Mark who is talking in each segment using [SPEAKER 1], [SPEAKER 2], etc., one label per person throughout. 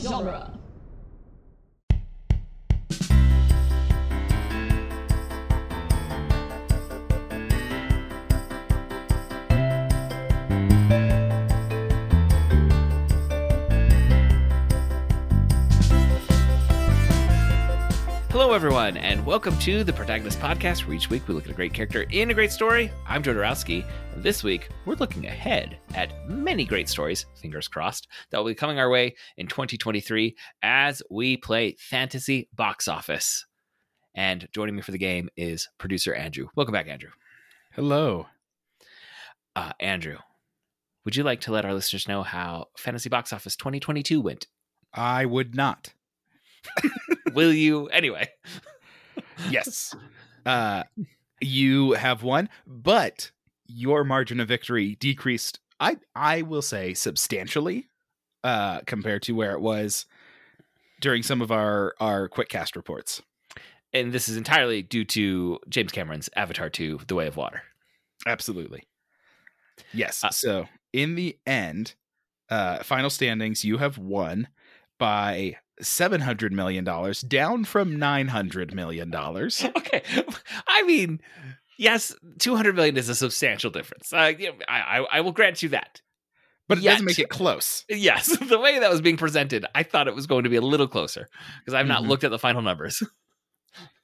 [SPEAKER 1] genre.
[SPEAKER 2] Hello, everyone, and welcome to the Protagonist Podcast, where each week we look at a great character in a great story. I'm Jodorowsky. and This week, we're looking ahead at many great stories, fingers crossed, that will be coming our way in 2023 as we play Fantasy Box Office. And joining me for the game is producer Andrew. Welcome back, Andrew.
[SPEAKER 3] Hello.
[SPEAKER 2] Uh, Andrew, would you like to let our listeners know how Fantasy Box Office 2022 went?
[SPEAKER 3] I would not.
[SPEAKER 2] Will you? Anyway.
[SPEAKER 3] Yes. Uh, you have won, but your margin of victory decreased. I I will say substantially uh, compared to where it was during some of our our quick cast reports.
[SPEAKER 2] And this is entirely due to James Cameron's Avatar 2, The Way of Water.
[SPEAKER 3] Absolutely. Yes.
[SPEAKER 2] Uh,
[SPEAKER 3] so in the end, uh, final standings, you have won by seven hundred million dollars, down from nine hundred million dollars.
[SPEAKER 2] okay. I mean, yes, 200 million is a substantial difference. Uh, yeah, I, I, I will grant you that.
[SPEAKER 3] but it
[SPEAKER 2] Yet.
[SPEAKER 3] doesn't make it close.
[SPEAKER 2] Yes, the way that was being presented, I thought it was going to be a little closer because I've not
[SPEAKER 3] Mhm.
[SPEAKER 2] looked at the final numbers.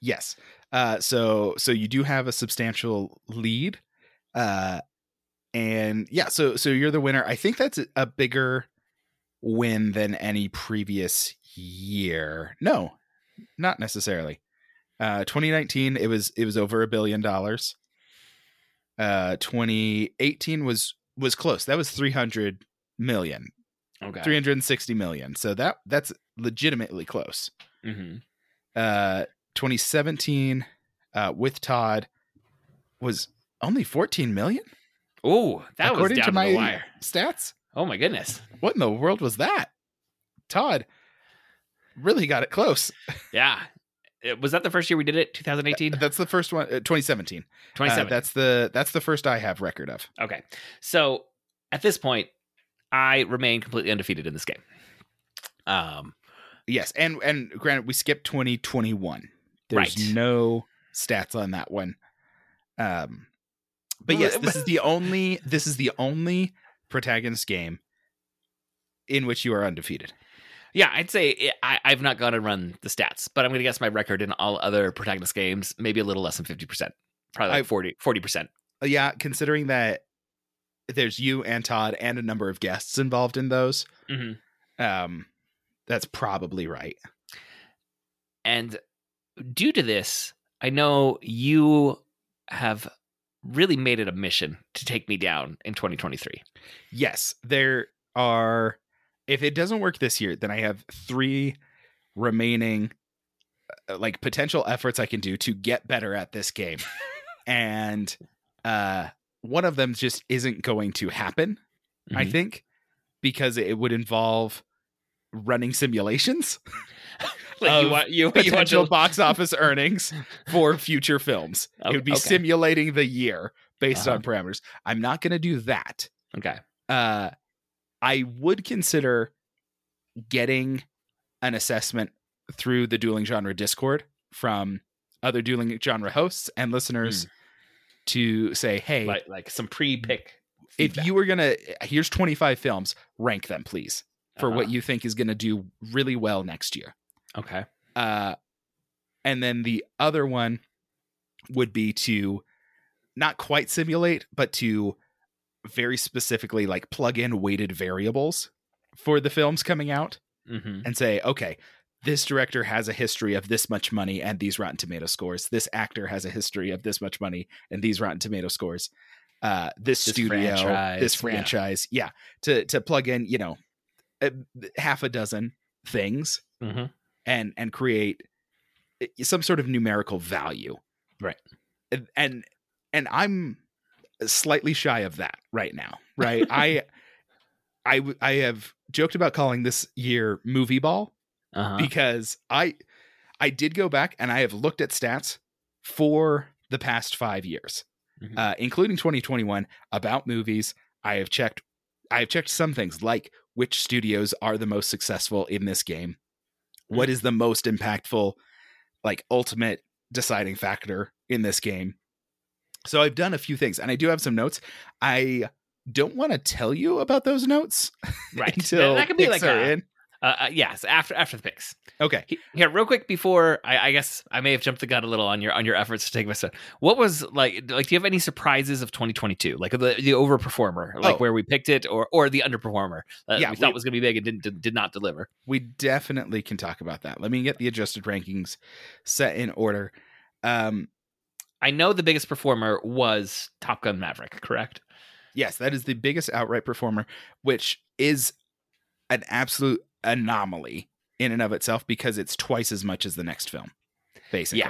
[SPEAKER 3] Yes. Uh, so so you do have a substantial lead, uh, and yeah. So so you're the winner. I think that's a- a bigger win than any previous year. No, not necessarily. Uh, 2019 it was it was over a billion dollars. Uh, 2018 was was close. That was 300 million,
[SPEAKER 2] Okay.
[SPEAKER 3] 360 million. So that that's legitimately close.
[SPEAKER 2] hmm
[SPEAKER 3] Mm-hmm. Uh, 2017 uh, with Todd was only 14 million.
[SPEAKER 2] Oh, that was
[SPEAKER 3] according
[SPEAKER 2] down to
[SPEAKER 3] to my
[SPEAKER 2] the wire.
[SPEAKER 3] stats.
[SPEAKER 2] Oh my goodness.
[SPEAKER 3] What in the world was that? Todd really got it close.
[SPEAKER 2] Yeah. It- was that the first year we did it? 2018?
[SPEAKER 3] That's the first one. Uh, 2017. Uh,
[SPEAKER 2] 27.
[SPEAKER 3] that's the that's the first I have record of.
[SPEAKER 2] Okay. So at this point, I remain completely undefeated in this game. Um,
[SPEAKER 3] Yes, and and granted, we skipped 2021. There's
[SPEAKER 2] Right.
[SPEAKER 3] no stats on that one. Um, but yes, this is the only this is the only protagonist game in which you are undefeated.
[SPEAKER 2] Yeah, I'd say it, I, I've not gone and run the stats, but I'm going to guess my record in all other protagonist games, maybe a little less than 50%, probably like
[SPEAKER 3] I-
[SPEAKER 2] 40, 40%.
[SPEAKER 3] Uh, yeah considering that there's you and todd and a number of guests involved in those
[SPEAKER 2] Mhm.
[SPEAKER 3] um that's probably right
[SPEAKER 2] And due to this, I know you have really made it a mission to take me down in 2023.
[SPEAKER 3] yes there are if it doesn't work this year then i have three remaining uh, like potential efforts i can do to get better at this game and uh one of them just isn't going to happen i
[SPEAKER 2] Mhm.
[SPEAKER 3] think because it would involve running simulations
[SPEAKER 2] Like you
[SPEAKER 3] Of
[SPEAKER 2] want, you, you want
[SPEAKER 3] potential
[SPEAKER 2] to,
[SPEAKER 3] box office earnings for future films.
[SPEAKER 2] Oh,
[SPEAKER 3] it would be
[SPEAKER 2] okay.
[SPEAKER 3] simulating the year based
[SPEAKER 2] Uh-huh.
[SPEAKER 3] on parameters. I'm not going to do that.
[SPEAKER 2] okay.
[SPEAKER 3] Uh, I would consider getting an assessment through the dueling genre Discord from other dueling genre hosts and listeners to say, hey,
[SPEAKER 2] Like, like some pre pick.
[SPEAKER 3] if you were going to, here's 25 films, rank them, please, for
[SPEAKER 2] Uh-huh.
[SPEAKER 3] what you think is going to do really well next year.
[SPEAKER 2] Okay.
[SPEAKER 3] Uh, and then the other one would be to not quite simulate, but to very specifically like plug in weighted variables for the films coming out
[SPEAKER 2] hmm
[SPEAKER 3] and say, okay, this director has a history of this much money and these Rotten Tomato scores. This actor has a history of this much money and these Rotten Tomato scores. Uh, this,
[SPEAKER 2] This
[SPEAKER 3] studio,
[SPEAKER 2] franchise,
[SPEAKER 3] this
[SPEAKER 2] yeah.
[SPEAKER 3] franchise, yeah. to to plug in, you know, a, half a dozen things
[SPEAKER 2] hmm
[SPEAKER 3] and and create i- some sort of numerical value
[SPEAKER 2] Right.
[SPEAKER 3] And- and and i'm slightly shy of that right now right i i w- i have joked about calling this year movie ball
[SPEAKER 2] Uh-huh.
[SPEAKER 3] because i i did go back and i have looked at stats for the past five years
[SPEAKER 2] Mhm.
[SPEAKER 3] uh, including 2021 about movies i have checked i have checked some things like which studios are the most successful in this game
[SPEAKER 2] Mm-hmm.
[SPEAKER 3] what is the most impactful like ultimate deciding factor in this game so i've done a few things and i do have some notes i don't want to tell you about those notes
[SPEAKER 2] Right.
[SPEAKER 3] until
[SPEAKER 2] that could be like
[SPEAKER 3] picks are
[SPEAKER 2] a,
[SPEAKER 3] in
[SPEAKER 2] uh, uh, yes, after after the picks.
[SPEAKER 3] okay
[SPEAKER 2] He- Here, real quick before I, I guess I may have jumped the gun a little on your on your efforts to take my son. What was like like do you have any surprises of 2022? Like the the overperformer, like
[SPEAKER 3] Oh.
[SPEAKER 2] where we picked it or or the underperformer that
[SPEAKER 3] Yeah,
[SPEAKER 2] we thought
[SPEAKER 3] we-
[SPEAKER 2] was going to be big and didn't did, did not deliver.
[SPEAKER 3] we definitely can talk about that let me get the adjusted rankings set in order um
[SPEAKER 2] I know the biggest performer was Top Gun Maverick, correct?
[SPEAKER 3] Yes, that is the biggest outright performer, which is an absolute anomaly in and of itself because it's twice as much as the next film, basically.
[SPEAKER 2] Yeah.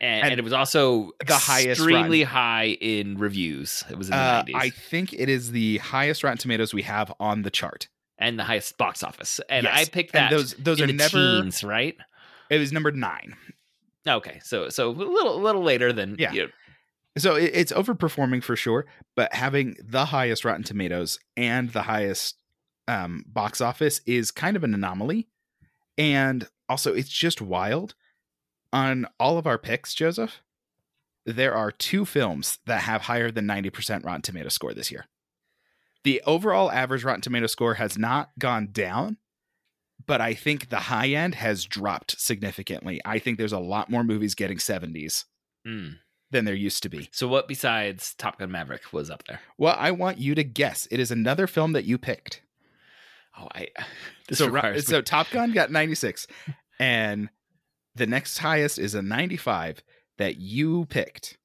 [SPEAKER 2] And,
[SPEAKER 3] And
[SPEAKER 2] and it was also
[SPEAKER 3] the highest
[SPEAKER 2] extremely high in reviews. It was in the
[SPEAKER 3] Uh,
[SPEAKER 2] 90s.
[SPEAKER 3] I think it is the highest Rotten Tomatoes we have on the chart.
[SPEAKER 2] and the highest box office. And
[SPEAKER 3] Yes.
[SPEAKER 2] I picked that.
[SPEAKER 3] and those those
[SPEAKER 2] in
[SPEAKER 3] are
[SPEAKER 2] the
[SPEAKER 3] never.
[SPEAKER 2] teens, right?
[SPEAKER 3] It was number nine,
[SPEAKER 2] Okay, so so a little little later than
[SPEAKER 3] Yeah.
[SPEAKER 2] you know,
[SPEAKER 3] so it, it's overperforming for sure. But having the highest Rotten Tomatoes and the highest um, box office is kind of an anomaly, and also it's just wild. On all of our picks, Joseph, there are two films that have higher than 90% Rotten Tomato score this year. The overall average Rotten Tomato score has not gone down, but I think the high end has dropped significantly. I think there's a lot more movies getting 70s
[SPEAKER 2] Mm.
[SPEAKER 3] than there used to be.
[SPEAKER 2] So what besides Top Gun Maverick was up there?
[SPEAKER 3] Well, I want you to guess. It is another film that you picked.
[SPEAKER 2] Oh, I this
[SPEAKER 3] so, Ro-
[SPEAKER 2] requires
[SPEAKER 3] so Top Gun got 96, and the next highest is a 95 that you picked.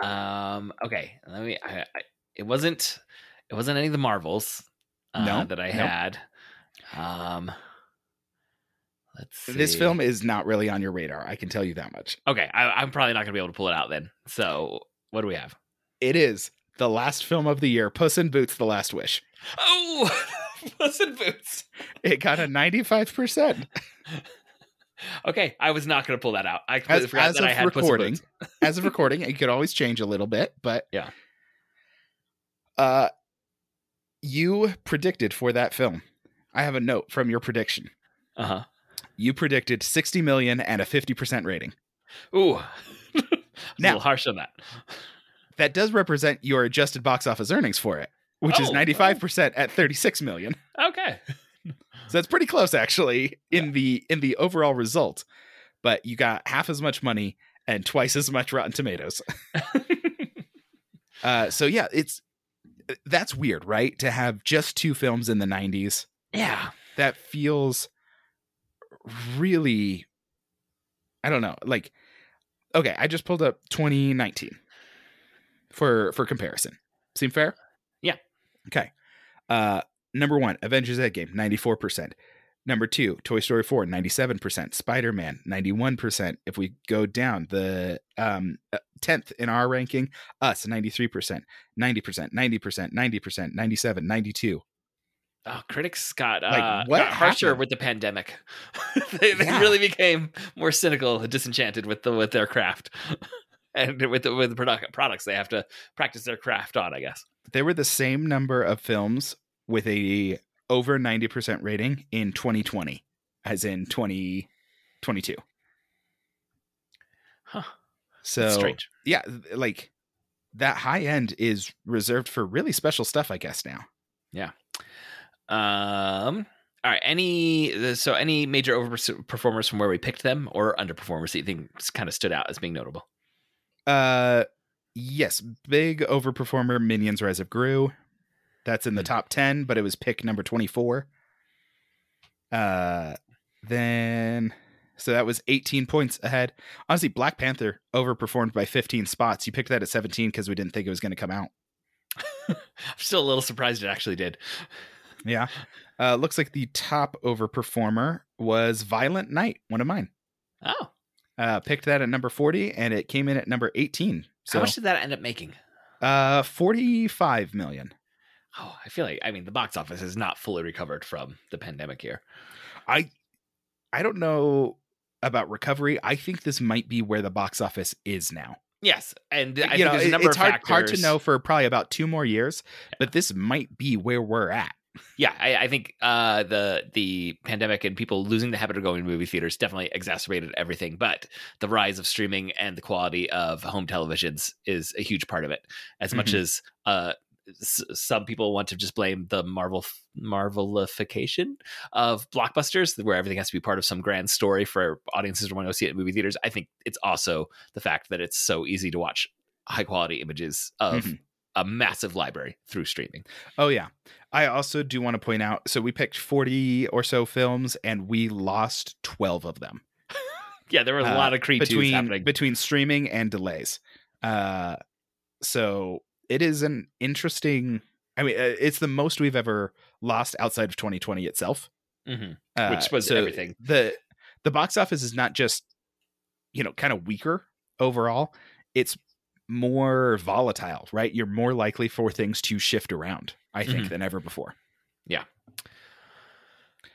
[SPEAKER 2] me- um okay. Let me. I, I, it wasn't it wasn't any of the Marvels uh,
[SPEAKER 3] No,
[SPEAKER 2] that I
[SPEAKER 3] nope.
[SPEAKER 2] had. Um, let's see.
[SPEAKER 3] This film is not really on your radar. I can tell you that much.
[SPEAKER 2] Okay, I, I'm probably not gonna be able to pull it out then. So what do we have?
[SPEAKER 3] It is the last film of the year, Puss in Boots: The Last Wish.
[SPEAKER 2] Oh, Puss in Boots.
[SPEAKER 3] It got a 95%
[SPEAKER 2] Okay, I was not gonna pull that out. I completely
[SPEAKER 3] as,
[SPEAKER 2] forgot
[SPEAKER 3] as
[SPEAKER 2] that I
[SPEAKER 3] of
[SPEAKER 2] had Puss in Boots.
[SPEAKER 3] recording. As of recording, it could always change a little bit, but
[SPEAKER 2] Yeah.
[SPEAKER 3] Uh, you predicted for that film. I have a note from your prediction.
[SPEAKER 2] Uh
[SPEAKER 3] You predicted 60 million and a 50% rating.
[SPEAKER 2] huh. Ooh. It's a
[SPEAKER 3] Now-
[SPEAKER 2] little harsh on that.
[SPEAKER 3] That does represent your adjusted box office earnings for it, which is
[SPEAKER 2] Oh,
[SPEAKER 3] 95% at 36 million.
[SPEAKER 2] Okay.
[SPEAKER 3] So that's pretty close actually in the in the overall result. But you got half as much money and twice as much Rotten Tomatoes. Uh, so yeah, it's that's weird, right? To have just two films in the 90s.
[SPEAKER 2] yeah.
[SPEAKER 3] that feels really i don't know like okay i just pulled up 2019 for for comparison seem fair
[SPEAKER 2] Yeah.
[SPEAKER 3] okay uh number one avengers endgame 94% number two toy story 4 97% spider-man 91% if we go down the um uh, 10th in our ranking us 93% 90% 90% 90% 97 92
[SPEAKER 2] Oh, critics got
[SPEAKER 3] Like,
[SPEAKER 2] uh,
[SPEAKER 3] what
[SPEAKER 2] got harsher
[SPEAKER 3] happened?
[SPEAKER 2] with the pandemic. they they
[SPEAKER 3] Yeah.
[SPEAKER 2] really became more cynical and disenchanted with the with their craft. And with the, with the product, products they have to practice their craft on, I guess.
[SPEAKER 3] there were the same number of films with a over 90% rating in 2020 as in 2022
[SPEAKER 2] Huh.
[SPEAKER 3] so
[SPEAKER 2] It's strange.
[SPEAKER 3] yeah th- like that high end is reserved for really special stuff i guess now
[SPEAKER 2] Um. All right. Any uh, so any major overperformers from where we picked them or underperformers that you think kind of stood out as being notable?
[SPEAKER 3] uh yes big overperformer minions rise of gru that's in the
[SPEAKER 2] Hmm.
[SPEAKER 3] top 10 but it was pick number 24 uh then so that was 18 points ahead honestly black panther overperformed by 15 spots you picked that at 17 because we didn't think it was going to come out
[SPEAKER 2] I'm still a little surprised it actually did.
[SPEAKER 3] yeah uh looks like the top overperformer was violent night one of mine
[SPEAKER 2] Oh,
[SPEAKER 3] uh picked that at number 40 and it came in at number 18 so
[SPEAKER 2] how much did that end up making?
[SPEAKER 3] uh 45 million
[SPEAKER 2] Oh, I feel like I mean the box office has not fully recovered from the pandemic here.
[SPEAKER 3] I I don't know about recovery. I think this might be where the box office is now.
[SPEAKER 2] Yes, and I
[SPEAKER 3] you
[SPEAKER 2] think
[SPEAKER 3] know,
[SPEAKER 2] there's a
[SPEAKER 3] it-
[SPEAKER 2] number
[SPEAKER 3] it's
[SPEAKER 2] of
[SPEAKER 3] hard
[SPEAKER 2] factors.
[SPEAKER 3] hard to know for probably about two more years, but this might be where we're at.
[SPEAKER 2] yeah, I, I think uh, the the pandemic and people losing the habit of going to movie theaters definitely exacerbated everything. But the rise of streaming and the quality of home televisions is a huge part of it. As much
[SPEAKER 3] Mhm.
[SPEAKER 2] as uh, s- some people want to just blame the Marvel Marvelification of blockbusters, where everything has to be part of some grand story for audiences to want to go see it in movie theaters. I think it's also the fact that it's so easy to watch high quality images of
[SPEAKER 3] Mhm.
[SPEAKER 2] a massive library through streaming.
[SPEAKER 3] Oh yeah. I also do want to point out so we picked 40 or so films and we lost 12 of them
[SPEAKER 2] Yeah, there were a
[SPEAKER 3] Uh,
[SPEAKER 2] lot of creep twos
[SPEAKER 3] between
[SPEAKER 2] happening.
[SPEAKER 3] between streaming and delays. Uh so it is an interesting I mean uh, it's the most we've ever lost outside of 2020 itself.
[SPEAKER 2] Mhm.
[SPEAKER 3] Uh,
[SPEAKER 2] Which was everything.
[SPEAKER 3] The the box office is not just you know kind of weaker overall. It's more volatile, right? You're more likely for things to shift around, I think,
[SPEAKER 2] Mhm.
[SPEAKER 3] than ever before.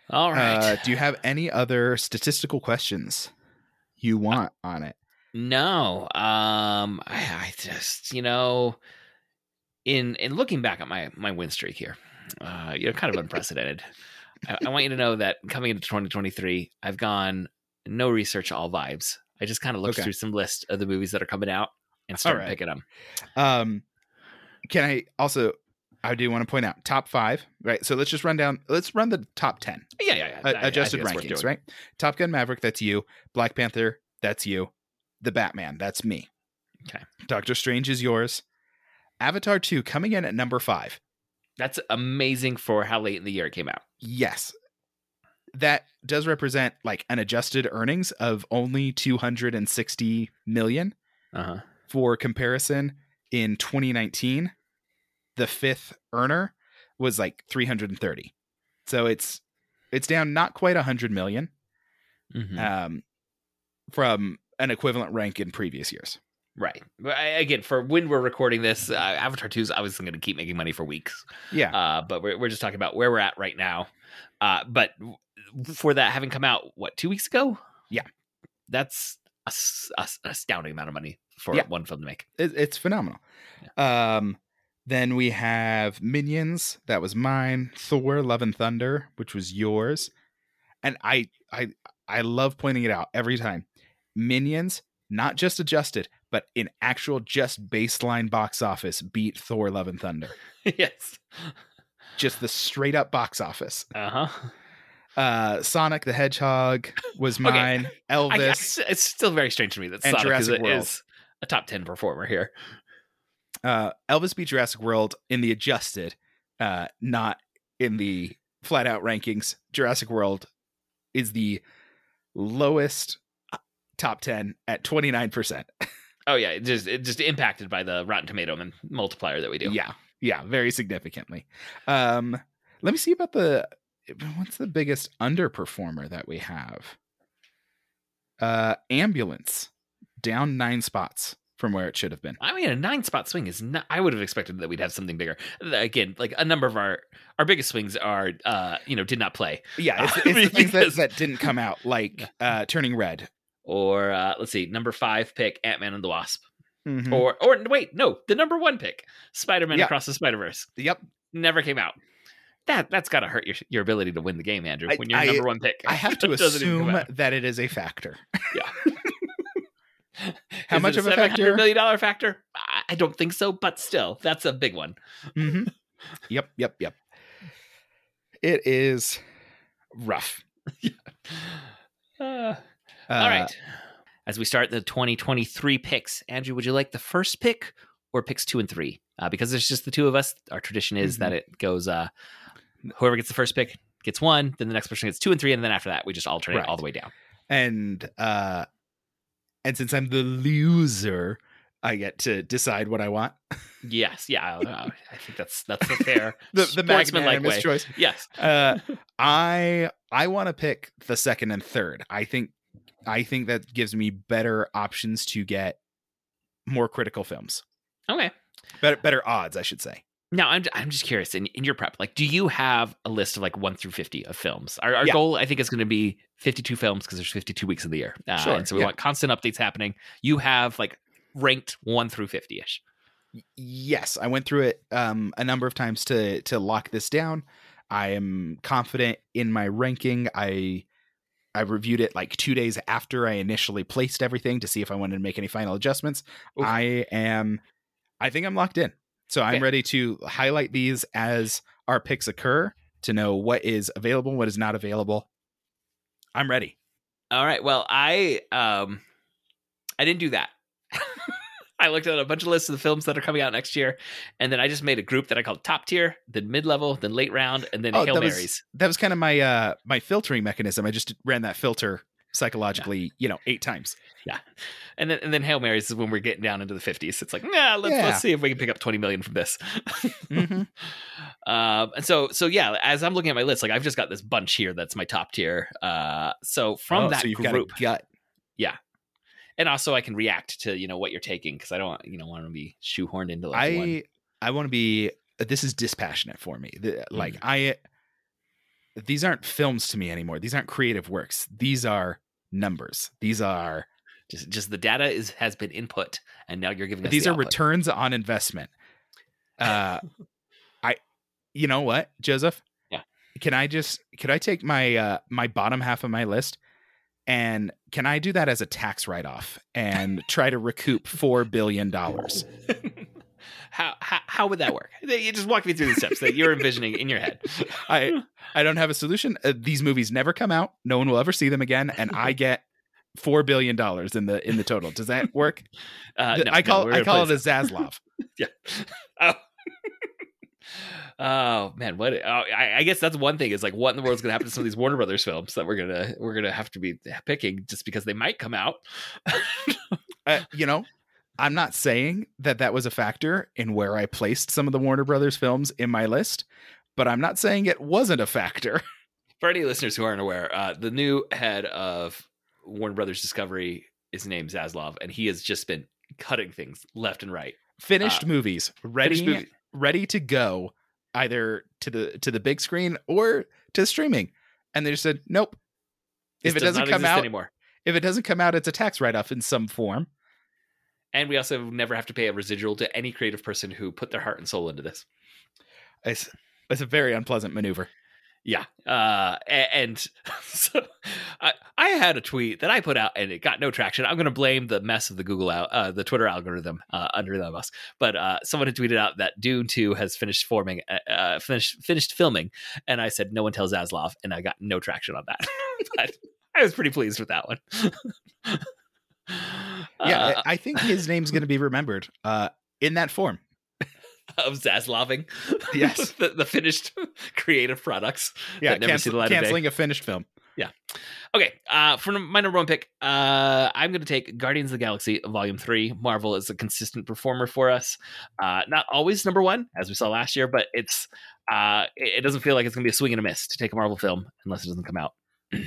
[SPEAKER 2] All right.
[SPEAKER 3] Uh, do you have any other statistical questions you want on it?
[SPEAKER 2] no. Um. I, I just you know, in in looking back at my my win streak here, uh, you know, kind of unprecedented. I, I want you to know that coming into 2023, I've gone no research, all vibes. I just kind of looked
[SPEAKER 3] Okay.
[SPEAKER 2] through some list of the movies that are coming out and started
[SPEAKER 3] right.
[SPEAKER 2] picking them.
[SPEAKER 3] Um, can I also? I do want to point out top five, right? So let's just run down. Let's run the top ten
[SPEAKER 2] Yeah, yeah, yeah.
[SPEAKER 3] uh,
[SPEAKER 2] I- I think
[SPEAKER 3] adjusted
[SPEAKER 2] that's worth
[SPEAKER 3] rankings,
[SPEAKER 2] doing.
[SPEAKER 3] right? Top Gun Maverick, that's you. Black Panther, that's you. The Batman, that's me.
[SPEAKER 2] Okay.
[SPEAKER 3] Doctor Strange is yours. Avatar two coming in at number five.
[SPEAKER 2] That's amazing for how late in the year it came out.
[SPEAKER 3] Yes. That does represent like an adjusted earnings of only 260 million.
[SPEAKER 2] Uh huh.
[SPEAKER 3] for comparison in 2019 the fifth earner was like 330 so it's it's down not quite 100 million,
[SPEAKER 2] Mm-hmm.
[SPEAKER 3] um from an equivalent rank in previous years
[SPEAKER 2] Right. But I- Again, for when we're recording this, uh, Avatar 2 is obviously going to keep making money for weeks.
[SPEAKER 3] yeah
[SPEAKER 2] Uh, but we're, we're just talking about where we're at right now. Uh, but w- for that having come out, what, two weeks ago?
[SPEAKER 3] Yeah.
[SPEAKER 2] That's a s- a s- an astounding amount of money for
[SPEAKER 3] Yeah.
[SPEAKER 2] one film to make.
[SPEAKER 3] it, it's phenomenal um then we have minions that was mine thor love and thunder which was yours and i i i love pointing it out every time minions not just adjusted but in actual just baseline box office beat thor love and thunder
[SPEAKER 2] yes.
[SPEAKER 3] just the straight up box office
[SPEAKER 2] Uh
[SPEAKER 3] Uh-huh.
[SPEAKER 2] huh.
[SPEAKER 3] uh sonic the hedgehog was mine elvis
[SPEAKER 2] it's still very strange to me that
[SPEAKER 3] And
[SPEAKER 2] Sonic is,
[SPEAKER 3] Jurassic
[SPEAKER 2] a-
[SPEAKER 3] World.
[SPEAKER 2] is a top 10 performer here.
[SPEAKER 3] uh elvis beat jurassic world in the adjusted uh not in the flat out rankings jurassic world is the lowest uh, top 10 at 29%
[SPEAKER 2] Oh, yeah. It just, it just impacted by the Rotten Tomato and multiplier that we do.
[SPEAKER 3] yeah yeah very significantly um let me see about the what's the biggest underperformer that we have uh ambulance down nine spots from where it should have been
[SPEAKER 2] I mean, a nine spot swing is not. I would have expected that we'd have something bigger. Again, like a number of our our biggest swings are, uh, you know, did not play,
[SPEAKER 3] yeah it's,
[SPEAKER 2] I
[SPEAKER 3] it's the
[SPEAKER 2] mean,
[SPEAKER 3] things that,
[SPEAKER 2] because-
[SPEAKER 3] that didn't come out like uh turning red
[SPEAKER 2] or uh, let's see, number five pick Ant Man and the Wasp,
[SPEAKER 3] Mhm.
[SPEAKER 2] or or wait, no, the number one pick Spider Man
[SPEAKER 3] Yeah.
[SPEAKER 2] Across the Spider Verse
[SPEAKER 3] Yep.
[SPEAKER 2] never came out. That that's gotta hurt your your ability to win the game, Andrew.
[SPEAKER 3] I-
[SPEAKER 2] When you're
[SPEAKER 3] I-
[SPEAKER 2] number one pick,
[SPEAKER 3] I have to
[SPEAKER 2] It doesn't even come
[SPEAKER 3] assume
[SPEAKER 2] out.
[SPEAKER 3] that it is a factor. how
[SPEAKER 2] Is
[SPEAKER 3] much
[SPEAKER 2] it
[SPEAKER 3] of a
[SPEAKER 2] $700
[SPEAKER 3] factor?
[SPEAKER 2] Million dollar factor? I- I don't think so, but still, that's a big one. Mm-hmm.
[SPEAKER 3] Mhm. yep, yep, yep. It is rough.
[SPEAKER 2] Uh,
[SPEAKER 3] Uh,
[SPEAKER 2] All right. As we start the 2023 picks, Andrew, would you like the first pick or picks two and three? Uh, because it's just the two of us. Our tradition is that it goes uh, whoever gets the first pick gets one, then the next person gets two and three, and then after that, we just alternate
[SPEAKER 3] Right.
[SPEAKER 2] all the way down.
[SPEAKER 3] And uh and since I'm the loser, I get to decide what I want.
[SPEAKER 2] Yes, yeah, I, I think that's that's a fair
[SPEAKER 3] The the
[SPEAKER 2] sportsmanlike
[SPEAKER 3] magnanimous
[SPEAKER 2] way.
[SPEAKER 3] choice.
[SPEAKER 2] Yes,
[SPEAKER 3] Uh I I want to pick the second and third. I think I think that gives me better options to get more critical films.
[SPEAKER 2] okay.
[SPEAKER 3] Better better odds, I should say.
[SPEAKER 2] Now I'm I'm just curious in, in your prep, like, do you have a list of like one through fifty of films? Our, our
[SPEAKER 3] Yeah.
[SPEAKER 2] goal, I think, is going to be fifty two films because there's fifty two weeks of the year, uh,
[SPEAKER 3] Sure,
[SPEAKER 2] and so we
[SPEAKER 3] yeah.
[SPEAKER 2] want constant updates happening. You have like ranked one through fifty ish.
[SPEAKER 3] yes i went through it um a number of times to to lock this down I am confident in my ranking. I I reviewed it like two days after I initially placed everything to see if I wanted to make any final adjustments.
[SPEAKER 2] Oof.
[SPEAKER 3] I am, I think I'm locked in. So I'm
[SPEAKER 2] Okay.
[SPEAKER 3] ready to highlight these as our picks occur to know what is available, what is not available. I'm ready.
[SPEAKER 2] All right. Well, I um I didn't do that. I looked at a bunch of lists of the films that are coming out next year, and then I just made a group that I called top tier, then mid level, then late round, and then
[SPEAKER 3] Oh,
[SPEAKER 2] Hail
[SPEAKER 3] that was-
[SPEAKER 2] Marys.
[SPEAKER 3] That was kind of my uh my filtering mechanism. I just ran that filter psychologically, you know, eight times.
[SPEAKER 2] And then and then Hail Marys is when we're getting down into the fifties. It's like, nah, let's
[SPEAKER 3] Yeah.
[SPEAKER 2] let's see if we can pick up twenty million from this.
[SPEAKER 3] Mhm.
[SPEAKER 2] Um, and so so yeah, as I'm looking at my list, like I've just got this bunch here that's my top tier. Uh so from
[SPEAKER 3] Oh,
[SPEAKER 2] that
[SPEAKER 3] so you've
[SPEAKER 2] group.
[SPEAKER 3] got a gut.
[SPEAKER 2] and also I can react to, you know, what you're taking because I don't you know want to be shoehorned into like
[SPEAKER 3] I
[SPEAKER 2] one.
[SPEAKER 3] I want to be. uh, This is dispassionate for me. The- Like I, these aren't films to me anymore. These aren't creative works. These are numbers. These are
[SPEAKER 2] Just just the data is has been input and now you're giving us
[SPEAKER 3] these
[SPEAKER 2] the
[SPEAKER 3] are
[SPEAKER 2] output.
[SPEAKER 3] returns on investment. Uh, I, you know what, Joseph?
[SPEAKER 2] Yeah.
[SPEAKER 3] Can I just could I take my uh my bottom half of my list, and can I do that as a tax write off and try to recoup four billion dollars?
[SPEAKER 2] how, how how would that work? You just walk me through the steps that you're envisioning in your head. Hmm.
[SPEAKER 3] I I don't have a solution. Uh, these movies never come out. No one will ever see them again, and I get four billion dollars in the in the total. Does that work?
[SPEAKER 2] Uh,
[SPEAKER 3] Th-
[SPEAKER 2] no,
[SPEAKER 3] I
[SPEAKER 2] no,
[SPEAKER 3] call
[SPEAKER 2] we're
[SPEAKER 3] I
[SPEAKER 2] gonna
[SPEAKER 3] call
[SPEAKER 2] play
[SPEAKER 3] it a Zaslav.
[SPEAKER 2] Oh man, what? Oh, I, I guess that's one thing. Is like, what in the world's going to happen to some of these Warner Brothers films that we're gonna we're gonna have to be picking just because they might come out?
[SPEAKER 3] uh, you know, I'm not saying that that was a factor in where I placed some of the Warner Brothers films in my list, but I'm not saying it wasn't a factor.
[SPEAKER 2] Uh. For any listeners who aren't aware, uh, the new head of Warner Brothers Discovery is named Zaslav, and he has just been cutting things left and right.
[SPEAKER 3] Finished movies, ready,
[SPEAKER 2] Finished movie-
[SPEAKER 3] ready to go, either to the to the big screen or to streaming, and they just said nope. If
[SPEAKER 2] This
[SPEAKER 3] it
[SPEAKER 2] does
[SPEAKER 3] doesn't
[SPEAKER 2] not
[SPEAKER 3] come
[SPEAKER 2] exist
[SPEAKER 3] out,
[SPEAKER 2] anymore,
[SPEAKER 3] if it doesn't come out, it's a tax write off in some form.
[SPEAKER 2] and we also never have to pay a residual to any creative person who put their heart and soul into this.
[SPEAKER 3] It's it's a very unpleasant maneuver.
[SPEAKER 2] Yeah. Uh, a- and so I, I had a tweet that I put out and it got no traction. I'm going to blame the mess of the Google, al- uh, the Twitter algorithm uh, under the bus. But uh, someone had tweeted out that Dune 2 has finished forming, uh, uh, finished, finished filming. And I said, no one tells Aslov. And I got no traction on that. but I was pretty pleased with that one.
[SPEAKER 3] Yeah,
[SPEAKER 2] Uh,
[SPEAKER 3] I I think his name's going to be remembered uh, in that form.
[SPEAKER 2] of Zaslaving.
[SPEAKER 3] Yes.
[SPEAKER 2] the, the finished creative products.
[SPEAKER 3] Yeah,
[SPEAKER 2] That never see the light of day.
[SPEAKER 3] canceling a finished film.
[SPEAKER 2] Okay, uh, for my number one pick, uh, I'm going to take Guardians of the Galaxy Volume 3. Marvel is a consistent performer for us. Uh, not always number one, as we saw last year, but it's uh, it, it doesn't feel like it's going to be a swing and a miss to take a Marvel film unless it doesn't come out.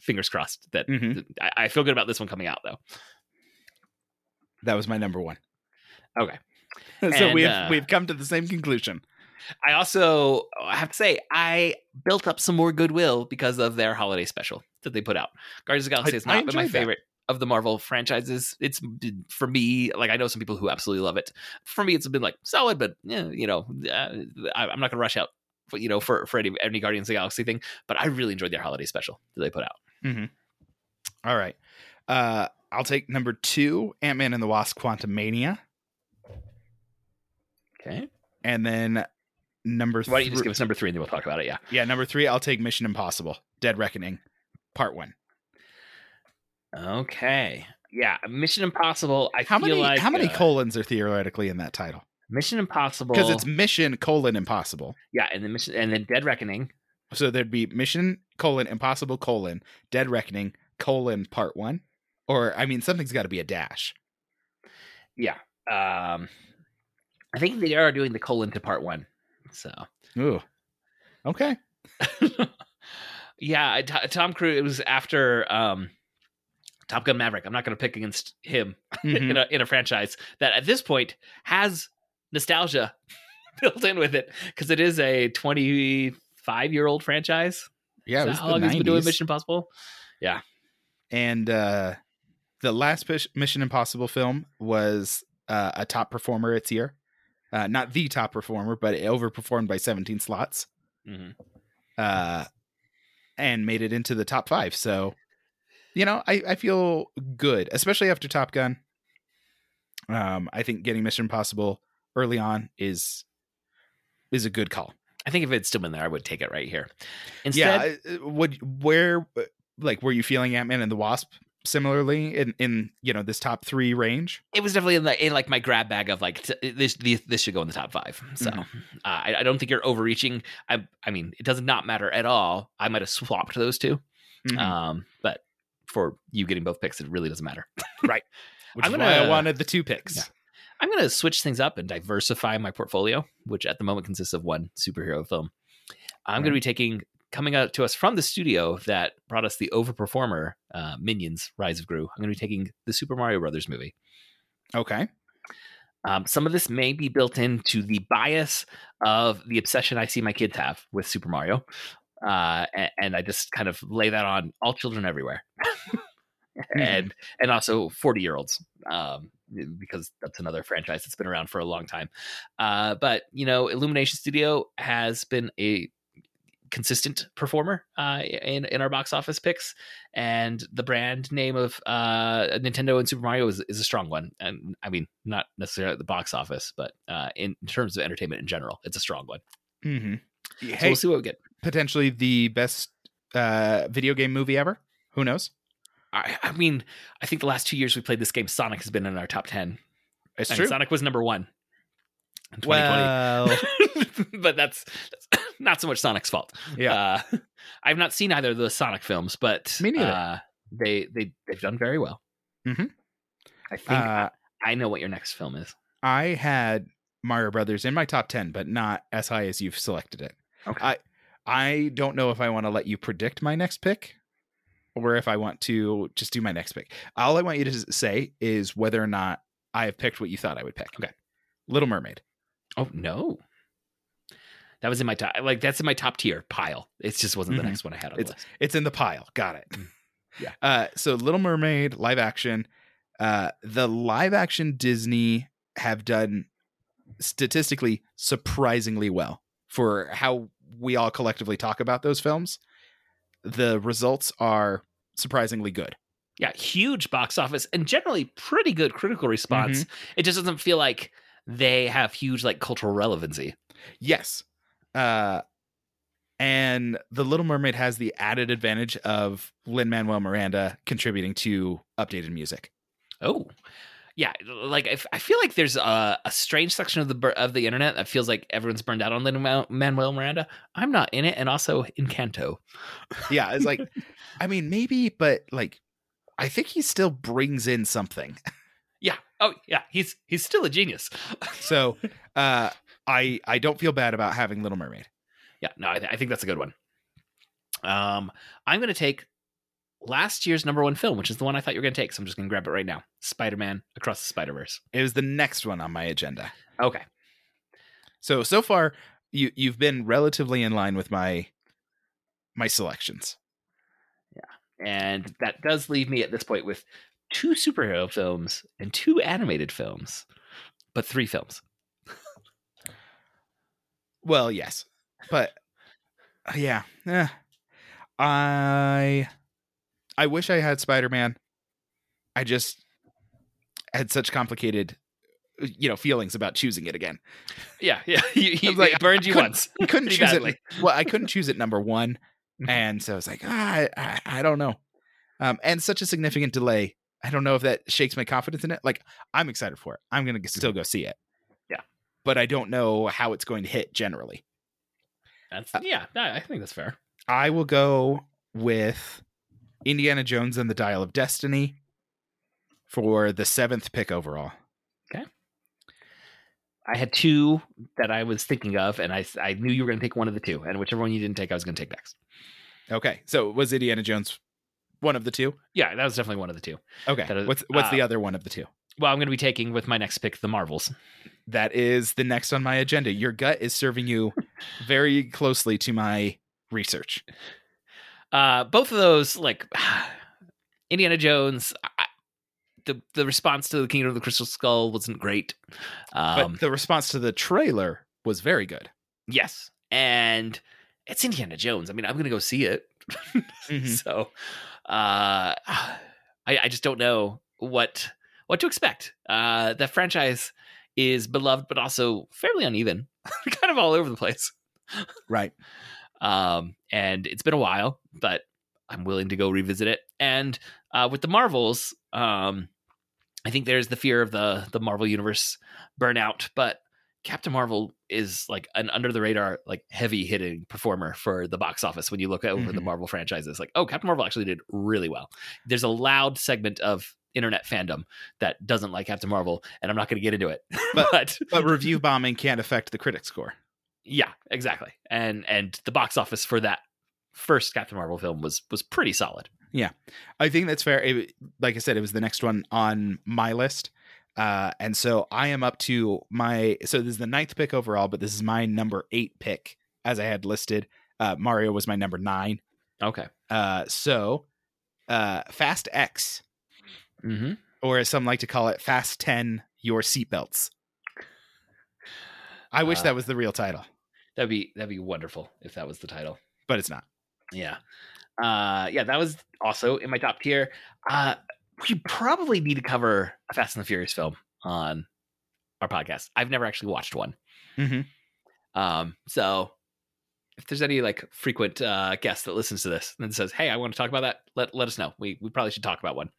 [SPEAKER 2] Fingers crossed that
[SPEAKER 3] Mhm.
[SPEAKER 2] I, I feel good about this one coming out, though.
[SPEAKER 3] That was my number one.
[SPEAKER 2] Okay.
[SPEAKER 3] so
[SPEAKER 2] And,
[SPEAKER 3] we've
[SPEAKER 2] uh,
[SPEAKER 3] we've come to the same conclusion.
[SPEAKER 2] I also oh, I have to say, I built up some more goodwill because of their holiday special that they put out. Guardians of the Galaxy
[SPEAKER 3] I-
[SPEAKER 2] has
[SPEAKER 3] I
[SPEAKER 2] not been my
[SPEAKER 3] enjoyed that.
[SPEAKER 2] favorite of the Marvel franchises. It's been- for me, like I know some people who absolutely love it. For me, it's been like solid, but eh, you know, uh, I, I'm not going to rush out. For, you know, for for any, any Guardians of the Galaxy thing, but I really enjoyed their holiday special that they put out.
[SPEAKER 3] All right. Uh I'll take number two, Ant Man and the Wasp Quantum Mania.
[SPEAKER 2] Okay,
[SPEAKER 3] And then number
[SPEAKER 2] why don't you just
[SPEAKER 3] three-
[SPEAKER 2] give us number three and then we'll talk about it? Yeah,
[SPEAKER 3] Yeah, number three, I'll take Mission Impossible, Dead Reckoning, part one.
[SPEAKER 2] okay, yeah. Mission Impossible. I
[SPEAKER 3] How
[SPEAKER 2] feel
[SPEAKER 3] many
[SPEAKER 2] like
[SPEAKER 3] how many
[SPEAKER 2] uh,
[SPEAKER 3] colons are theoretically in that title?
[SPEAKER 2] Mission Impossible?
[SPEAKER 3] Because it's Mission colon impossible.
[SPEAKER 2] yeah, and then Mission and then Dead Reckoning.
[SPEAKER 3] So there'd be Mission colon impossible colon Dead Reckoning colon part one. Or I mean something's gotta be a dash.
[SPEAKER 2] yeah um i think they are doing the colon to part one so
[SPEAKER 3] Ooh. Okay.
[SPEAKER 2] yeah I- T- tom cruise it was after um top gun maverick i'm not going to pick against him
[SPEAKER 3] Mhm.
[SPEAKER 2] in, a, in a franchise that at this point has nostalgia built in with it because it is a 25 year old franchise Is
[SPEAKER 3] Yeah, it
[SPEAKER 2] that
[SPEAKER 3] was
[SPEAKER 2] how
[SPEAKER 3] the
[SPEAKER 2] long has been doing
[SPEAKER 3] 90s.
[SPEAKER 2] mission impossible
[SPEAKER 3] and uh the last Pish- mission impossible film was uh, a top performer its year uh, not the top performer but it overperformed by 17 slots
[SPEAKER 2] Mhm.
[SPEAKER 3] uh, and made it into the top five. So, you know, I, I feel good, especially after Top Gun. Um, I think getting Mission Impossible early on is is a good call.
[SPEAKER 2] I think if it had still been there, I would take it right here. Instead,
[SPEAKER 3] Yeah, yeah. What? Where? uh, Like, were you feeling Ant Man and the Wasp similarly in in you know this top three range?
[SPEAKER 2] it was definitely in, the, in like my grab bag of like t- this, this. This should go in the top five. So
[SPEAKER 3] Mhm.
[SPEAKER 2] uh, I, I don't think you're overreaching. I I mean, it does not matter at all. I might have swapped those 2
[SPEAKER 3] Mhm.
[SPEAKER 2] Um, but for you getting both picks, it really doesn't matter.
[SPEAKER 3] Which
[SPEAKER 2] I'm
[SPEAKER 3] is why I
[SPEAKER 2] gonna-
[SPEAKER 3] wanted the two picks.
[SPEAKER 2] Yeah. I'm going to switch things up and diversify my portfolio, which at the moment consists of one superhero film. I'm going to be taking coming out to us from the studio that brought us the overperformer uh, Minions: Rise of Gru. I'm going to be taking the Super Mario Brothers movie.
[SPEAKER 3] Okay.
[SPEAKER 2] Um, some of this may be built into the bias of the obsession I see my kids have with Super Mario, uh, and, and I just kind of lay that on all children everywhere, and and also forty year olds, um, because that's another franchise that's been around for a long time. Uh, but you know, Illumination Studio has been a consistent performer uh, in in our box office picks, and the brand name of uh, Nintendo and Super Mario is, is a strong one. And I mean, not necessarily at the box office, but uh, in, in terms of entertainment in general, it's a strong one.
[SPEAKER 3] hmm
[SPEAKER 2] So
[SPEAKER 3] Hey,
[SPEAKER 2] we'll see what we get.
[SPEAKER 3] potentially the best uh, video game movie ever. Who knows?
[SPEAKER 2] I, I mean, I think the last two years we played this game, Sonic has been in our top ten.
[SPEAKER 3] It's
[SPEAKER 2] and Sonic was number one in 2020.
[SPEAKER 3] Well,
[SPEAKER 2] but that's, that's not so much Sonic's fault.
[SPEAKER 3] yeah.
[SPEAKER 2] Uh, I've not seen either of the Sonic films, but
[SPEAKER 3] Me neither.
[SPEAKER 2] Uh, they they they've done very well. Mm-hmm.
[SPEAKER 3] Mhm.
[SPEAKER 2] I think
[SPEAKER 3] Uh,
[SPEAKER 2] I know what your next film is.
[SPEAKER 3] I had Mario Brothers in my top ten, but not as high as you've selected it.
[SPEAKER 2] Okay.
[SPEAKER 3] I- I don't know if I want to let you predict my next pick or if I want to just do my next pick. All I want you to s- say is whether or not I have picked what you thought I would pick.
[SPEAKER 2] Okay.
[SPEAKER 3] Little Mermaid.
[SPEAKER 2] oh no. That was in my top like that's in my top tier pile. It just wasn't
[SPEAKER 3] Mhm.
[SPEAKER 2] the next one I had on the list.
[SPEAKER 3] It's in the pile. Got it.
[SPEAKER 2] Yeah.
[SPEAKER 3] Uh, so Little Mermaid live action. Uh, the live action Disney have done statistically surprisingly well for how we all collectively talk about those films. The results are surprisingly good.
[SPEAKER 2] Yeah, huge box office and generally pretty good critical response. It just doesn't feel like they have huge like cultural relevancy.
[SPEAKER 3] Yes. Uh and The Little Mermaid has the added advantage of Lin Manuel Miranda contributing to updated music.
[SPEAKER 2] Oh, yeah. Like I, f- I feel like there's a, a strange section of the bur- of the internet that feels like everyone's burned out on Lin Manuel Miranda. I'm not in it, and also in Canto.
[SPEAKER 3] Yeah, it's like I mean maybe but like I think he still brings in something.
[SPEAKER 2] Yeah. Oh, yeah. He's he's still a genius.
[SPEAKER 3] So, uh I I don't feel bad about having Little Mermaid.
[SPEAKER 2] Yeah. No, I, th- I think that's a good one. Um, I'm gonna take last year's number one film, which is the one I thought you were gonna take. So I'm just gonna grab it right now. Spider Man Across the Spider Verse.
[SPEAKER 3] It was the next one on my agenda.
[SPEAKER 2] Okay.
[SPEAKER 3] So so far you you've been relatively in line with my my selections.
[SPEAKER 2] And that does leave me at this point with two superhero films and two animated films, but three films.
[SPEAKER 3] Well, yes, but yeah, eh. I I wish I had Spider Man. I just had such complicated, uh, you know, feelings about choosing it again.
[SPEAKER 2] Yeah, yeah. He, he,
[SPEAKER 3] was like,
[SPEAKER 2] he burned you
[SPEAKER 3] couldn't-
[SPEAKER 2] once.
[SPEAKER 3] I couldn't
[SPEAKER 2] Pretty
[SPEAKER 3] choose
[SPEAKER 2] badly.
[SPEAKER 3] it. Well, I couldn't choose it number one,
[SPEAKER 2] Mhm.
[SPEAKER 3] and so I was like, ah, I, I, I don't know. Um, and such a significant delay. I don't know if that shakes my confidence in it. Like, I'm excited for it. I'm gonna still go see
[SPEAKER 2] Mm-hmm.
[SPEAKER 3] it.
[SPEAKER 2] Yeah.
[SPEAKER 3] but I don't know how it's going to hit generally.
[SPEAKER 2] That's yeah. no, I think that's fair.
[SPEAKER 3] I will go with Indiana Jones and the Dial of Destiny for the seventh pick overall.
[SPEAKER 2] I had two that I was thinking of, and I s- I knew you were going to take one of the two, and whichever one you didn't take, I was going to take next.
[SPEAKER 3] Okay, so was Indiana Jones one of the two?
[SPEAKER 2] Yeah, that was definitely one of the two.
[SPEAKER 3] Okay,
[SPEAKER 2] That is-
[SPEAKER 3] what's what's
[SPEAKER 2] uh,
[SPEAKER 3] the other one of the two?
[SPEAKER 2] Well, I'm going to be taking with my next pick the Marvels.
[SPEAKER 3] That is the next on my agenda. Your gut is serving you very closely to my research.
[SPEAKER 2] Uh, both of those, like Indiana Jones, I, the the response to the Kingdom of the Crystal Skull wasn't great.
[SPEAKER 3] But
[SPEAKER 2] Um,
[SPEAKER 3] the response to the trailer was very good.
[SPEAKER 2] yes, and it's Indiana Jones. I mean, I'm gonna go see it.
[SPEAKER 3] Mhm.
[SPEAKER 2] So, uh, I, I just don't know what what to expect. Uh, the franchise is beloved, but also fairly uneven, kind of all over the place.
[SPEAKER 3] Right.
[SPEAKER 2] Um, and it's been a while, but I'm willing to go revisit it. And uh, with the Marvels, um, I think there's the fear of the the Marvel universe burnout, but Captain Marvel is like an under the radar, like heavy hitting performer for the box office. When you look over the
[SPEAKER 3] Mhm.
[SPEAKER 2] Marvel franchises, like oh, Captain Marvel actually did really well. There's a loud segment of internet fandom that doesn't like Captain Marvel, and I'm not going to get into it.
[SPEAKER 3] But-
[SPEAKER 2] but
[SPEAKER 3] But review bombing can't affect the critic score.
[SPEAKER 2] yeah, exactly. And and the box office for that first Captain Marvel film was was pretty solid.
[SPEAKER 3] I think that's fair. It, like I said, it was the next one on my list. Uh, and so I am up to my. So this is the ninth pick overall, but this is my number eight pick as I had listed. Uh, Mario was my number nine.
[SPEAKER 2] Okay.
[SPEAKER 3] Uh, so uh, Fast X,
[SPEAKER 2] Mm-hmm.
[SPEAKER 3] or as some like to call it, Fast 10, your seatbelts. I wish
[SPEAKER 2] Uh.
[SPEAKER 3] that was the real title,
[SPEAKER 2] That'd be that'd be wonderful if that was the title.
[SPEAKER 3] but it's not.
[SPEAKER 2] Yeah. Uh yeah, that was also in my top tier. Uh we probably need to cover a Fast and the Furious film on our podcast. I've never actually watched one.
[SPEAKER 3] Mhm.
[SPEAKER 2] Um so if there's any like frequent uh guest that listens to this and says, "Hey, I want to talk about that." Let let us know. We we probably should talk about one.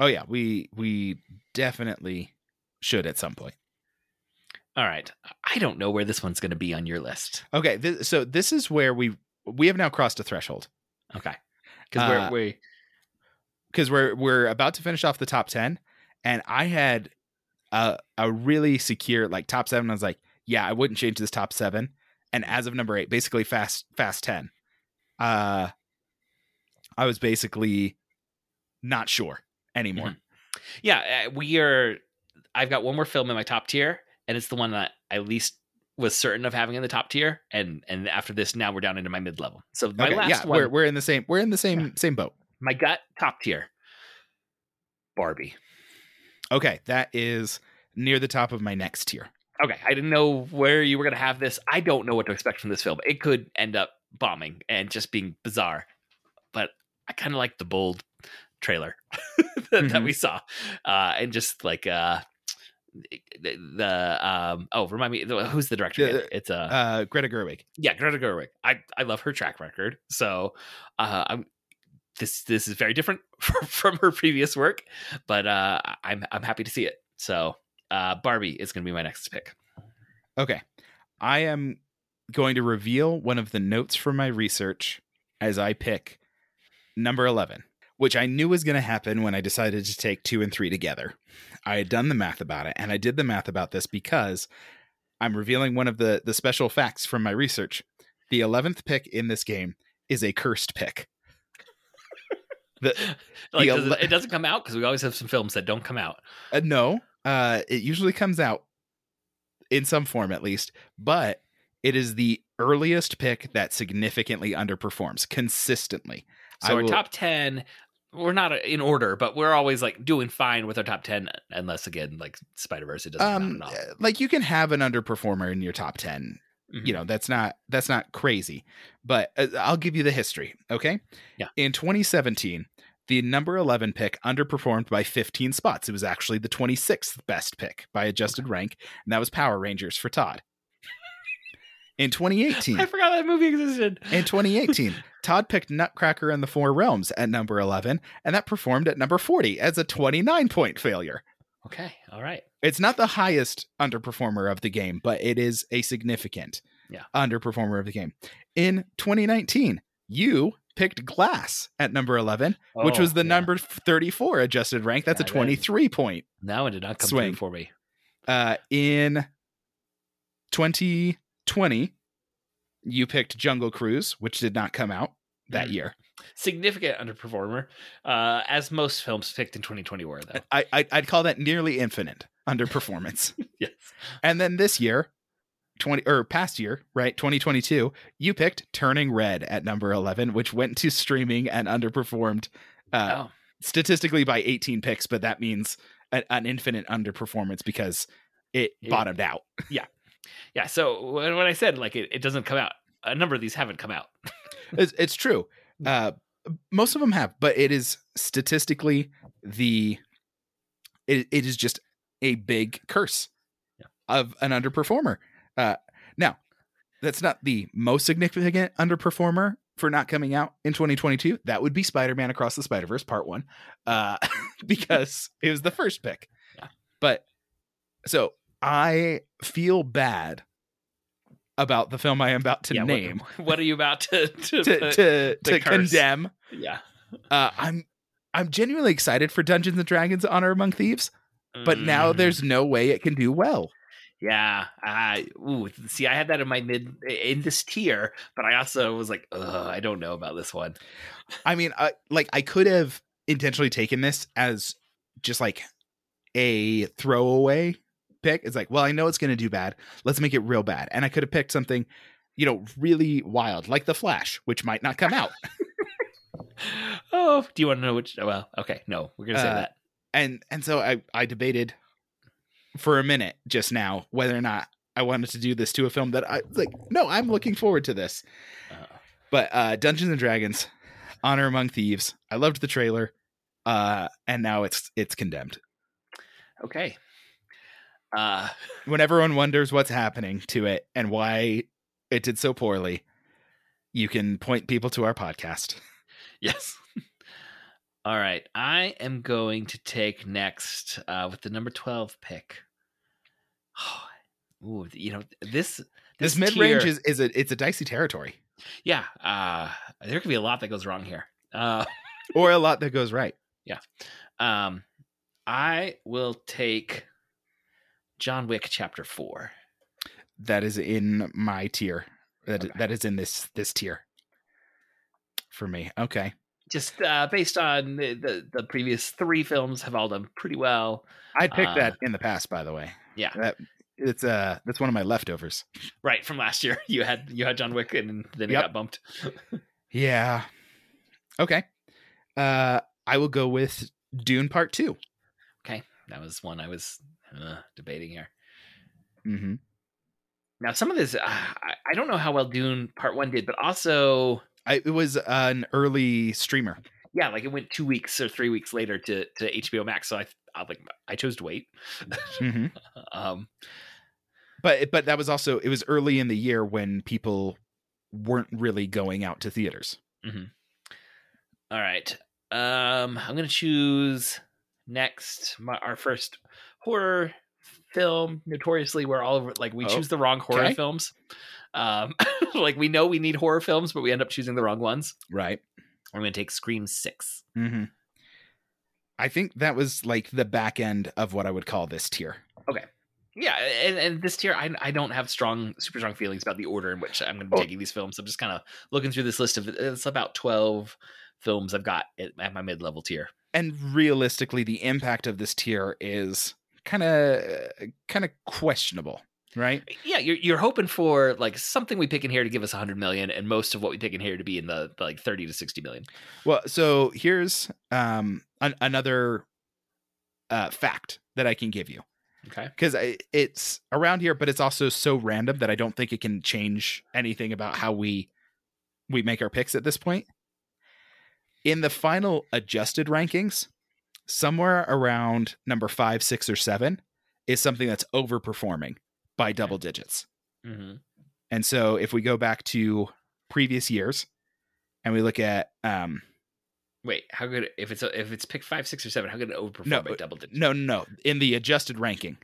[SPEAKER 3] Oh yeah, we we definitely should at some point.
[SPEAKER 2] All right. I don't know where this one's going to be on your list.
[SPEAKER 3] Okay, this, so this is where we we have now crossed a threshold.
[SPEAKER 2] Okay. Because
[SPEAKER 3] Uh,
[SPEAKER 2] we're, we
[SPEAKER 3] because we're we're about to finish off the top ten, and I had a a really secure like top seven. I was like, yeah, I wouldn't change this top seven. And as of number eight, basically fast fast ten, uh, I was basically not sure anymore.
[SPEAKER 2] Mm-hmm. yeah, uh, we are. I've got one more film in my top tier, and it's the one that I least was certain of having in the top tier. And and after this, now we're down into my mid level. So my
[SPEAKER 3] Okay,
[SPEAKER 2] last
[SPEAKER 3] yeah,
[SPEAKER 2] one,
[SPEAKER 3] we're we're in the same we're in the same same boat.
[SPEAKER 2] my gut top tier, Barbie.
[SPEAKER 3] Okay, that is near the top of my next tier.
[SPEAKER 2] Okay, I didn't know where you were going to have this. I don't know what to expect from this film. It could end up bombing and just being bizarre, but I kind of like the bold trailer that, that
[SPEAKER 3] Mhm.
[SPEAKER 2] we saw, uh, and just like uh, the, the um oh remind me the- who's the director?
[SPEAKER 3] The-
[SPEAKER 2] again? it's uh,
[SPEAKER 3] Uh, Greta Gerwig.
[SPEAKER 2] yeah Greta Gerwig. I I love her track record, so uh, I'm. This this is very different from, from her previous work, but uh, I'm I'm happy to see it. So uh, Barbie is going to be my next pick.
[SPEAKER 3] Okay. I am going to reveal one of the notes from my research as I pick number 11, which I knew was going to happen when I decided to take two and three together. I had done the math about it, and I did the math about this because I'm revealing one of the, the special facts from my research. The 11th pick in this game is a cursed pick.
[SPEAKER 2] like
[SPEAKER 3] The
[SPEAKER 2] does
[SPEAKER 3] ele-
[SPEAKER 2] it, it doesn't come out because we always have some films that don't come out.
[SPEAKER 3] Uh, no, uh, it usually comes out in some form at least, but it is the earliest pick that significantly underperforms consistently.
[SPEAKER 2] So
[SPEAKER 3] I
[SPEAKER 2] our
[SPEAKER 3] will-
[SPEAKER 2] top ten, we're not in order, but we're always like doing fine with our top ten, unless again like Spider Verse, it doesn't
[SPEAKER 3] um,
[SPEAKER 2] come out at all.
[SPEAKER 3] uh, like you can have an underperformer in your top 10
[SPEAKER 2] Mm-hmm.
[SPEAKER 3] you know that's not that's not crazy but uh, i'll give you the history okay
[SPEAKER 2] Yeah.
[SPEAKER 3] in 2017 the number 11 pick underperformed by 15 spots it was actually the 26th best pick by adjusted rank and that was power rangers for todd in 2018
[SPEAKER 2] I forgot that movie existed.
[SPEAKER 3] in 2018 todd picked nutcracker and the four realms at number 11 and that performed at number 40 as a 29 point failure
[SPEAKER 2] okay, all right.
[SPEAKER 3] it's not the highest underperformer of the game, but it is a significant
[SPEAKER 2] Yeah.
[SPEAKER 3] underperformer of the game. In 2019, you picked Glass at number 11, which
[SPEAKER 2] Oh,
[SPEAKER 3] was the
[SPEAKER 2] yeah.
[SPEAKER 3] number 34 adjusted rank. That's
[SPEAKER 2] Yeah, I
[SPEAKER 3] a
[SPEAKER 2] did.
[SPEAKER 3] 23 point.
[SPEAKER 2] That one did not come
[SPEAKER 3] Swing.
[SPEAKER 2] through for me.
[SPEAKER 3] Uh, in 2020, you picked Jungle Cruise, which did not come out that
[SPEAKER 2] Mhm.
[SPEAKER 3] year.
[SPEAKER 2] Significant underperformer, uh, as most films picked in 2020 were though.
[SPEAKER 3] I, I, I'd call that nearly infinite underperformance.
[SPEAKER 2] yes.
[SPEAKER 3] And then this year, 20 or past year, right, 2022, you picked Turning Red at number 11, which went to streaming and underperformed uh,
[SPEAKER 2] oh,
[SPEAKER 3] statistically by 18 picks, but that means a, an infinite underperformance because it
[SPEAKER 2] Yeah.
[SPEAKER 3] bottomed out.
[SPEAKER 2] yeah. So what what I said, like it, it doesn't come out a number of these haven't come out.
[SPEAKER 3] It's, it's true.
[SPEAKER 2] Mm.
[SPEAKER 3] Uh, most of them have, but it is statistically the it, it is just a big curse
[SPEAKER 2] Yeah.
[SPEAKER 3] of an underperformer. Uh, now, that's not the most significant underperformer for not coming out in 2022. That would be Spider-Man Across the Spider-Verse Part One, uh, because it was the first pick.
[SPEAKER 2] Yeah.
[SPEAKER 3] But so I feel bad about the film I am about to
[SPEAKER 2] Yeah, what-
[SPEAKER 3] name
[SPEAKER 2] What, are you about to to,
[SPEAKER 3] to
[SPEAKER 2] put-
[SPEAKER 3] to,
[SPEAKER 2] the
[SPEAKER 3] to
[SPEAKER 2] curse.
[SPEAKER 3] condemn.
[SPEAKER 2] yeah?
[SPEAKER 3] Uh, I'm I'm genuinely excited for Dungeons and Dragons: Honor Among Thieves, but now
[SPEAKER 2] Mm.
[SPEAKER 3] there's no way it can do well.
[SPEAKER 2] yeah. I ooh, see, I had that in my mid in this tier, but I also was like, Ugh, I don't know about this one.
[SPEAKER 3] I mean, I, like I could have intentionally taken this as just like a throwaway pick. It's like, well, I know it's going to do bad. Let's make it real bad, and I could have picked something. You know, really wild, like The Flash, which might not come out.
[SPEAKER 2] Oh, do you want to know which? Well, okay, no, we're gonna say
[SPEAKER 3] Uh,
[SPEAKER 2] that.
[SPEAKER 3] and and so I I debated for a minute just now whether or not I wanted to do this to a film that I like. No, I'm looking forward to this.
[SPEAKER 2] Uh,
[SPEAKER 3] But uh Dungeons and Dragons, Honor Among Thieves. I loved the trailer. Uh and now it's it's condemned.
[SPEAKER 2] okay. Uh,
[SPEAKER 3] When everyone wonders what's happening to it and why it did so poorly, you can point people to our podcast.
[SPEAKER 2] Yes. All right. I am going to take next uh, with the number 12 pick. Ooh, you know, this
[SPEAKER 3] This, mid-range
[SPEAKER 2] tier-
[SPEAKER 3] is, is a it's a dicey territory.
[SPEAKER 2] yeah, uh there could be a lot that goes wrong here. Uh
[SPEAKER 3] Or a lot that goes right.
[SPEAKER 2] um I will take John Wick chapter 4.
[SPEAKER 3] That is in my tier. That
[SPEAKER 2] Okay.
[SPEAKER 3] that is in this this tier. For me. Okay.
[SPEAKER 2] Just uh based on the the, the previous 3 films have all done pretty well.
[SPEAKER 3] I picked
[SPEAKER 2] Uh,
[SPEAKER 3] that in the past, by the way.
[SPEAKER 2] Yeah.
[SPEAKER 3] That it's uh that's one of my leftovers.
[SPEAKER 2] Right, from last year you had you had John Wick and then it
[SPEAKER 3] Yep.
[SPEAKER 2] got bumped.
[SPEAKER 3] Yeah. Okay. Uh I will go with Dune Part 2.
[SPEAKER 2] That was one I was uh, debating here.
[SPEAKER 3] Mm-hmm.
[SPEAKER 2] Now, some of this, uh, I I don't know how well Dune Part One did, but also,
[SPEAKER 3] I, it was an early streamer.
[SPEAKER 2] yeah, like it went two weeks or three weeks later to to HBO Max. So I, I like, I chose to wait.
[SPEAKER 3] Mm-hmm.
[SPEAKER 2] Um,
[SPEAKER 3] But but that was also it was early in the year when people weren't really going out to theaters.
[SPEAKER 2] all right, um, I'm gonna choose next my, our first horror film. Notoriously, we're all over, like we
[SPEAKER 3] Oh,
[SPEAKER 2] choose the wrong horror
[SPEAKER 3] okay.
[SPEAKER 2] films. Um, like we know we need horror films, but we end up choosing the wrong ones.
[SPEAKER 3] Right.
[SPEAKER 2] I'm gonna take Scream Six.
[SPEAKER 3] Mm-hmm. I think that was like the back end of what I would call this tier.
[SPEAKER 2] yeah and, and this tier I, I don't have strong super strong feelings about the order in which i'm going to be
[SPEAKER 3] Oh.
[SPEAKER 2] taking these films i'm just kind of looking through this list of it's about 12 films i've got at, at my mid-level tier
[SPEAKER 3] And realistically, the impact of this tier is kind of kind of questionable, right?
[SPEAKER 2] yeah you're, you're hoping for like something we pick in here to give us 100 million and most of what we pick in here to be in the, the, like 30 to 60 million
[SPEAKER 3] Well, so here's um an- another uh fact that I can give you
[SPEAKER 2] okay
[SPEAKER 3] because it's around here, but it's also so random that I don't think it can change anything about how we we make our picks at this point. In the final adjusted rankings, somewhere around number five, six, or seven is something that's overperforming by double digits.
[SPEAKER 2] mm-hmm.
[SPEAKER 3] And so if we go back to previous years and we look at um
[SPEAKER 2] wait how good if it's if it's pick five six or seven how could it overperform
[SPEAKER 3] No, uh,
[SPEAKER 2] by double digits
[SPEAKER 3] no no no in the adjusted ranking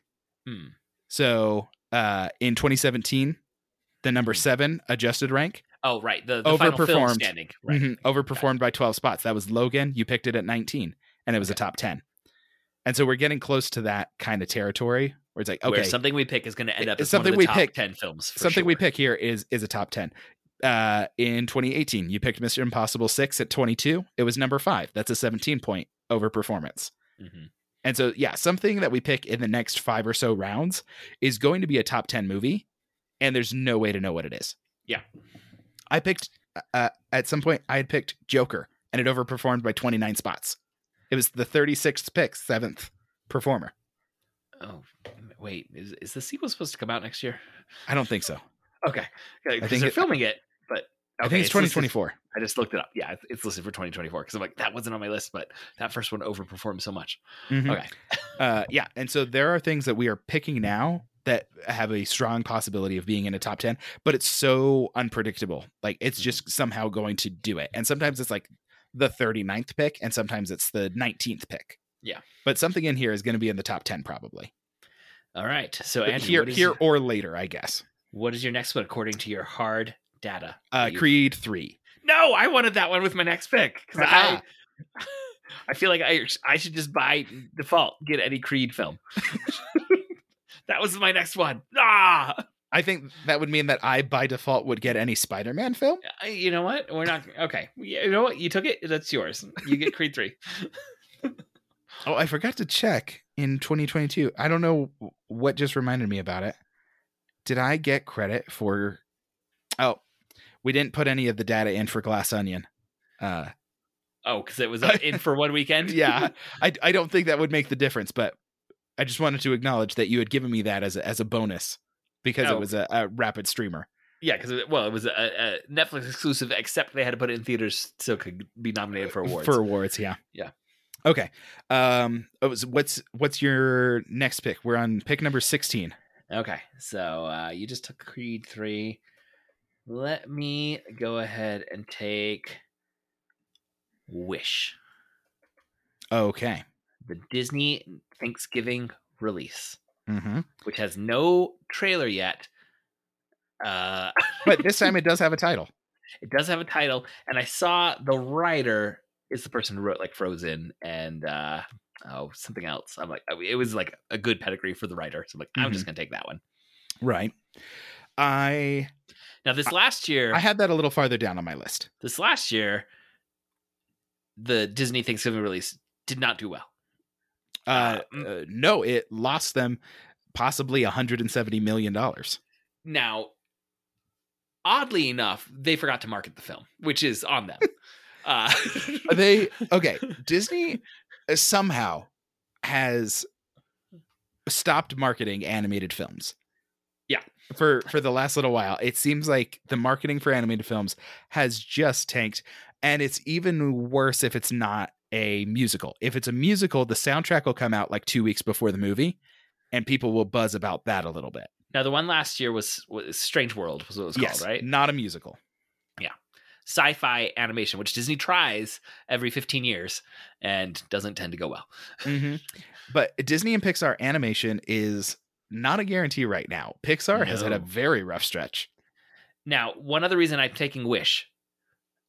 [SPEAKER 2] Hmm.
[SPEAKER 3] so uh in 2017 the number
[SPEAKER 2] Mhm.
[SPEAKER 3] seven adjusted rank
[SPEAKER 2] oh right the, the final film
[SPEAKER 3] Overperformed.
[SPEAKER 2] standing right
[SPEAKER 3] mhm, overperformed by 12 spots that was logan you picked it at 19 and it was a top 10 and so we're getting close to that kind of territory where it's like
[SPEAKER 2] where
[SPEAKER 3] okay
[SPEAKER 2] something we pick is going to end up
[SPEAKER 3] It's
[SPEAKER 2] as something
[SPEAKER 3] something we
[SPEAKER 2] we pick
[SPEAKER 3] pick-
[SPEAKER 2] 10 films for
[SPEAKER 3] something we
[SPEAKER 2] sure.
[SPEAKER 3] pick here is is a top 10 uh in 2018 you picked mr impossible 6 at 22 it was number 5 that's a 17 point overperformance
[SPEAKER 2] Mhm.
[SPEAKER 3] And so, yeah, something that we pick in the next five or so rounds is going to be a top 10 movie, and there's no way to know what it is.
[SPEAKER 2] Yeah.
[SPEAKER 3] I picked, uh, at some point, I had picked Joker, and it overperformed by 29 spots. It was the 36th pick, seventh performer.
[SPEAKER 2] Oh, m- wait. Is, is the sequel supposed to come out next year?
[SPEAKER 3] I don't think so.
[SPEAKER 2] Okay.
[SPEAKER 3] I
[SPEAKER 2] Because
[SPEAKER 3] think
[SPEAKER 2] they're
[SPEAKER 3] it-
[SPEAKER 2] filming it but
[SPEAKER 3] I think it's
[SPEAKER 2] listed-
[SPEAKER 3] 2024.
[SPEAKER 2] I just looked it up. Yeah, it's- it's listed for 2024 because I'm like that wasn't on my list, but that first one overperformed so much.
[SPEAKER 3] Mhm.
[SPEAKER 2] Okay.
[SPEAKER 3] Uh, yeah, and so there are things that we are picking now that have a strong possibility of being in a top 10, but it's so unpredictable. Like
[SPEAKER 2] Mm-hmm.
[SPEAKER 3] it's just somehow going to do it. And sometimes it's like the 39th pick and sometimes it's the 19th pick.
[SPEAKER 2] Yeah.
[SPEAKER 3] But something in here is going to be in the top 10 probably.
[SPEAKER 2] All right. So
[SPEAKER 3] But
[SPEAKER 2] Andrew,
[SPEAKER 3] here
[SPEAKER 2] what is
[SPEAKER 3] here
[SPEAKER 2] your-
[SPEAKER 3] or later, I guess.
[SPEAKER 2] what is your next one according to your hard data?
[SPEAKER 3] Uh
[SPEAKER 2] that you-
[SPEAKER 3] Creed 3.
[SPEAKER 2] no, I wanted that one with my next pick because I. Ah. I feel like I I should just by default get any Creed film. that was my next one. Ah,
[SPEAKER 3] I think that would mean that I by default would get any Spider-Man film.
[SPEAKER 2] I- Uh, you know what? We're not okay. You know what? You took it. That's yours. You get Creed three.
[SPEAKER 3] Oh, I forgot to check in 2022. I don't know what just reminded me about it. Did I get credit for? Oh, we didn't put any of the data in for Glass Onion. Uh,
[SPEAKER 2] Oh, because it was uh, in for one weekend.
[SPEAKER 3] yeah, I, I don't think that would make the difference, but I just wanted to acknowledge that you had given me that as a, as a bonus because
[SPEAKER 2] Oh.
[SPEAKER 3] it was a, a rapid streamer.
[SPEAKER 2] Yeah, because well, it was a, a Netflix exclusive, except they had to put it in theaters so it could be nominated Uh, for awards.
[SPEAKER 3] For awards, yeah,
[SPEAKER 2] Yeah.
[SPEAKER 3] Okay. Um, oh, so what's what's your next pick? We're on pick number 16.
[SPEAKER 2] Okay, so uh, you just took Creed three. Let me go ahead and take Wish,
[SPEAKER 3] Okay.
[SPEAKER 2] the Disney Thanksgiving release,
[SPEAKER 3] Mm-hmm.
[SPEAKER 2] which has no trailer yet. Uh,
[SPEAKER 3] But this time it does have a title.
[SPEAKER 2] it does have a title, and I saw the writer is the person who wrote like Frozen and uh, oh something else. I'm like, it was like a good pedigree for the writer, so I'm like, I'm just
[SPEAKER 3] Mm-hmm.
[SPEAKER 2] gonna take that one.
[SPEAKER 3] Right. I
[SPEAKER 2] Now this last year,
[SPEAKER 3] I had that a little farther down on my list.
[SPEAKER 2] this last year, the Disney Thanksgiving release did not do well.
[SPEAKER 3] Uh,
[SPEAKER 2] Uh,
[SPEAKER 3] uh, no, it lost them possibly 170 million dollars.
[SPEAKER 2] Now, oddly enough, they forgot to market the film, which is on them. uh,
[SPEAKER 3] They okay, Disney uh, somehow has stopped marketing animated films.
[SPEAKER 2] Yeah.
[SPEAKER 3] For for the last little while, it seems like the marketing for animated films has just tanked and it's even worse if it's not a musical. If it's a musical, the soundtrack will come out like 2 weeks before the movie and people will buzz about that a little bit.
[SPEAKER 2] now the one last year was, was Strange World was what it was called, right?
[SPEAKER 3] Not a musical.
[SPEAKER 2] Sci-fi animation, which Disney tries every 15 years and doesn't tend to go well. Mm-hmm.
[SPEAKER 3] But Disney and Pixar animation is not a guarantee right now. Pixar has had a
[SPEAKER 2] No.
[SPEAKER 3] very rough stretch,
[SPEAKER 2] Now, one other reason I'm taking Wish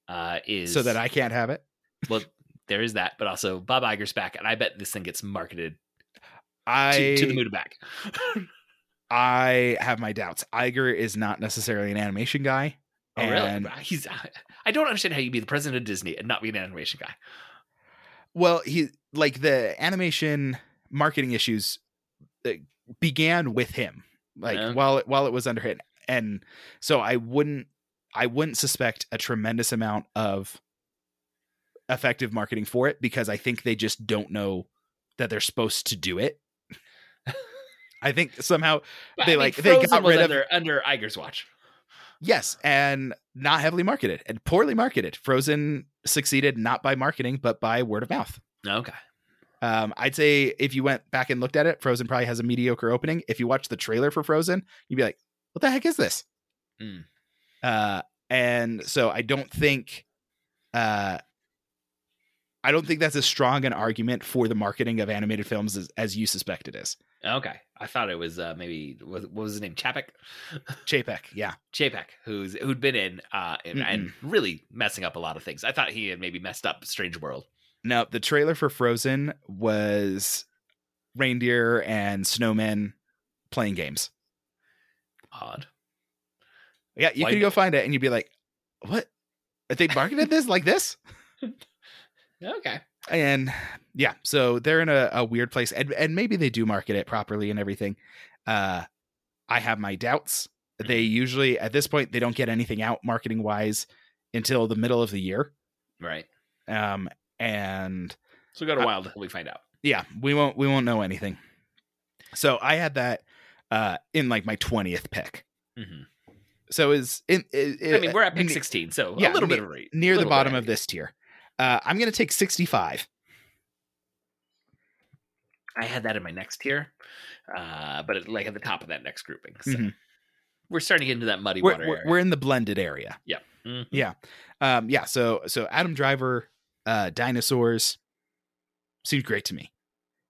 [SPEAKER 2] uh, is
[SPEAKER 3] so that I can't have it.
[SPEAKER 2] well, there is that, but also Bob Iger's back, and I bet this thing gets marketed
[SPEAKER 3] I
[SPEAKER 2] to, to the moon and back.
[SPEAKER 3] I have my doubts. Iger is not necessarily an animation guy.
[SPEAKER 2] Oh,
[SPEAKER 3] and
[SPEAKER 2] really? He's. I don't understand how you be the president of Disney and not be an animation guy.
[SPEAKER 3] well, he like the animation marketing issues uh, began with him. Like
[SPEAKER 2] Okay.
[SPEAKER 3] while it, while it was under him, and so I wouldn't I wouldn't suspect a tremendous amount of effective marketing for it because I think they just don't know that they're supposed to do it. I think somehow
[SPEAKER 2] But,
[SPEAKER 3] They, like, they
[SPEAKER 2] Frozen
[SPEAKER 3] got
[SPEAKER 2] was
[SPEAKER 3] rid of-
[SPEAKER 2] under, under Iger's watch.
[SPEAKER 3] yes, and not heavily marketed and poorly marketed. Frozen succeeded not by marketing but by word of mouth.
[SPEAKER 2] Okay.
[SPEAKER 3] Um, I'd say if you went back and looked at it, Frozen probably has a mediocre opening. If you watch the trailer for Frozen, you'd be like, "What the heck is this?"
[SPEAKER 2] Mm.
[SPEAKER 3] Uh, and so I don't think, uh, I don't think that's as strong an argument for the marketing of animated films as, as you suspect it is.
[SPEAKER 2] Okay. I thought it was uh, maybe what, what was his name? Chapek,
[SPEAKER 3] Chapek, yeah,
[SPEAKER 2] Chapek, who's who'd been in uh, and, and really messing up a lot of things. I thought he had maybe messed up Strange World.
[SPEAKER 3] No, the trailer for Frozen was reindeer and snowmen playing games.
[SPEAKER 2] Odd.
[SPEAKER 3] Yeah, you
[SPEAKER 2] Why
[SPEAKER 3] could
[SPEAKER 2] not?
[SPEAKER 3] go find it and you'd be like, "What? They marketed this like this?"
[SPEAKER 2] Okay.
[SPEAKER 3] and yeah so they're in a, a weird place and, and maybe they do market it properly and everything uh i have my doubts they
[SPEAKER 2] Mm-hmm.
[SPEAKER 3] usually at this point they don't get anything out marketing wise until the middle of the year
[SPEAKER 2] Right.
[SPEAKER 3] um and
[SPEAKER 2] So we got a
[SPEAKER 3] I-
[SPEAKER 2] while until we find out.
[SPEAKER 3] yeah we won't we won't know anything so i had that uh in like my 20th pick
[SPEAKER 2] hmm
[SPEAKER 3] So is in, in, in-
[SPEAKER 2] I mean, we're at pick
[SPEAKER 3] Eh, ne-
[SPEAKER 2] 16, so
[SPEAKER 3] yeah,
[SPEAKER 2] a little bit
[SPEAKER 3] ne-
[SPEAKER 2] of a
[SPEAKER 3] near the
[SPEAKER 2] little
[SPEAKER 3] bottom
[SPEAKER 2] bit.
[SPEAKER 3] of this tier. Uh, I'm going to take 65.
[SPEAKER 2] I had that in my next tier, uh, but it, like at the top of that next grouping. So
[SPEAKER 3] Mhm.
[SPEAKER 2] we're starting to get into that muddy
[SPEAKER 3] We're,
[SPEAKER 2] water.
[SPEAKER 3] we're,
[SPEAKER 2] area.
[SPEAKER 3] we're in the blended area.
[SPEAKER 2] Mhm.
[SPEAKER 3] Um, yeah. So so Adam Driver, uh, dinosaurs, seems great to me.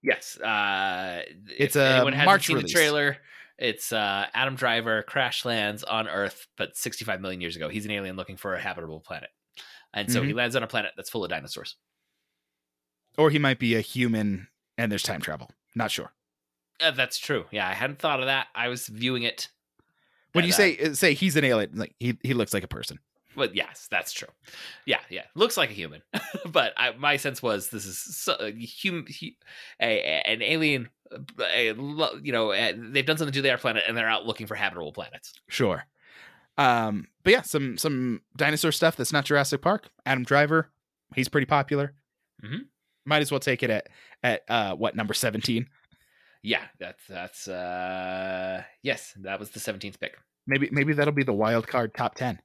[SPEAKER 2] Yes, uh,
[SPEAKER 3] It's
[SPEAKER 2] if
[SPEAKER 3] a
[SPEAKER 2] anyone hasn't
[SPEAKER 3] March
[SPEAKER 2] seen
[SPEAKER 3] release.
[SPEAKER 2] the trailer. It's uh, Adam Driver crash lands on Earth, but 65 million years ago. He's an alien looking for a habitable planet, and
[SPEAKER 3] Mm-hmm.
[SPEAKER 2] so he lands on a planet that's full of dinosaurs.
[SPEAKER 3] Or he might be a human, and there's time travel. Not sure.
[SPEAKER 2] Uh, that's true. Yeah, I hadn't thought of that. I was viewing it.
[SPEAKER 3] When
[SPEAKER 2] that,
[SPEAKER 3] you
[SPEAKER 2] uh,
[SPEAKER 3] say uh, say he's an alien, like he he looks like a person.
[SPEAKER 2] Well, yes, that's true. Yeah, yeah, looks like a human, but I, my sense was this is so, a hum, hu- a, a- an alien. uh, a lo- you know, uh, they've done something to their planet, and they're out looking for habitable planets.
[SPEAKER 3] Sure. Um, but yeah, some some dinosaur stuff that's not Jurassic Park. Adam Driver, he's pretty popular.
[SPEAKER 2] Mhm.
[SPEAKER 3] Might as well take it at at uh, what number seventeen?
[SPEAKER 2] Yeah, that's that's uh yes, that was the seventeenth pick.
[SPEAKER 3] Maybe maybe that'll be the wild card top ten.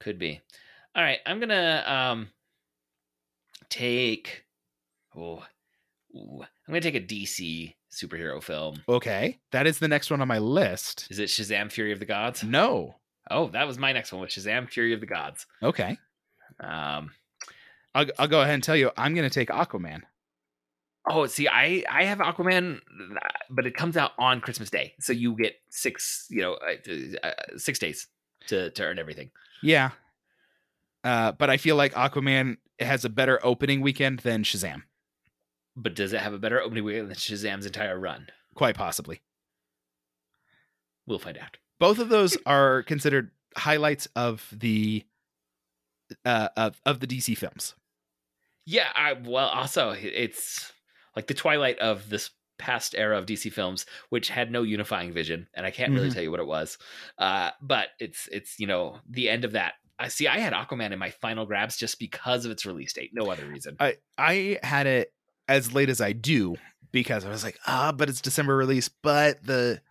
[SPEAKER 2] Could be. All right, I'm gonna um take oh ooh, I'm gonna take a DC superhero film.
[SPEAKER 3] Okay, that is the next one on my list.
[SPEAKER 2] Is it Shazam Fury of the Gods?
[SPEAKER 3] No.
[SPEAKER 2] Oh, that was my next one, was Shazam Fury of the Gods.
[SPEAKER 3] Okay,
[SPEAKER 2] Um
[SPEAKER 3] I'll I'll go ahead and tell you. I'm gonna take Aquaman.
[SPEAKER 2] Oh, see, I I have Aquaman, but it comes out on Christmas Day, so you get six, you know, uh, uh, six days to to earn everything.
[SPEAKER 3] Yeah. Uh, but I feel like Aquaman has a better opening weekend than Shazam.
[SPEAKER 2] But does it have a better opening weekend than Shazam's entire run?
[SPEAKER 3] Quite possibly.
[SPEAKER 2] We'll find out.
[SPEAKER 3] both of those are considered highlights of the uh of, of the DC films.
[SPEAKER 2] Yeah, I, well, also it's like the twilight of this past era of DC films, which had no unifying vision, and I can't really
[SPEAKER 3] Mhm.
[SPEAKER 2] tell you what it was. Uh, but it's it's you know the end of that. I see. I had Aquaman in my final grabs just because of its release date, no other reason.
[SPEAKER 3] I I had it as late as I do because I was like, ah, but it's December release, but the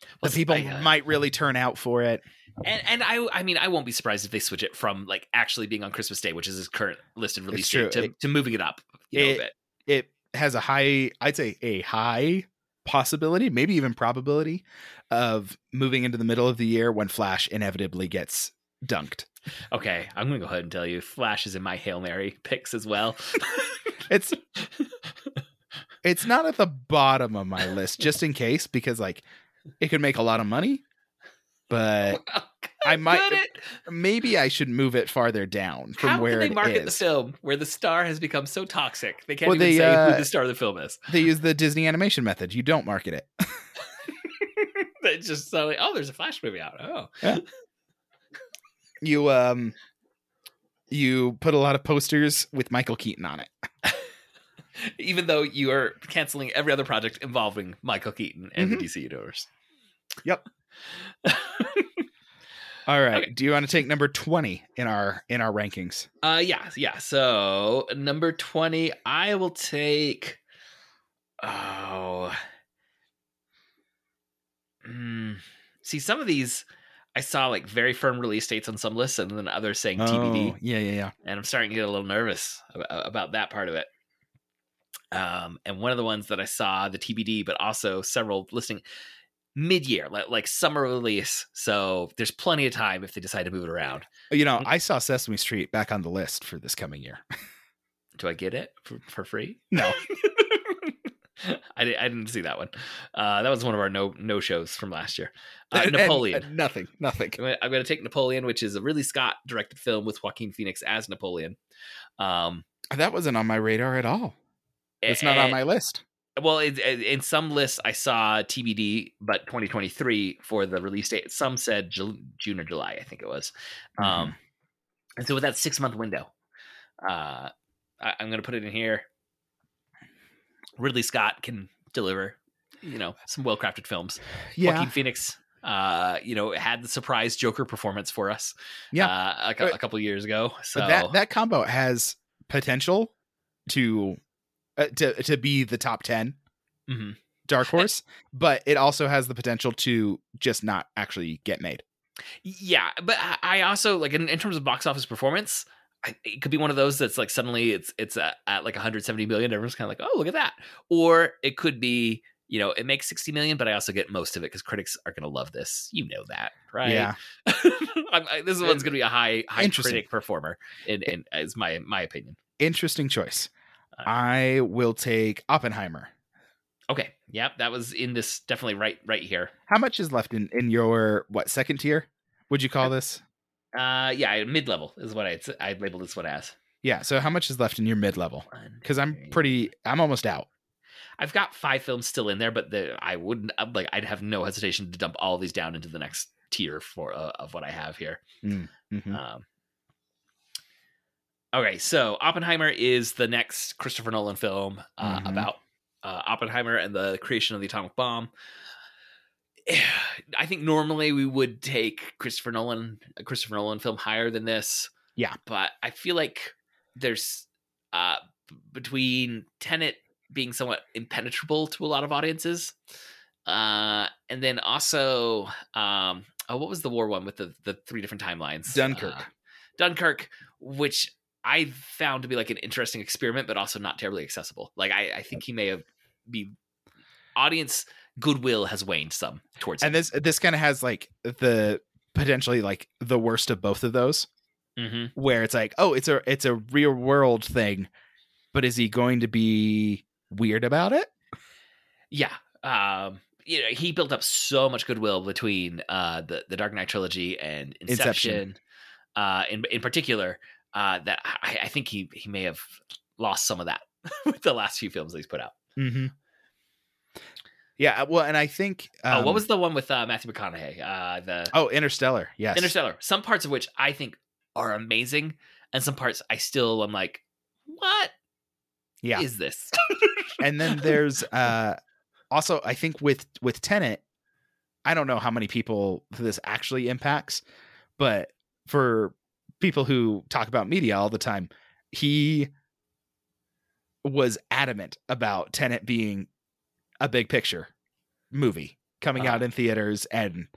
[SPEAKER 3] the
[SPEAKER 2] Well,
[SPEAKER 3] people
[SPEAKER 2] I, uh,
[SPEAKER 3] might really turn out for it.
[SPEAKER 2] and and I I mean I won't be surprised if they switch it from like actually being on Christmas Day, which is his current listed release
[SPEAKER 3] true.
[SPEAKER 2] date, to, to moving it up. You know, a
[SPEAKER 3] it-
[SPEAKER 2] bit.
[SPEAKER 3] It has a high, I'd say a high possibility, maybe even probability of moving into the middle of the year when Flash inevitably gets dunked.
[SPEAKER 2] Okay, I'm gonna go ahead and tell you, Flash is in my hail mary picks as well.
[SPEAKER 3] It's it's not at the bottom of my list just in case because like it could make a lot of money but I might-
[SPEAKER 2] Could it?
[SPEAKER 3] maybe i should move it farther down from
[SPEAKER 2] How
[SPEAKER 3] where
[SPEAKER 2] can they
[SPEAKER 3] it
[SPEAKER 2] market the
[SPEAKER 3] is.
[SPEAKER 2] film where the star has become so toxic they can't
[SPEAKER 3] Well,
[SPEAKER 2] even
[SPEAKER 3] they,
[SPEAKER 2] say
[SPEAKER 3] uh,
[SPEAKER 2] who the star of the film is?
[SPEAKER 3] they use the disney animation method you don't market it
[SPEAKER 2] they just suddenly, oh, there's a Flash movie out. Oh,
[SPEAKER 3] you um you put a lot of posters with michael keaton on it
[SPEAKER 2] even though you are canceling every other project involving Michael Keaton and
[SPEAKER 3] Mhm.
[SPEAKER 2] the DC universe.
[SPEAKER 3] Yep. all right
[SPEAKER 2] Okay.
[SPEAKER 3] do you want to take number 20 in our in our rankings
[SPEAKER 2] Uh, yeah, yeah. So number twenty, I will take. Oh. Hmm. See, some of these I saw like very firm release dates on some lists, and then others saying TBD.
[SPEAKER 3] Oh, yeah yeah yeah
[SPEAKER 2] and I'm starting to get a little nervous ab- about that part of it. Um, and one of the ones that I saw the TBD, but also several listing mid-year, like, like summer release. So there's plenty of time if they decide to move it around. Mm-hmm.
[SPEAKER 3] you know i saw sesame street back on the list for this coming year
[SPEAKER 2] Do I get it for, for free?
[SPEAKER 3] no
[SPEAKER 2] I, di- I didn't see that one. Uh, that was one of our no no shows from last year. Uh, Napoleon.
[SPEAKER 3] And- and nothing nothing
[SPEAKER 2] I'm gonna- I'm going to take Napoleon, which is a Ridley Scott directed film with Joaquin Phoenix as Napoleon. Um,
[SPEAKER 3] That wasn't on my radar at all. It's not on
[SPEAKER 2] a-
[SPEAKER 3] my list.
[SPEAKER 2] Well, it, it- in some lists I saw TBD, but 2023 for the release date. Some said Ju- June or July, I think it was.
[SPEAKER 3] Mm-hmm.
[SPEAKER 2] Um, and so with that six month window, uh, I, I'm going to put it in here. Ridley Scott can deliver, you know, some well crafted films. Joaquin Phoenix, uh, you know, had the surprise Joker performance for us,
[SPEAKER 3] Yeah.
[SPEAKER 2] uh, a, cou-
[SPEAKER 3] Uh,
[SPEAKER 2] a couple years ago. So
[SPEAKER 3] but that that combo has potential to uh, to to be the top 10
[SPEAKER 2] Mhm.
[SPEAKER 3] dark horse, but it also has the potential to just not actually get made.
[SPEAKER 2] Yeah, but I- I also like in, in terms of box office performance, I, it could be one of those that's like suddenly it's it's uh, at like 170 million. Everyone's kind of like, oh, look at that. Or it could be you know it makes 60 million, but I also get most of it because critics are going to love this. You know that, right?
[SPEAKER 3] Yeah.
[SPEAKER 2] I'm, I, this one's going to be a high high
[SPEAKER 3] Interesting.
[SPEAKER 2] critic performer, in, in is my my opinion.
[SPEAKER 3] Interesting choice.
[SPEAKER 2] Uh,
[SPEAKER 3] I will take Oppenheimer.
[SPEAKER 2] Okay, yep, that was in this definitely right right here.
[SPEAKER 3] How much is left in in your what second tier? Would you call this?
[SPEAKER 2] Uh, yeah, mid level is what I I labeled this one as.
[SPEAKER 3] Yeah. So how much is left in your mid level? Because I'm pretty. I'm almost out.
[SPEAKER 2] I've got five films still in there, but the, I wouldn't I'm like. I'd have no hesitation to dump all these down into the next tier for uh, of what I have here.
[SPEAKER 3] Mhm.
[SPEAKER 2] Um, okay, so Oppenheimer is the next Christopher Nolan film uh,
[SPEAKER 3] Mhm.
[SPEAKER 2] about uh, Oppenheimer and the creation of the atomic bomb. I think normally we would take Christopher Nolan, a Christopher Nolan film higher than this.
[SPEAKER 3] Yeah.
[SPEAKER 2] but I feel like there's uh, b- between Tenet being somewhat impenetrable to a lot of audiences, uh, and then also, um, oh, what was the war one with the the three different timelines?
[SPEAKER 3] Dunkirk.
[SPEAKER 2] Uh, Dunkirk, which I found to be like an interesting experiment, but also not terribly accessible. Like I, I think he may have be audience goodwill has waned some towards
[SPEAKER 3] And
[SPEAKER 2] him.
[SPEAKER 3] this this kind of has like the potentially like the worst of both of those.
[SPEAKER 2] Mhm.
[SPEAKER 3] where it's like, oh, it's a it's a real world thing, but is he going to be weird about it?
[SPEAKER 2] Yeah. Um, you know, he built up so much goodwill between uh, the the Dark Knight trilogy and Inception,
[SPEAKER 3] Inception.
[SPEAKER 2] Uh, in in particular, uh, that I, I think he he may have lost some of that with the last few films that he's put out.
[SPEAKER 3] Mm-hmm. Yeah, uh, well, and I think um,
[SPEAKER 2] oh, what was the one with uh, Matthew McConaughey? Uh, the
[SPEAKER 3] oh Interstellar? Yes,
[SPEAKER 2] Interstellar. Some parts of which I think are amazing, and some parts I still am like, what is
[SPEAKER 3] Yeah,
[SPEAKER 2] this?
[SPEAKER 3] and then there's uh also I think with with Tenet, I don't know how many people this actually impacts, but for people who talk about media all the time, he was adamant about Tenet being a big picture movie coming
[SPEAKER 2] Uh-huh.
[SPEAKER 3] out in theaters and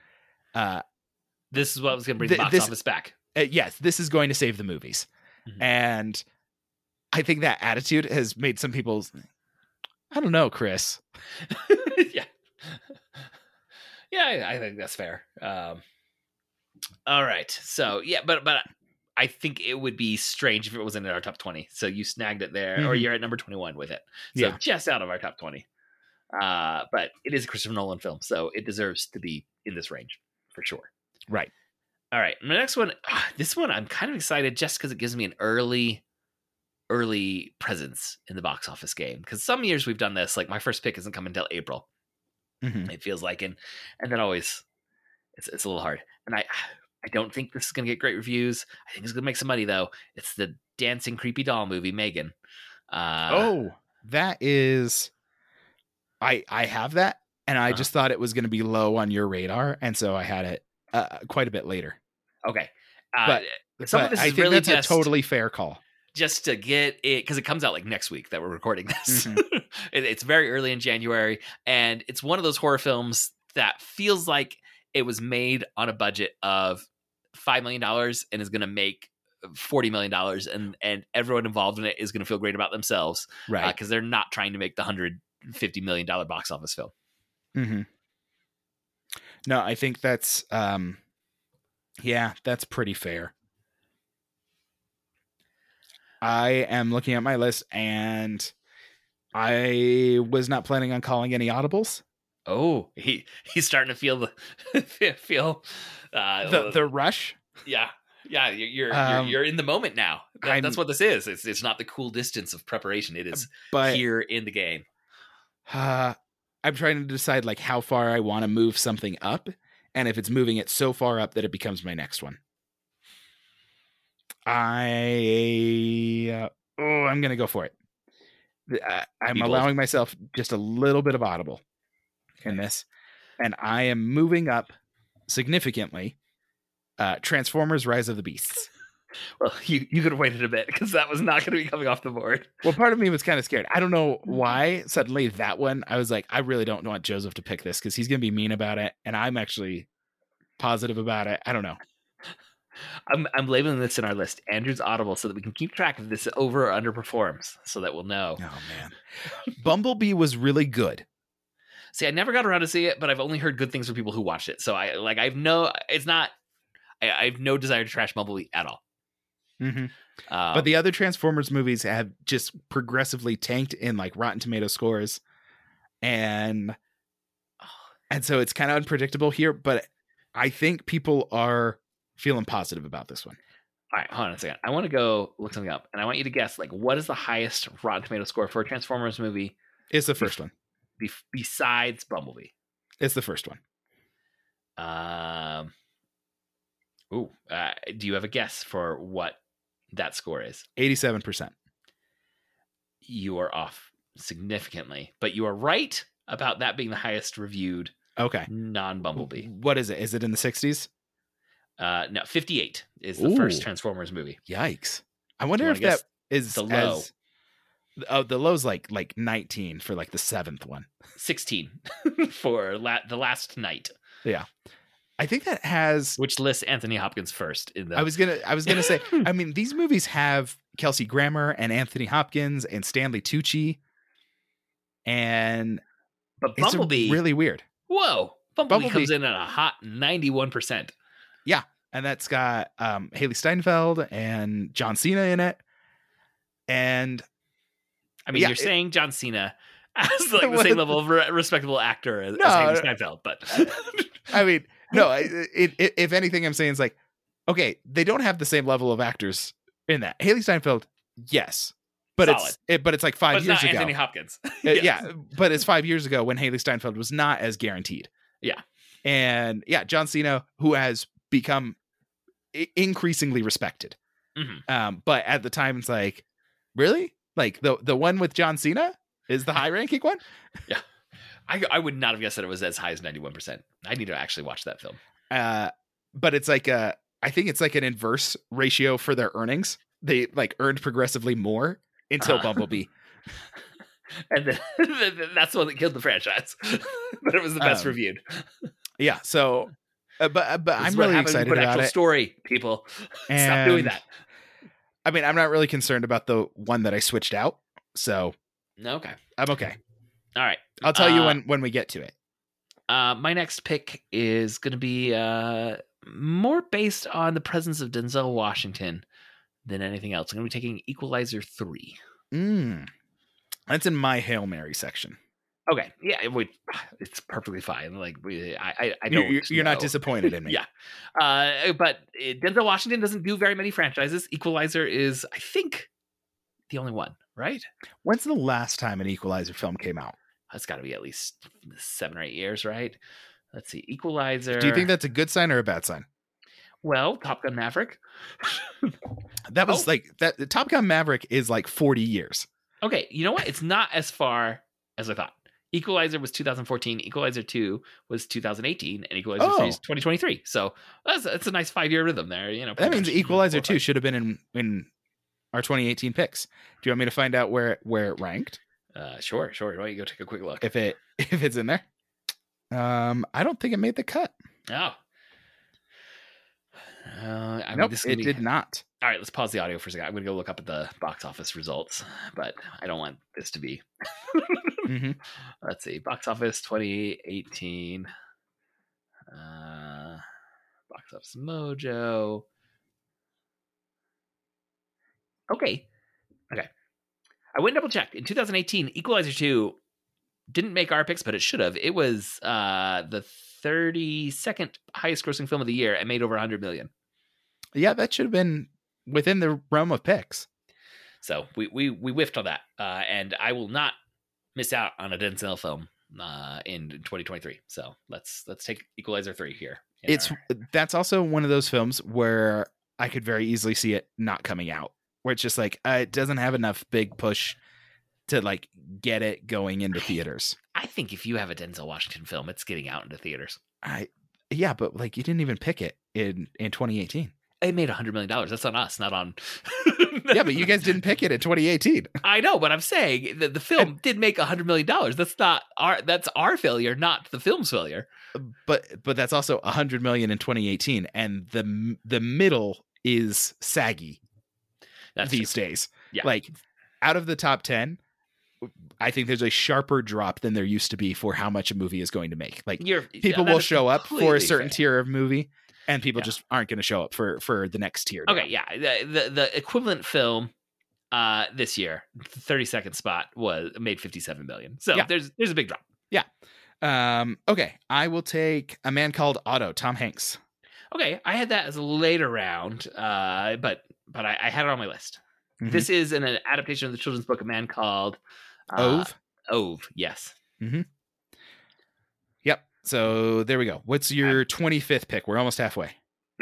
[SPEAKER 3] uh,
[SPEAKER 2] this is what was going to bring
[SPEAKER 3] Th-
[SPEAKER 2] the box
[SPEAKER 3] this-
[SPEAKER 2] office back.
[SPEAKER 3] uh, yes, this is going to save the movies.
[SPEAKER 2] Mhm.
[SPEAKER 3] And I think that attitude has made some people I don't know, Chris.
[SPEAKER 2] yeah. Yeah, I, I think that's fair. Um, all right. So, yeah, but but I think it would be strange if it wasn't in our top 20. So you snagged it there, or
[SPEAKER 3] Mhm.
[SPEAKER 2] you're at number 21 with it. So
[SPEAKER 3] Yeah.
[SPEAKER 2] just out of our top 20. Uh, but it is a Christopher Nolan film, so it deserves to be in this range for sure.
[SPEAKER 3] Right.
[SPEAKER 2] All right. My next one, ah, this one I'm kind of excited just because it gives me an early, early presence in the box office game. Because some years we've done this, like my first pick isn't coming until April
[SPEAKER 3] Mhm.
[SPEAKER 2] it feels like and and that always it's, it's a little hard and i i don't think this is going to get great reviews i think it's going to make some money though it's the dancing creepy doll movie megan uh
[SPEAKER 3] oh, that is I I have that and I
[SPEAKER 2] Uh-huh.
[SPEAKER 3] just thought it was going to be low on your radar and so I had it uh, quite a bit later.
[SPEAKER 2] okay uh,
[SPEAKER 3] But-
[SPEAKER 2] some of
[SPEAKER 3] Oh. But
[SPEAKER 2] this
[SPEAKER 3] I
[SPEAKER 2] is
[SPEAKER 3] think
[SPEAKER 2] really
[SPEAKER 3] that's
[SPEAKER 2] just
[SPEAKER 3] a totally fair call.
[SPEAKER 2] just to get it because it comes out like next week that we're recording this.
[SPEAKER 3] Mhm.
[SPEAKER 2] It- it's very early in January, and it's one of those horror films that feels like it was made on a budget of five million dollars and is going to make forty million dollars, and and everyone involved in it is going to feel great about themselves
[SPEAKER 3] Right.
[SPEAKER 2] because they're not trying to make the hundred fifty million dollar box office film.
[SPEAKER 3] mhm. No, I think that's um yeah, that's pretty fair. I am looking at my list and I was not planning on calling any audibles.
[SPEAKER 2] Oh, he he's starting to feel the feel uh,
[SPEAKER 3] The the rush
[SPEAKER 2] Yeah. Yeah, you're you're,
[SPEAKER 3] Um,
[SPEAKER 2] you're you're in the moment now. That-
[SPEAKER 3] I'm-
[SPEAKER 2] that's what this is. It's it's not the cool distance of preparation. It is
[SPEAKER 3] but
[SPEAKER 2] here in the game.
[SPEAKER 3] uh, I'm trying to decide like how far I want to move something up, and if it's moving it so far up that it becomes my next one. I uh, oh, I'm gonna go for it. Th- I, I'm
[SPEAKER 2] bold.
[SPEAKER 3] allowing myself just a little bit of audible in this, and I am moving up significantly. Uh, Transformers: Rise of the Beasts.
[SPEAKER 2] Well, you you could have waited a bit because that was not going to be coming off the board.
[SPEAKER 3] Well, part of me was kind of scared. I don't know why suddenly that one. I was like, I really don't want Joseph to pick this because he's going to be mean about it, and I'm actually positive about it. I don't know.
[SPEAKER 2] I'm, I'm labeling this in our list, Andrew's Audible, so that we can keep track of this over or underperforms, so that we'll know.
[SPEAKER 3] Oh man, Bumblebee was really good.
[SPEAKER 2] See, I never got around to see it, but I've only heard good things from people who watched it. So I like I've no, it's not, I, I have no desire to trash Bumblebee at all.
[SPEAKER 3] Mm-hmm.
[SPEAKER 2] Um,
[SPEAKER 3] but the other Transformers movies have just progressively tanked in like Rotten Tomato scores, and and so it's kind of unpredictable here. But I think people are feeling positive about this one.
[SPEAKER 2] all right, hold on a second. I want to go look something up, and I want you to guess like what is the highest Rotten Tomato score for a Transformers movie
[SPEAKER 3] It's the first one.
[SPEAKER 2] be- besides Bumblebee?
[SPEAKER 3] It's the first one.
[SPEAKER 2] Um. Ooh, uh, do you have a guess for what that score is?
[SPEAKER 3] Eighty-seven percent.
[SPEAKER 2] You are off significantly, but you are right about that being the highest reviewed
[SPEAKER 3] Okay.
[SPEAKER 2] non Bumblebee.
[SPEAKER 3] What is it? Is it in the sixties?
[SPEAKER 2] Uh, no, 58 is the
[SPEAKER 3] Ooh.
[SPEAKER 2] first Transformers movie.
[SPEAKER 3] Yikes. I wonder
[SPEAKER 2] wanna
[SPEAKER 3] if that
[SPEAKER 2] guess
[SPEAKER 3] is
[SPEAKER 2] the low?
[SPEAKER 3] as- oh, the low's like like nineteen for like the seventh one.
[SPEAKER 2] 16 for la- The Last Night,
[SPEAKER 3] I think that has.
[SPEAKER 2] which lists Anthony Hopkins first in the.
[SPEAKER 3] I was gonna. I was gonna say. I mean, these movies have Kelsey Grammer and Anthony Hopkins and Stanley Tucci, and
[SPEAKER 2] but
[SPEAKER 3] it's a
[SPEAKER 2] Bumblebee.
[SPEAKER 3] really weird.
[SPEAKER 2] whoa. Bumblebee,
[SPEAKER 3] Bumblebee-
[SPEAKER 2] comes in at a hot 91%.
[SPEAKER 3] And that's got um, Haley Steinfeld and John Cena in it, and
[SPEAKER 2] I mean,
[SPEAKER 3] Yeah,
[SPEAKER 2] you're
[SPEAKER 3] it-
[SPEAKER 2] saying John Cena as like the
[SPEAKER 3] What?
[SPEAKER 2] same level of re- respectable actor as,
[SPEAKER 3] No,
[SPEAKER 2] as Haley
[SPEAKER 3] no.
[SPEAKER 2] Steinfeld, but Uh,
[SPEAKER 3] I mean, no. I- It, it, if anything, I'm saying is like, okay, they don't have the same level of actors in that. Haley Steinfeld, yes, but
[SPEAKER 2] Solid.
[SPEAKER 3] it's it, but it's like five
[SPEAKER 2] but it's
[SPEAKER 3] years
[SPEAKER 2] not
[SPEAKER 3] ago.
[SPEAKER 2] Anthony Hopkins.
[SPEAKER 3] Uh,
[SPEAKER 2] Yes.
[SPEAKER 3] Yeah, but it's five years ago when Haley Steinfeld was not as guaranteed.
[SPEAKER 2] Yeah.
[SPEAKER 3] and yeah, John Cena, who has become I- increasingly respected,
[SPEAKER 2] Mhm.
[SPEAKER 3] um, but at the time, it's like, really, like the the one with John Cena is the high ranking one.
[SPEAKER 2] I, I would not have guessed that it was as high as 91%. I need to actually watch that film.
[SPEAKER 3] uh but it's like a I think it's like an inverse ratio for their earnings. They like earned progressively more until
[SPEAKER 2] Uh-huh.
[SPEAKER 3] Bumblebee.
[SPEAKER 2] And then, that's the one that killed the franchise, but it was the best
[SPEAKER 3] Um,
[SPEAKER 2] reviewed.
[SPEAKER 3] Yeah, so uh, but uh, but
[SPEAKER 2] This is
[SPEAKER 3] I'm
[SPEAKER 2] what
[SPEAKER 3] really
[SPEAKER 2] happens when you
[SPEAKER 3] excited
[SPEAKER 2] put
[SPEAKER 3] about
[SPEAKER 2] actual
[SPEAKER 3] it.
[SPEAKER 2] story, people. Stop
[SPEAKER 3] and,
[SPEAKER 2] doing that.
[SPEAKER 3] I mean, I'm not really concerned about the one that I switched out, so
[SPEAKER 2] Okay.
[SPEAKER 3] I'm okay.
[SPEAKER 2] All right.
[SPEAKER 3] I'll tell you
[SPEAKER 2] Uh,
[SPEAKER 3] when when we get to it.
[SPEAKER 2] Uh, my next pick is going to be uh, more based on the presence of Denzel Washington than anything else. I'm going to be taking Equalizer 3.
[SPEAKER 3] Mm. That's in my hail mary section.
[SPEAKER 2] Okay, yeah, it would, it's perfectly fine. Like we, I, I, I
[SPEAKER 3] You-
[SPEAKER 2] don't.
[SPEAKER 3] you- You're not
[SPEAKER 2] know.
[SPEAKER 3] disappointed in me.
[SPEAKER 2] Yeah, uh, but uh, Denzel Washington doesn't do very many franchises. Equalizer is, I think, the only one. Right?
[SPEAKER 3] When's the last time an Equalizer film came out?
[SPEAKER 2] That's got to be at least seven or eight years, right? Let's see, Equalizer.
[SPEAKER 3] Do you think that's a good sign or a bad sign?
[SPEAKER 2] Well, Top Gun Maverick.
[SPEAKER 3] That was
[SPEAKER 2] Oh.
[SPEAKER 3] like that. Top Gun Maverick is like 40 years.
[SPEAKER 2] Okay, you know what? It's not as far as I thought. Equalizer was 2014. Equalizer 2 was 2018, and Equalizer 3 is
[SPEAKER 3] Oh.
[SPEAKER 2] 2023. So that's, that's a nice five year rhythm there. You know,
[SPEAKER 3] That means
[SPEAKER 2] pretty much.
[SPEAKER 3] Equalizer
[SPEAKER 2] Four, five.
[SPEAKER 3] two should have been in in our 2018 picks. Do you want me to find out where where it ranked?
[SPEAKER 2] Uh, sure, sure. Why don't you go take a quick look?
[SPEAKER 3] If it if it's in there? Um, I don't think it made the cut.
[SPEAKER 2] oh. Uh, I mean,
[SPEAKER 3] nope,
[SPEAKER 2] this
[SPEAKER 3] it
[SPEAKER 2] could be...
[SPEAKER 3] did not.
[SPEAKER 2] All right, let's pause the audio for a second. I'm going to go look up at the box office results, but I don't want this to be.
[SPEAKER 3] Mhm.
[SPEAKER 2] Let's see. Box office 2018. Uh, box office mojo. Okay. Okay. I went and double checked. In 2018, Equalizer 2 didn't make our picks, but it should have. It was uh, the 32nd highest grossing film of the year and made over 100 million.
[SPEAKER 3] Yeah, that should have been within the realm of picks.
[SPEAKER 2] So we we we whiffed on that, uh, and I will not miss out on a Denzel film uh, in 2023. So let's let's take Equalizer three here. in
[SPEAKER 3] It's
[SPEAKER 2] our-
[SPEAKER 3] that's also one of those films where I could very easily see it not coming out, where it's just like uh, it doesn't have enough big push to like get it going into theaters.
[SPEAKER 2] I think if you have a Denzel Washington film, it's getting out into theaters.
[SPEAKER 3] I yeah, but like you didn't even pick it in in 2018.
[SPEAKER 2] it made $100 million. That's on us, not on.
[SPEAKER 3] yeah, but you guys didn't pick it in 2018.
[SPEAKER 2] I know, but I'm saying that the film did make $100 million. That's not our, that's our failure, not the film's failure.
[SPEAKER 3] But but that's also 100 million in 2018 and the the middle is saggy
[SPEAKER 2] That's
[SPEAKER 3] these
[SPEAKER 2] just-
[SPEAKER 3] days.
[SPEAKER 2] Yeah.
[SPEAKER 3] Like out of the top 10, I think there's a sharper drop than there used to be for how much a movie is going to make. Like
[SPEAKER 2] you're,
[SPEAKER 3] people
[SPEAKER 2] that
[SPEAKER 3] will
[SPEAKER 2] is
[SPEAKER 3] show up for
[SPEAKER 2] completely
[SPEAKER 3] a certain
[SPEAKER 2] fair.
[SPEAKER 3] tier of movie and people
[SPEAKER 2] Yeah.
[SPEAKER 3] just aren't going to show up for for the next tier.
[SPEAKER 2] Okay, yeah. The, the the equivalent film uh this year, thirty second spot was made fifty seven million. So
[SPEAKER 3] Yeah.
[SPEAKER 2] there's there's a big drop.
[SPEAKER 3] Um okay, I will take A Man Called Otto, Tom Hanks.
[SPEAKER 2] Okay, I had that as a later round, uh, but but I, I had it on my list.
[SPEAKER 3] Mhm.
[SPEAKER 2] This is an, an adaptation of the children's book, A Man Called uh,
[SPEAKER 3] Ove.
[SPEAKER 2] Ove. Yes.
[SPEAKER 3] Yep. So there we go. What's your 25th pick? We're almost halfway.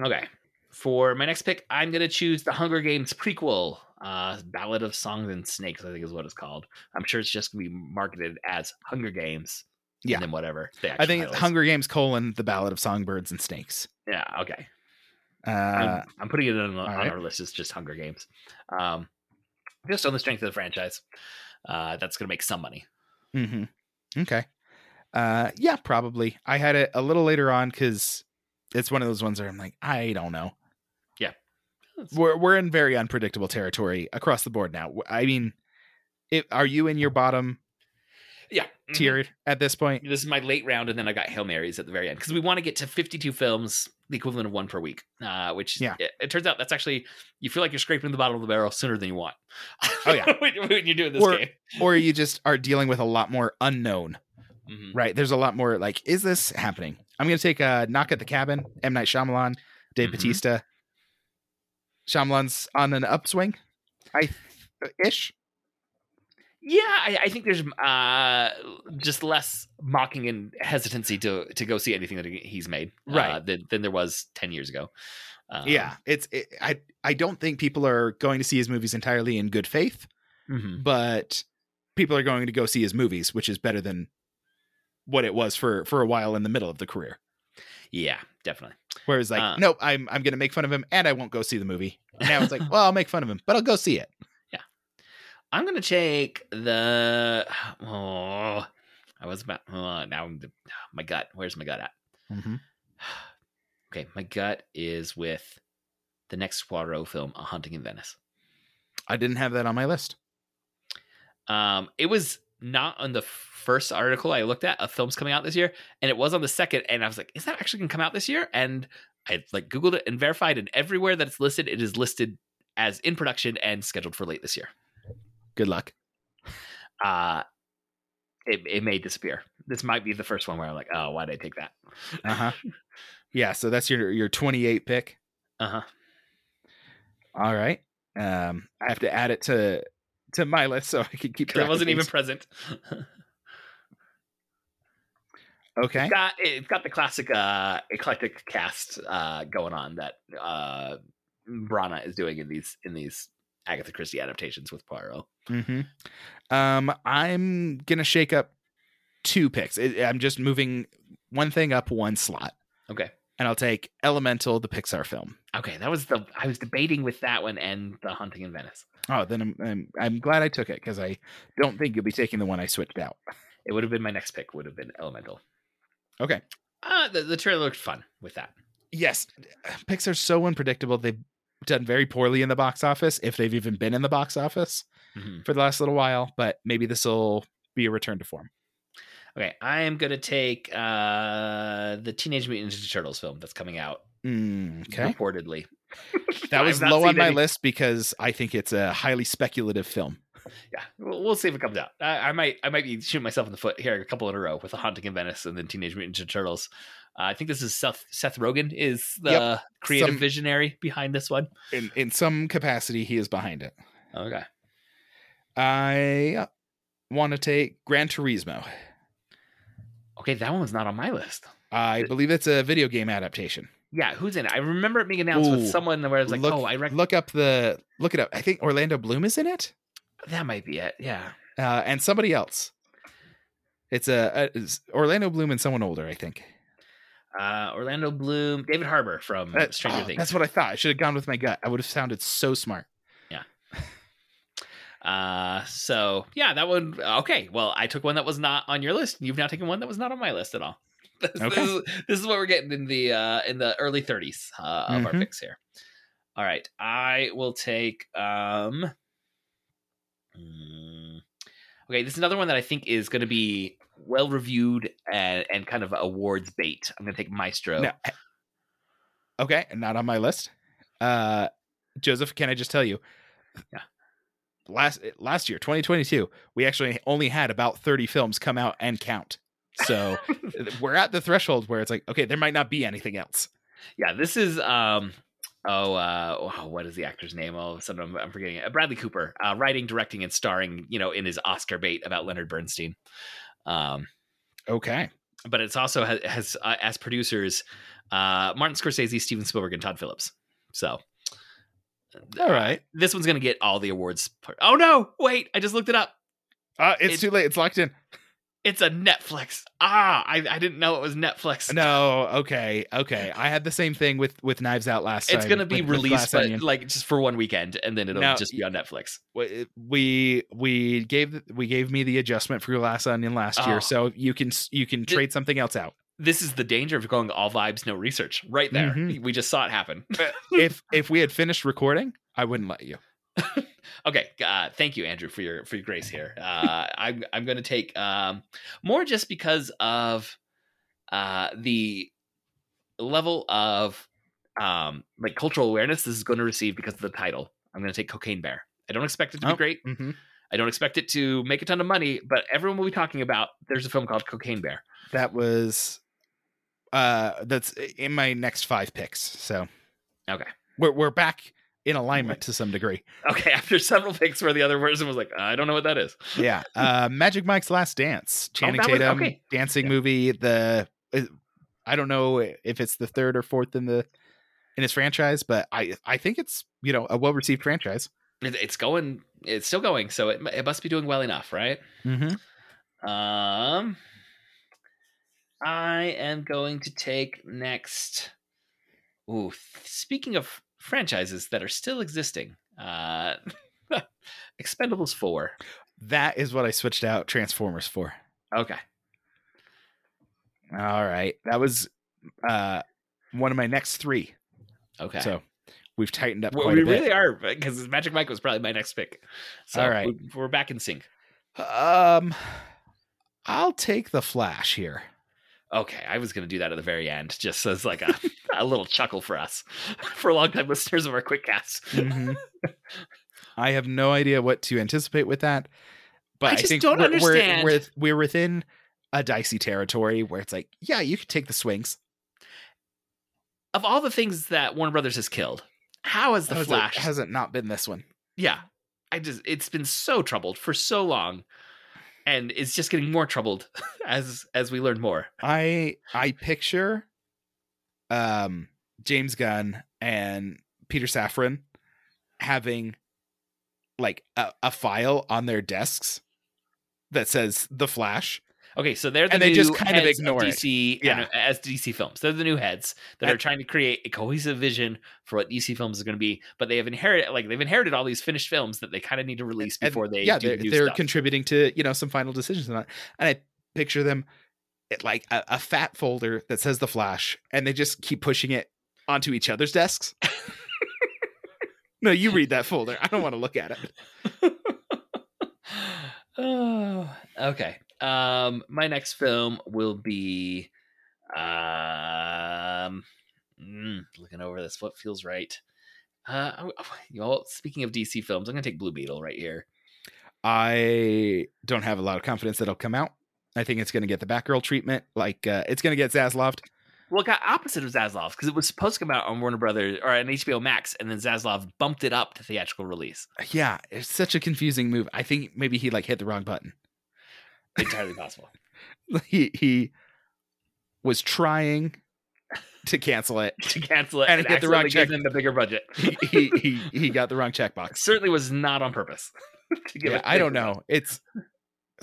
[SPEAKER 2] Okay. For my next pick, I'm gonna choose the Hunger Games prequel, uh, Ballad of Songs and Snakes. I think is what it's called. I'm sure it's just gonna be marketed as Hunger Games.
[SPEAKER 3] Yeah.
[SPEAKER 2] And then whatever. the
[SPEAKER 3] I
[SPEAKER 2] actual
[SPEAKER 3] think
[SPEAKER 2] title is.
[SPEAKER 3] Hunger Games colon the Ballad of Songbirds and Snakes.
[SPEAKER 2] Yeah. Okay.
[SPEAKER 3] Uh,
[SPEAKER 2] I'm, I'm putting it on, the- on
[SPEAKER 3] right.
[SPEAKER 2] our list. It's just Hunger Games. Um, just on the strength of the franchise, uh, that's going to make some money.
[SPEAKER 3] hmm Okay. Uh, yeah, probably. I had it a little later on because it's one of those ones where I'm like, I don't know.
[SPEAKER 2] Yeah. That's-
[SPEAKER 3] We're we're in very unpredictable territory across the board now. W- I mean, it, are you in your bottom
[SPEAKER 2] Yeah. mm-hmm.
[SPEAKER 3] tier at this point?
[SPEAKER 2] This is my late round, and then I got Hail Marys at the very end because we want to get to 52 films, the equivalent of one per week, uh, which
[SPEAKER 3] Yeah.
[SPEAKER 2] it, it turns out that's actually, you feel like you're scraping the bottom of the barrel sooner than you want.
[SPEAKER 3] Oh, yeah.
[SPEAKER 2] when, when you're doing this
[SPEAKER 3] Or-
[SPEAKER 2] game.
[SPEAKER 3] Or you just are dealing with a lot more unknown,
[SPEAKER 2] Mhm.
[SPEAKER 3] right? There's a lot more like, is this happening? I'm gonna take a knock at the cabin. M Night Shyamalan, Dave
[SPEAKER 2] Mhm.
[SPEAKER 3] Batista. Shyamalan's on an upswing, I uh, ish.
[SPEAKER 2] Yeah, I, I think there's uh, just less mocking and hesitancy to to go see anything that he- he's made, uh,
[SPEAKER 3] Right.
[SPEAKER 2] than, than there was ten years ago. Um,
[SPEAKER 3] yeah it's it, i i don't think people are going to see his movies entirely in good faith Mm-hmm.
[SPEAKER 2] mhm.
[SPEAKER 3] but people are going to go see his movies which is better than what it was for for a while in the middle of the career
[SPEAKER 2] yeah, definitely.
[SPEAKER 3] whereas like
[SPEAKER 2] Uh.
[SPEAKER 3] nope i'm i'm gonna make fun of him and i won't go see the movie now it's like well i'll make fun of him but i'll go see it
[SPEAKER 2] I'm gonna take the. Oh, I was about. Oh, now I'm, my gut. Where's my gut at? Okay, my gut is with the next Poirot film, A Hunting in Venice.
[SPEAKER 3] i didn't have that on my list
[SPEAKER 2] Um, it was not on the first article I looked at of films coming out this year, and it was on the second. And I was like, "Is that actually going to come out this year?" And I like Googled it and verified, and everywhere that it's listed, it is listed as in production and scheduled for late this year.
[SPEAKER 3] good luck
[SPEAKER 2] Uh, it it may disappear. This might be the first one where I'm like, "Oh, why did I take that?"
[SPEAKER 3] uh-huh yeah so that's your your 28 pick
[SPEAKER 2] Uh huh.
[SPEAKER 3] all right um i have to add it to to my list so i can keep
[SPEAKER 2] Because
[SPEAKER 3] track
[SPEAKER 2] I
[SPEAKER 3] of
[SPEAKER 2] wasn't even
[SPEAKER 3] things.
[SPEAKER 2] present.
[SPEAKER 3] okay
[SPEAKER 2] got it's got the classic uh eclectic cast uh going on that uh Brana is doing in these in these Agatha Christie adaptations with Poirot.
[SPEAKER 3] hmm Um, I'm gonna shake up two picks. I I'm just moving one thing up one slot,
[SPEAKER 2] Okay.
[SPEAKER 3] and I'll take Elemental, the Pixar film.
[SPEAKER 2] Okay, that was the I was debating with that one and the Hunting in Venice.
[SPEAKER 3] Oh, then I'm I'm, I'm glad I took it because I don't think you'll be taking the one I switched out.
[SPEAKER 2] It would have been my next pick. Would have been Elemental.
[SPEAKER 3] Okay.
[SPEAKER 2] Uh, the the trailer looked fun with that.
[SPEAKER 3] Yes, Pixar's so unpredictable. They've done very poorly in the box office, if they've even been in the box office
[SPEAKER 2] Mhm.
[SPEAKER 3] for the last little while. But maybe this will be a return to form.
[SPEAKER 2] Okay, I am gonna take uh the Teenage Mutant Ninja Turtles film that's coming out
[SPEAKER 3] Mm, okay,
[SPEAKER 2] reportedly.
[SPEAKER 3] that
[SPEAKER 2] I've
[SPEAKER 3] was
[SPEAKER 2] not
[SPEAKER 3] low on
[SPEAKER 2] seen
[SPEAKER 3] my
[SPEAKER 2] any-
[SPEAKER 3] list because I think it's a highly speculative film.
[SPEAKER 2] Yeah, we'll, we'll see if it comes out. I, I might I might be shooting myself in the foot here a couple in a row with the Haunting in Venice and then Teenage Mutant Ninja Turtles. Uh, I think this is Seth Seth Rogen is the
[SPEAKER 3] Yep.
[SPEAKER 2] creative
[SPEAKER 3] Some-
[SPEAKER 2] visionary behind this one.
[SPEAKER 3] in in some capacity he is behind it
[SPEAKER 2] Okay,
[SPEAKER 3] i want to take gran turismo
[SPEAKER 2] okay, that one was not on my list.
[SPEAKER 3] i believe it's a video game adaptation
[SPEAKER 2] Yeah, who's in it? I remember it being announced
[SPEAKER 3] Ooh.
[SPEAKER 2] with someone where I was like,
[SPEAKER 3] look,
[SPEAKER 2] "Oh, I reckon
[SPEAKER 3] look up the look it up i think orlando bloom is in it
[SPEAKER 2] that might be it." Yeah.
[SPEAKER 3] uh, and somebody else it's a, a it's orlando bloom and someone older i think
[SPEAKER 2] Uh, Orlando Bloom, David Harbour from
[SPEAKER 3] That-
[SPEAKER 2] Stranger
[SPEAKER 3] oh,
[SPEAKER 2] Things.
[SPEAKER 3] That's what I thought. I should have gone with my gut. I would have sounded so smart.
[SPEAKER 2] Uh, so yeah, that one. Okay, well, I took one that was not on your list, and you've now taken one that was not on my list at all. This, this
[SPEAKER 3] Okay.
[SPEAKER 2] is, this is what we're getting in the uh, in the early 30s uh, of our
[SPEAKER 3] Mhm.
[SPEAKER 2] picks here. All right, I will take. um mm, Okay, this is another one that I think is going to be well reviewed and, and kind of awards bait. I'm going to take Maestro.
[SPEAKER 3] No. Okay, not on my list. Uh Joseph, can I just tell you?
[SPEAKER 2] Yeah.
[SPEAKER 3] Last eh, last year, 2022, we actually only had about 30 films come out and count. So eh, we're at the threshold where it's like, okay, there might not be anything else.
[SPEAKER 2] Yeah, this is um oh uh oh, what is the actor's name? All of a sudden I'm, I'm forgetting it. Bradley Cooper, uh, writing, directing, and starring, you know, in his Oscar bait about Leonard Bernstein. Um,
[SPEAKER 3] Okay.
[SPEAKER 2] but it's also has, has uh, as producers uh Martin Scorsese, Steven Spielberg, and Todd Phillips. So
[SPEAKER 3] All right.
[SPEAKER 2] this one's gonna get all the awards. Part. Oh no! Wait, I just looked it up.
[SPEAKER 3] Uh, it's
[SPEAKER 2] It-
[SPEAKER 3] too late. It's locked in.
[SPEAKER 2] It's a Netflix. Ah, I, I didn't know it was Netflix.
[SPEAKER 3] No. Okay. Okay. I had the same thing with with Knives Out last
[SPEAKER 2] it's
[SPEAKER 3] time,
[SPEAKER 2] gonna be
[SPEAKER 3] with- with
[SPEAKER 2] released,
[SPEAKER 3] Glass
[SPEAKER 2] but
[SPEAKER 3] Onion.
[SPEAKER 2] like just for one weekend, and then it'll
[SPEAKER 3] Now-
[SPEAKER 2] just be on Netflix.
[SPEAKER 3] we eh, we- we gave we gave me the adjustment for Glass Onion last
[SPEAKER 2] Oh.
[SPEAKER 3] year, so you can s- you can
[SPEAKER 2] Did-
[SPEAKER 3] trade something else out.
[SPEAKER 2] this is the danger of going all vibes, no research. Right there.
[SPEAKER 3] Mhm.
[SPEAKER 2] We just saw it happen.
[SPEAKER 3] if if we had finished recording, I wouldn't let you.
[SPEAKER 2] okay. Uh, thank you, Andrew, for your for your grace here. Uh, I'm I'm gonna take um, more just because of uh, the level of um, like cultural awareness this is gonna receive because of the title. I'm gonna take Cocaine Bear. I don't expect it to be
[SPEAKER 3] Oh.
[SPEAKER 2] great. I don't expect it to make a ton of money, but everyone will be talking about there's a film called Cocaine Bear.
[SPEAKER 3] That was uh that's in my next five picks. So
[SPEAKER 2] Okay.
[SPEAKER 3] we're we're back in alignment to some degree.
[SPEAKER 2] Okay, after several picks where the other person was like, I don't know what that is.
[SPEAKER 3] Yeah. Uh Magic Mike's Last Dance, Channing
[SPEAKER 2] Oh, that was-
[SPEAKER 3] Tatum
[SPEAKER 2] okay.
[SPEAKER 3] dancing
[SPEAKER 2] Yeah.
[SPEAKER 3] movie. The uh, I don't know if it's the third or fourth in the in his franchise, but I I think it's you know a well received franchise.
[SPEAKER 2] it, it's going it's still going so it, it must be doing well enough right
[SPEAKER 3] Mm-hmm.
[SPEAKER 2] um i am going to take next ooh speaking of franchises that are still existing uh expendables 4
[SPEAKER 3] That is what I switched out Transformers for.
[SPEAKER 2] okay
[SPEAKER 3] All right. That was uh one of my next three.
[SPEAKER 2] okay
[SPEAKER 3] So we've tightened up
[SPEAKER 2] we,
[SPEAKER 3] quite
[SPEAKER 2] we
[SPEAKER 3] a bit.
[SPEAKER 2] really are because magic mike was probably my next pick so
[SPEAKER 3] All right.
[SPEAKER 2] we- we're back in sync
[SPEAKER 3] Um I'll take the flash here.
[SPEAKER 2] okay i was gonna do that at the very end just as like a, a little chuckle for us for longtime listeners of our quick casts
[SPEAKER 3] Mm-hmm. I have no idea what to anticipate with that,
[SPEAKER 2] I
[SPEAKER 3] but I,
[SPEAKER 2] just
[SPEAKER 3] think
[SPEAKER 2] don't
[SPEAKER 3] we're,
[SPEAKER 2] understand.
[SPEAKER 3] We're, we're we're within a dicey territory where it's like, yeah, you could take the swings.
[SPEAKER 2] of all the things that Warner Brothers has killed, how has the
[SPEAKER 3] How's it-
[SPEAKER 2] Flash?
[SPEAKER 3] has it not been this one?
[SPEAKER 2] yeah, I just it's been so troubled for so long, and it's just getting more troubled as as we learn more.
[SPEAKER 3] I I picture um James Gunn and Peter Safran having like a, a file on their desks that says the flash.
[SPEAKER 2] Okay, so they're the
[SPEAKER 3] And they just
[SPEAKER 2] new
[SPEAKER 3] kind of
[SPEAKER 2] heads
[SPEAKER 3] ignore it.
[SPEAKER 2] DC and-
[SPEAKER 3] Yeah.
[SPEAKER 2] as DC films. They're the new heads that
[SPEAKER 3] I-
[SPEAKER 2] are trying to create a cohesive vision for what DC films is going to be. But they have inherited like they've inherited all these finished films that they kind of need to release
[SPEAKER 3] And,
[SPEAKER 2] before they
[SPEAKER 3] yeah,
[SPEAKER 2] do
[SPEAKER 3] they're,
[SPEAKER 2] the new
[SPEAKER 3] they're
[SPEAKER 2] stuff.
[SPEAKER 3] contributing to, you know, some final decisions and that. And I picture them at like a, a fat folder that says the flash and they just keep pushing it onto each other's desks. no, you read that folder. I don't want to look at it.
[SPEAKER 2] oh, okay. Um, my next film will be, um, mm, looking over this. What feels right? Uh, I- I- you know, speaking of DC films, I'm gonna take Blue Beetle right here.
[SPEAKER 3] I don't have a lot of confidence that'll come out. I think it's going to get the Batgirl treatment. Like uh, it's going to get Zaslaved.
[SPEAKER 2] Well, it got opposite of Zaslav's because it was supposed to come out on Warner Brothers or on HBO Max, and then Zaslav bumped it up to theatrical release.
[SPEAKER 3] Yeah, it's such a confusing move. I think maybe he like hit the wrong button.
[SPEAKER 2] Entirely possible.
[SPEAKER 3] He he was trying to cancel it.
[SPEAKER 2] to cancel it
[SPEAKER 3] And
[SPEAKER 2] and,
[SPEAKER 3] it hit the wrong
[SPEAKER 2] accidentally give
[SPEAKER 3] check.
[SPEAKER 2] them the bigger budget.
[SPEAKER 3] He he he, he got the wrong checkbox.
[SPEAKER 2] Certainly was not on purpose. to give
[SPEAKER 3] Yeah,
[SPEAKER 2] it
[SPEAKER 3] I don't
[SPEAKER 2] bigger
[SPEAKER 3] know. It's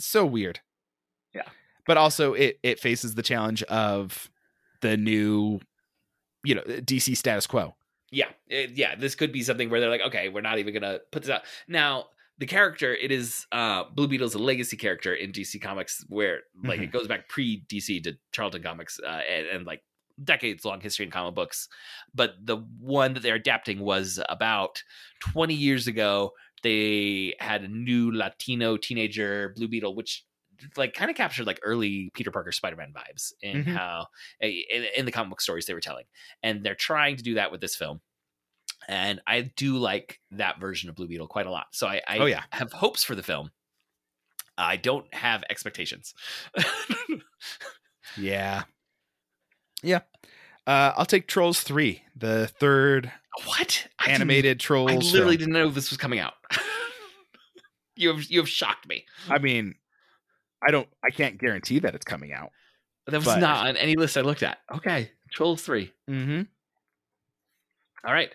[SPEAKER 3] so weird.
[SPEAKER 2] Yeah.
[SPEAKER 3] but also it it faces the challenge of the new, you know, DC status quo.
[SPEAKER 2] yeah it- yeah this could be something where they're like okay we're not even gonna put this out now the character it is uh blue beetle's a legacy character in dc comics where like it goes back pre dc to charlton comics uh and, and like decades long history in comic books but the one that they're adapting was about 20 years ago they had a new latino teenager blue beetle which like kind of captured like early peter parker spider-man vibes in
[SPEAKER 3] Mhm.
[SPEAKER 2] how eh, in, in the comic book stories they were telling and they're trying to do that with this film and I do like that version of Blue Beetle quite a lot. So I, I
[SPEAKER 3] oh yeah,
[SPEAKER 2] have hopes for the film. I don't have expectations.
[SPEAKER 3] yeah, yeah. Uh, I'll take Trolls three, the third
[SPEAKER 2] what I didn't-
[SPEAKER 3] animated Trolls.
[SPEAKER 2] I literally
[SPEAKER 3] film.
[SPEAKER 2] didn't know this was coming out. you have you have shocked me.
[SPEAKER 3] I mean, I don't. I can't guarantee that it's coming out.
[SPEAKER 2] That was
[SPEAKER 3] But-
[SPEAKER 2] not on any list I looked at. Okay, Trolls three.
[SPEAKER 3] Mm-hmm.
[SPEAKER 2] All right.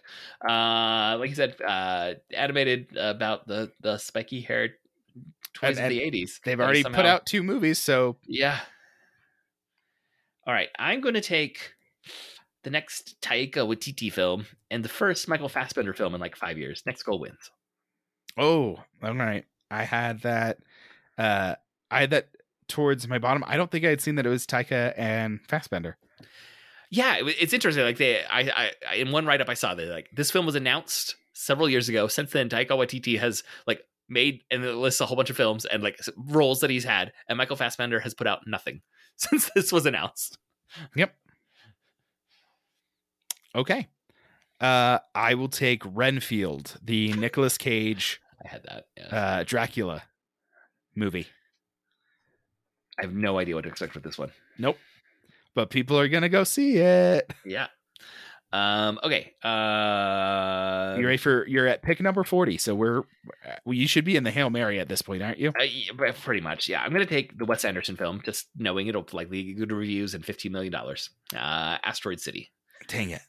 [SPEAKER 2] Uh, like you said, uh, animated about the the spiky haired toys
[SPEAKER 3] And-
[SPEAKER 2] of the eighties.
[SPEAKER 3] They've already put out two movies, so
[SPEAKER 2] Yeah. All right, I'm going to take the next Taika Waititi film and the first Michael Fassbender film in like five years. Next goal wins.
[SPEAKER 3] Oh, all right. I had that. Uh, I had that towards my bottom. I don't think I had seen that it was Taika and Fassbender.
[SPEAKER 2] Yeah, it, wa- it's interesting. Like they, I, I, I in one write up I saw that like this film was announced several years ago. Since then, Taika Waititi has like made and it lists a whole bunch of films and like s- roles that he's had, and Michael Fassbender has put out nothing since this was announced.
[SPEAKER 3] Okay. Uh, I will take Renfield, the Nicolas Cage
[SPEAKER 2] I had that. Yeah.
[SPEAKER 3] uh, Dracula movie.
[SPEAKER 2] I have no idea what to expect with this one.
[SPEAKER 3] But people are gonna go see it.
[SPEAKER 2] Yeah. Um. Okay. Uh.
[SPEAKER 3] You're ready for you're at pick number forty, so we're well, you should be in the hail mary at this point, aren't you?
[SPEAKER 2] Uh, yeah, but pretty much, yeah. I'm gonna take the Wes Anderson film, just knowing it'll likely get good reviews and 15 million dollars. Uh, Asteroid City,
[SPEAKER 3] Dang it!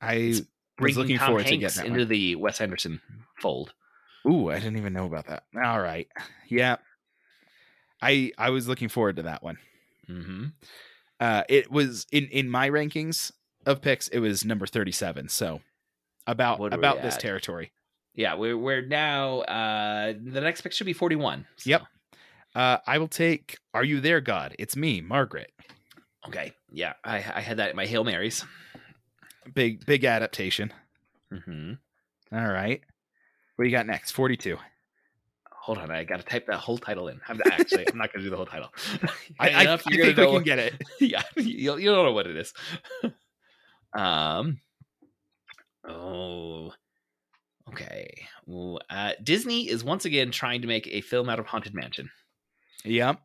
[SPEAKER 3] I was
[SPEAKER 2] bringing
[SPEAKER 3] looking
[SPEAKER 2] Tom
[SPEAKER 3] forward
[SPEAKER 2] Hanks
[SPEAKER 3] to getting that
[SPEAKER 2] into the Wes Anderson fold.
[SPEAKER 3] Ooh, I didn't even know about that. All right. Yeah. I I was looking forward to that one. Mm-hmm.
[SPEAKER 2] hmm
[SPEAKER 3] Uh it was in in my rankings of picks, it was number 37. So about
[SPEAKER 2] What are we
[SPEAKER 3] about this
[SPEAKER 2] at?
[SPEAKER 3] territory.
[SPEAKER 2] Yeah, we're we're now. Uh, the next pick should be 41. so-
[SPEAKER 3] Yep. Uh I will take Are You There God? It's me, Margaret.
[SPEAKER 2] Okay. Yeah, I I had that in my hail marys.
[SPEAKER 3] Big big adaptation. Mm-hmm.
[SPEAKER 2] hmm
[SPEAKER 3] All right. What do you got next? 42.
[SPEAKER 2] Hold on, I gotta type that whole title in. I'm actually, I'm not gonna do the whole title.
[SPEAKER 3] I, I, I
[SPEAKER 2] Enough, you're
[SPEAKER 3] think
[SPEAKER 2] gonna
[SPEAKER 3] we
[SPEAKER 2] know-
[SPEAKER 3] can get it.
[SPEAKER 2] yeah, you, you don't know what it is. um. Oh. Okay. Ooh, uh, Disney is once again trying to make a film out of Haunted Mansion.
[SPEAKER 3] Yep.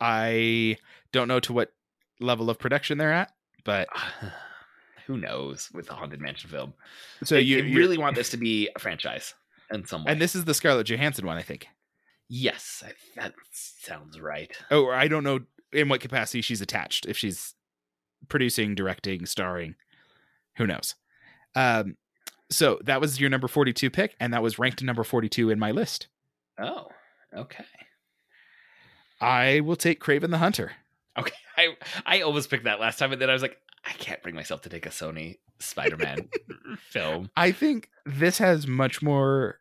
[SPEAKER 3] I don't know to what level of production they're at, but
[SPEAKER 2] Who knows with the Haunted Mansion film?
[SPEAKER 3] so
[SPEAKER 2] they,
[SPEAKER 3] you
[SPEAKER 2] they
[SPEAKER 3] you're-
[SPEAKER 2] really want this to be a franchise in some way.
[SPEAKER 3] and this is the Scarlett Johansson one, I think.
[SPEAKER 2] yes, I, that sounds right.
[SPEAKER 3] Oh, or I don't know in what capacity she's attached. If she's producing, directing, starring, who knows? Um, so that was your number forty-two pick, and that was ranked number forty-two in my list.
[SPEAKER 2] Oh, okay.
[SPEAKER 3] I will take Craven the Hunter.
[SPEAKER 2] Okay, I I almost picked that last time, and then I was like, I can't bring myself to take a Sony Spider-Man film.
[SPEAKER 3] I think this has much more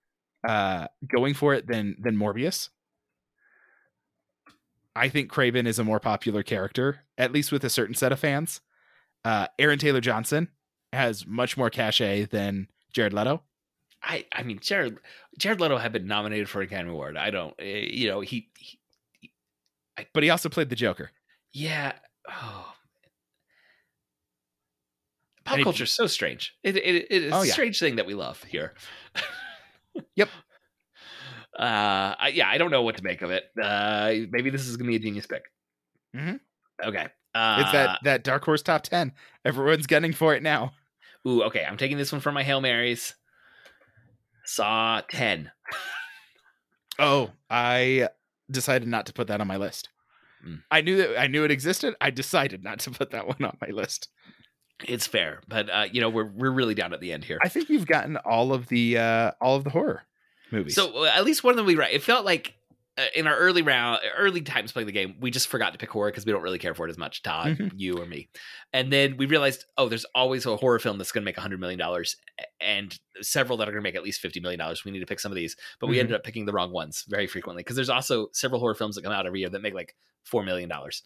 [SPEAKER 3] uh, going for it than than Morbius. I think Craven is a more popular character, at least with a certain set of fans. Uh, Aaron Taylor Johnson has much more cachet than Jared Leto.
[SPEAKER 2] I I mean Jared Jared Leto had been nominated for an Academy Award. I don't eh, you know he, he-
[SPEAKER 3] but he also played the Joker.
[SPEAKER 2] yeah. Oh. Pop
[SPEAKER 3] And he-
[SPEAKER 2] culture is so strange. It it, it is
[SPEAKER 3] Oh,
[SPEAKER 2] a
[SPEAKER 3] yeah.
[SPEAKER 2] strange thing that we love here.
[SPEAKER 3] Yep.
[SPEAKER 2] Uh I, yeah, I don't know what to make of it. Uh maybe this is going to be a genius pick.
[SPEAKER 3] Mhm.
[SPEAKER 2] Okay. Uh
[SPEAKER 3] It's that that Dark Horse top ten. Everyone's gunning for it now.
[SPEAKER 2] Uh, Ooh, okay. I'm taking this one for my Hail Marys. Saw 10.
[SPEAKER 3] Oh, I decided not to put that on my list.
[SPEAKER 2] Mm.
[SPEAKER 3] I knew that I knew it existed. I decided not to put that one on my list.
[SPEAKER 2] It's fair, but uh you know, we're we're really down at the end here.
[SPEAKER 3] I think we've gotten all of the uh all of the horror movies.
[SPEAKER 2] So uh, at least one of them we right. It felt like uh, in our early round, early times playing the game, we just forgot to pick horror because we don't really care for it as much. Todd,
[SPEAKER 3] Mhm.
[SPEAKER 2] you, or me, and then we realized, oh, there's always a horror film that's going to make hundred million dollars, and several that are going to make at least fifty million dollars. We need to pick some of these, but we
[SPEAKER 3] Mhm.
[SPEAKER 2] ended up picking the wrong ones very frequently because there's also several horror films that come out every year that make like four million dollars.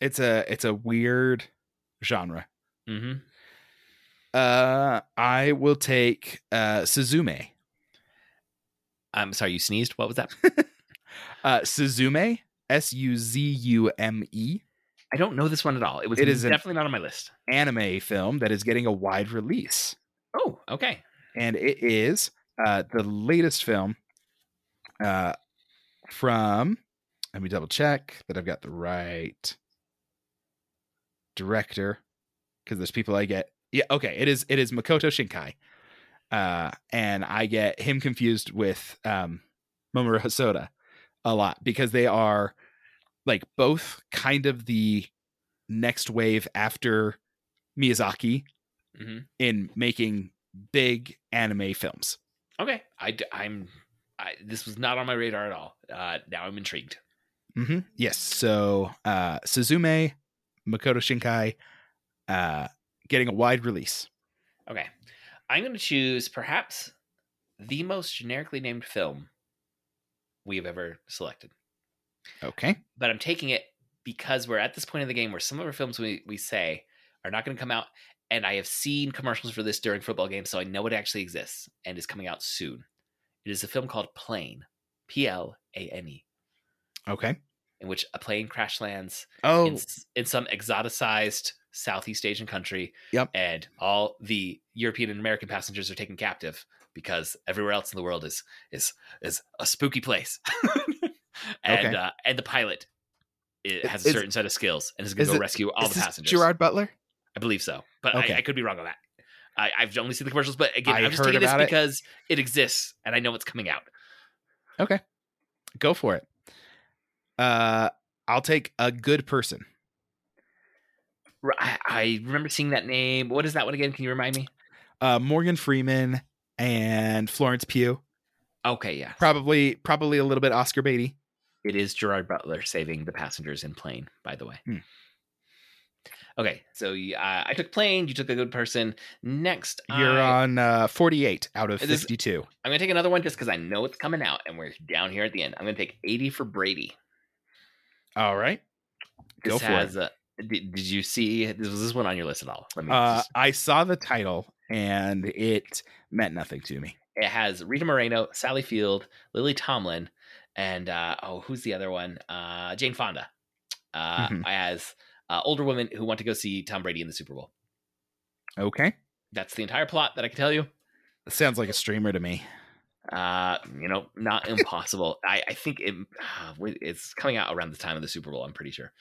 [SPEAKER 3] It's a it's a weird genre.
[SPEAKER 2] hmm
[SPEAKER 3] Uh, I will take uh Suzume.
[SPEAKER 2] I'm sorry, you sneezed. What was that?
[SPEAKER 3] Uh, Suzume. S U Z U M E.
[SPEAKER 2] I don't know this one at all. It was
[SPEAKER 3] It is an-
[SPEAKER 2] definitely not on my list.
[SPEAKER 3] Anime film that is getting a wide release.
[SPEAKER 2] Oh, okay.
[SPEAKER 3] and it is uh, the latest film uh, from. Let me double check that I've got the right director, because there's people I get. Yeah, okay, it is. It is Makoto Shinkai, uh, and I get him confused with um, Mamoru Hosoda a lot because they are like both kind of the next wave after Miyazaki
[SPEAKER 2] hmm
[SPEAKER 3] in making big anime films.
[SPEAKER 2] Okay. I, am I, this was not on my radar at all. Uh, now I'm intrigued.
[SPEAKER 3] Mm-hmm. Yes. So uh, Suzume, Makoto Shinkai, uh, getting a wide release.
[SPEAKER 2] Okay. I'm going to choose perhaps the most generically named film we have ever selected,
[SPEAKER 3] Okay.
[SPEAKER 2] but I'm taking it because we're at this point in the game where some of our films we, we say are not going to come out. And I have seen commercials for this during football games, so I know it actually exists and is coming out soon. It is a film called Plane, P L A N E,
[SPEAKER 3] Okay.
[SPEAKER 2] in which a plane crash lands
[SPEAKER 3] Oh,
[SPEAKER 2] in, s- in some exoticized Southeast Asian country.
[SPEAKER 3] Yep.
[SPEAKER 2] And all the European and American passengers are taken captive because everywhere else in the world is is is a spooky place. and
[SPEAKER 3] Okay.
[SPEAKER 2] uh, and the pilot it
[SPEAKER 3] I-
[SPEAKER 2] has a
[SPEAKER 3] is-
[SPEAKER 2] certain set of skills and is going
[SPEAKER 3] is
[SPEAKER 2] to go
[SPEAKER 3] it-
[SPEAKER 2] rescue all
[SPEAKER 3] is
[SPEAKER 2] the
[SPEAKER 3] this
[SPEAKER 2] passengers.
[SPEAKER 3] Gerard Butler.
[SPEAKER 2] I believe so, but
[SPEAKER 3] Okay.
[SPEAKER 2] I, I could be wrong on that. I, I've only seen the commercials, but again,
[SPEAKER 3] I
[SPEAKER 2] I'm just
[SPEAKER 3] heard
[SPEAKER 2] taking this
[SPEAKER 3] about it.
[SPEAKER 2] because it exists and I know it's coming out.
[SPEAKER 3] Go for it. Uh, I'll take a good person.
[SPEAKER 2] R- I, I remember seeing that name. What is that one again? Can you remind me?
[SPEAKER 3] Uh, Morgan Freeman and Florence Pugh.
[SPEAKER 2] Okay, yeah.
[SPEAKER 3] Probably, probably a little bit Oscar Beatty.
[SPEAKER 2] It is Gerard Butler saving the passengers in plane, by the way.
[SPEAKER 3] Hmm.
[SPEAKER 2] Okay, so you- uh, I took plane. You took a good person. Next,
[SPEAKER 3] You're
[SPEAKER 2] I,
[SPEAKER 3] on uh, 48 out of
[SPEAKER 2] It is-
[SPEAKER 3] 52.
[SPEAKER 2] I'm gonna take another one just because I know it's coming out, and we're down here at the end. I'm gonna take 80 for Brady.
[SPEAKER 3] All right. Go
[SPEAKER 2] This
[SPEAKER 3] for it.
[SPEAKER 2] has, Uh, did, did you see? This was this one on your list at all? Let me.
[SPEAKER 3] Uh,
[SPEAKER 2] just-
[SPEAKER 3] I saw the title and it meant nothing to me.
[SPEAKER 2] it has Rita Moreno, Sally Field, Lily Tomlin, and uh, oh, who's the other one? Uh, Jane Fonda. Uh,
[SPEAKER 3] Mhm.
[SPEAKER 2] As uh, older women who want to go see Tom Brady in the Super Bowl.
[SPEAKER 3] Okay.
[SPEAKER 2] That's the entire plot that I can tell you.
[SPEAKER 3] Sounds like a streamer to me.
[SPEAKER 2] Uh, you know, not impossible. I, I think it, uh, it's coming out around the time of the Super Bowl. I'm pretty sure.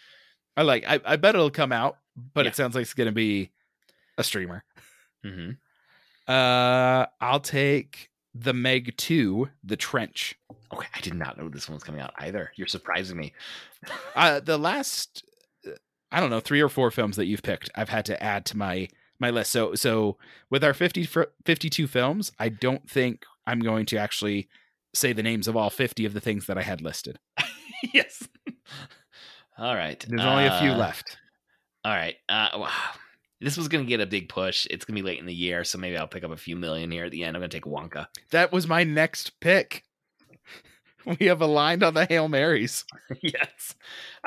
[SPEAKER 3] I like I, I bet it'll come out, but
[SPEAKER 2] Yeah.
[SPEAKER 3] it sounds like it's gonna be a streamer.
[SPEAKER 2] hmm
[SPEAKER 3] Uh I'll take the Meg 2, the trench.
[SPEAKER 2] Okay, I did not know this one was coming out either. You're surprising me.
[SPEAKER 3] Uh the last uh, I don't know, three or four films that you've picked, I've had to add to my my list. So so with our 50 fr- 52 films, I don't think I'm going to actually say the names of all 50 of the things that I had listed.
[SPEAKER 2] yes. All right.
[SPEAKER 3] There's only a few
[SPEAKER 2] uh,
[SPEAKER 3] left.
[SPEAKER 2] All right. Uh, wow. This was gonna get a big push. It's gonna be late in the year, so maybe I'll pick up a few million here at the end. I'm gonna take Wonka.
[SPEAKER 3] That was my next pick. We have aligned on the Hail Marys.
[SPEAKER 2] yes,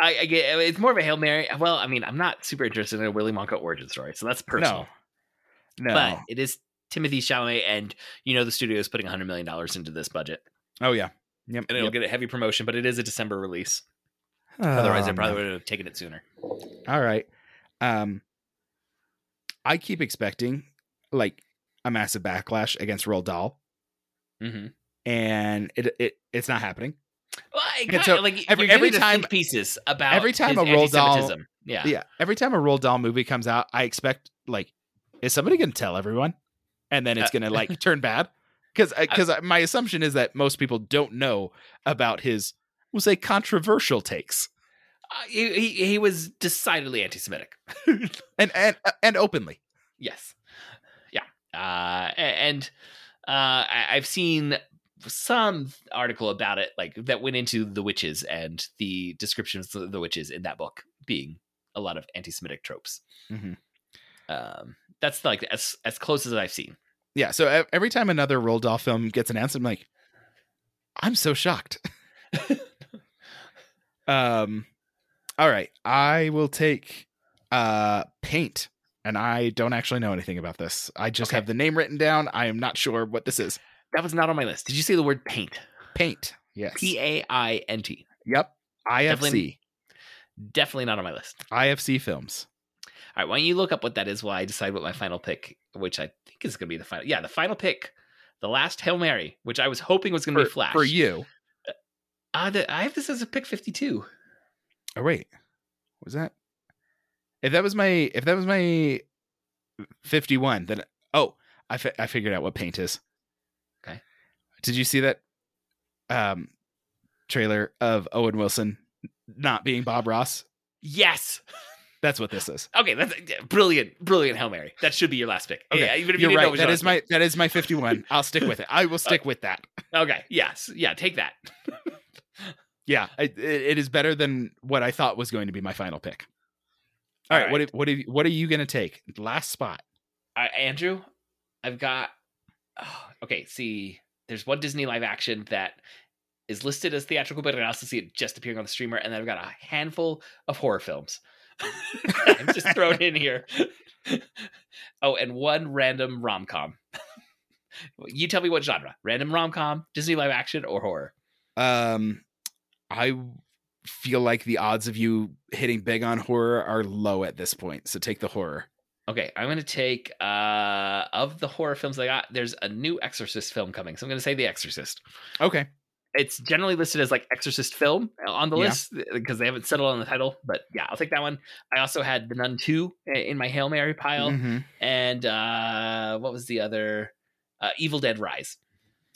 [SPEAKER 2] I, I get. It's more of a hail mary. Well, I mean, I'm not super interested in a Willy Wonka origin story, so that's personal.
[SPEAKER 3] No. No.
[SPEAKER 2] but it is Timothy Chalamet, and you know the studio is putting 100 million dollars into this budget,
[SPEAKER 3] oh yeah. Yep.
[SPEAKER 2] and it'll
[SPEAKER 3] yep.
[SPEAKER 2] get a heavy promotion. But it is a December release. Otherwise, I
[SPEAKER 3] Um,
[SPEAKER 2] probably would have taken it sooner.
[SPEAKER 3] All right. Um I keep expecting like a massive backlash against Roald Dahl
[SPEAKER 2] Mm-hmm.
[SPEAKER 3] and it, it it's not happening.
[SPEAKER 2] Well, I
[SPEAKER 3] And
[SPEAKER 2] kinda-
[SPEAKER 3] so
[SPEAKER 2] like
[SPEAKER 3] every-
[SPEAKER 2] every,
[SPEAKER 3] every
[SPEAKER 2] time
[SPEAKER 3] time-
[SPEAKER 2] pieces about
[SPEAKER 3] every
[SPEAKER 2] his
[SPEAKER 3] time a Roald Dahl-
[SPEAKER 2] anti-Semitism. yeah.
[SPEAKER 3] Yeah. Every time a Roald Dahl movie comes out, I expect like is somebody going to tell everyone? And then it's
[SPEAKER 2] Uh,
[SPEAKER 3] going to like turn bad cuz cuz uh, my assumption is that most people don't know about his we'll say controversial takes.
[SPEAKER 2] Uh, he, he he was decidedly anti-Semitic.
[SPEAKER 3] and and uh, and openly.
[SPEAKER 2] Yes. Yeah. Uh, a- and uh, I, I've seen some article about it, like that went into the witches and the descriptions of the witches in that book being a lot of anti-Semitic tropes.
[SPEAKER 3] Mhm.
[SPEAKER 2] Um, that's like as as close as I've seen.
[SPEAKER 3] Yeah. So e- every time another Roald Dahl film gets announced, I'm like, I'm so shocked. um, all right. I will take uh paint. And I don't actually know anything about this. I just
[SPEAKER 2] Okay.
[SPEAKER 3] have the name written down. I am not sure what this is.
[SPEAKER 2] That was not on my list. Did you say the word paint?
[SPEAKER 3] Paint. Yes.
[SPEAKER 2] P A I N T.
[SPEAKER 3] Yep. IFC.
[SPEAKER 2] Definitely- Definitely not on my list.
[SPEAKER 3] IFC films.
[SPEAKER 2] All right, why don't you look up what that is while I decide what my final pick, which I think is going to be the final. Yeah, the final pick, the last Hail Mary, which I was hoping was going to
[SPEAKER 3] For,
[SPEAKER 2] be Flash.
[SPEAKER 3] for you.
[SPEAKER 2] Uh, the, I have this as a pick 52.
[SPEAKER 3] Oh wait. Was that If that was my if that was my 51 then oh, I fi- I figured out what paint is.
[SPEAKER 2] Okay.
[SPEAKER 3] Did you see that um trailer of Owen Wilson not being Bob Ross?
[SPEAKER 2] Yes.
[SPEAKER 3] That's what this is.
[SPEAKER 2] Okay, that's yeah, brilliant, brilliant Hail Mary. That should be your last pick.
[SPEAKER 3] Okay,
[SPEAKER 2] Yeah, even if you
[SPEAKER 3] You're
[SPEAKER 2] didn't know it
[SPEAKER 3] right.
[SPEAKER 2] was
[SPEAKER 3] That
[SPEAKER 2] your
[SPEAKER 3] is
[SPEAKER 2] last
[SPEAKER 3] my that is my 51. I'll stick with it. I will stick with that.
[SPEAKER 2] pick. Okay, yes. Yeah, take that.
[SPEAKER 3] Yeah, I, it, it is better than what I thought was going to be my final pick. All
[SPEAKER 2] All
[SPEAKER 3] right, what if- what if- what are you going to take? Last spot.
[SPEAKER 2] All right, Andrew, I've got. oh, okay, see, there's one Disney live action that is listed as theatrical, but I also see it just appearing on the streamer, and then I've got a handful of horror films. I'm just thrown in here. oh, and one random rom com. you tell me what genre: random rom com, Disney live action, or horror.
[SPEAKER 3] Um, I feel like the odds of you hitting big on horror are low at this point. So take the horror.
[SPEAKER 2] Okay, I'm gonna take uh of the horror films I got. There's a new Exorcist film coming, so I'm gonna say The Exorcist.
[SPEAKER 3] Okay.
[SPEAKER 2] it's generally listed as like Exorcist film uh, on the
[SPEAKER 3] Yeah.
[SPEAKER 2] list because they haven't settled on the title. But yeah, I'll take that one. I also had The Nun Two i- in my Hail Mary pile,
[SPEAKER 3] Mhm.
[SPEAKER 2] and uh, what was the other? Uh, Evil Dead Rise,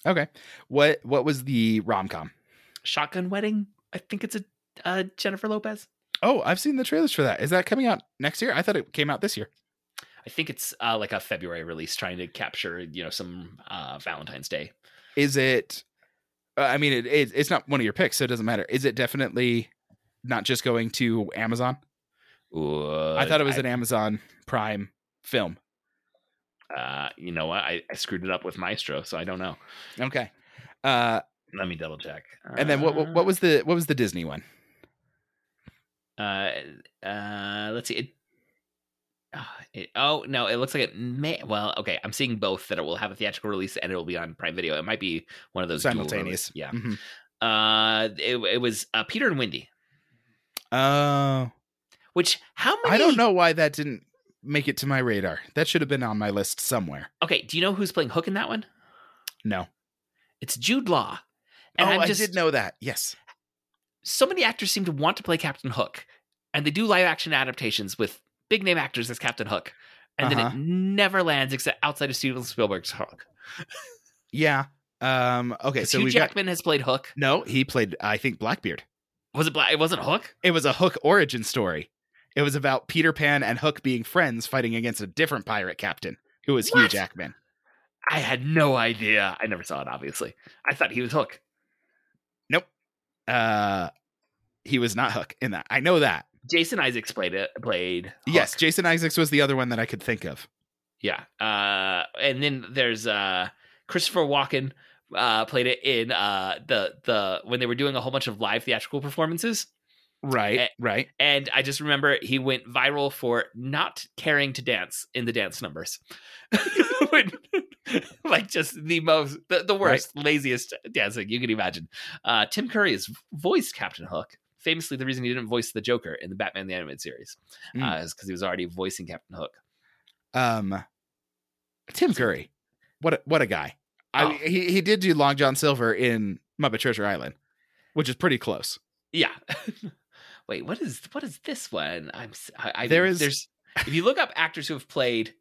[SPEAKER 3] Okay. What what was the rom com?
[SPEAKER 2] Shotgun Wedding. I think it's a uh, Jennifer Lopez.
[SPEAKER 3] Oh, I've seen the trailers for that. Is that coming out next year? I thought it came out this year.
[SPEAKER 2] I think it's uh, like a February release, trying to capture you know some uh, Valentine's Day.
[SPEAKER 3] Is it? uh, I mean, it, it it's not one of your picks, so it doesn't matter. Is it definitely not just going to Amazon? Uh, I thought it was an Amazon Prime film.
[SPEAKER 2] uh, you know what? I, I screwed it up with Maestro, so I don't know.
[SPEAKER 3] Okay. Uh,
[SPEAKER 2] Let me double check.
[SPEAKER 3] and then what,
[SPEAKER 2] Uh,
[SPEAKER 3] what what was the what was the Disney one?
[SPEAKER 2] uh, uh, let's see. It, Ah, it, oh no, it looks like it may. Well, okay, I'm seeing both that it will have a theatrical release and it will be on Prime Video. It might be one of those dual release-
[SPEAKER 3] Simultaneous.
[SPEAKER 2] Yeah.
[SPEAKER 3] Mhm.
[SPEAKER 2] Uh, it, it was uh, Peter and Wendy.
[SPEAKER 3] Oh.
[SPEAKER 2] Which how many?
[SPEAKER 3] I don't know why that didn't make it to my radar. That should have been on my list somewhere.
[SPEAKER 2] Okay, do you know who's playing Hook in that one?
[SPEAKER 3] No.
[SPEAKER 2] It's Jude Law. And
[SPEAKER 3] oh,
[SPEAKER 2] I'm
[SPEAKER 3] I
[SPEAKER 2] just,
[SPEAKER 3] did know that. Yes.
[SPEAKER 2] So many actors seem to want to play Captain Hook, and they do live action adaptations with big name actors as Captain Hook, and then
[SPEAKER 3] Uh-huh.
[SPEAKER 2] it never lands except outside of Steven Spielberg's Hook.
[SPEAKER 3] Yeah. Um. Okay.
[SPEAKER 2] 'Cause
[SPEAKER 3] So
[SPEAKER 2] Hugh
[SPEAKER 3] we got
[SPEAKER 2] Jackman has played Hook.
[SPEAKER 3] no. He played. I think Blackbeard.
[SPEAKER 2] Was it black? It wasn't Hook.
[SPEAKER 3] It was a Hook origin story. It was about Peter Pan and Hook being friends, fighting against a different pirate captain who was Hugh
[SPEAKER 2] What?
[SPEAKER 3] Jackman.
[SPEAKER 2] I had no idea. I never saw it. Obviously, I thought he was Hook.
[SPEAKER 3] Uh, he was not Hook in that. I know that.
[SPEAKER 2] Jason Isaacs played it. Played Hook.
[SPEAKER 3] Yes, Jason Isaacs was the other one that I could think of.
[SPEAKER 2] yeah. Uh, and then there's uh Christopher Walken uh played it in uh the the when they were doing a whole bunch of live theatrical performances.
[SPEAKER 3] Right.
[SPEAKER 2] Eh.
[SPEAKER 3] right.
[SPEAKER 2] And I just remember he went viral for not caring to dance in the dance numbers. When- like just the most the, the worst laziest dancing you could imagine uh tim curry has voiced captain hook famously the reason he didn't voice the joker in the batman the animated series
[SPEAKER 3] Mm.
[SPEAKER 2] uh, is because he was already voicing captain hook
[SPEAKER 3] Um, Tim Curry, what a, what a guy!
[SPEAKER 2] Oh.
[SPEAKER 3] I he he did do Long John Silver in Muppet Treasure Island, which is pretty close.
[SPEAKER 2] yeah wait what is what is this one i'm s- I, I-
[SPEAKER 3] There is-
[SPEAKER 2] there's if you look up actors who have played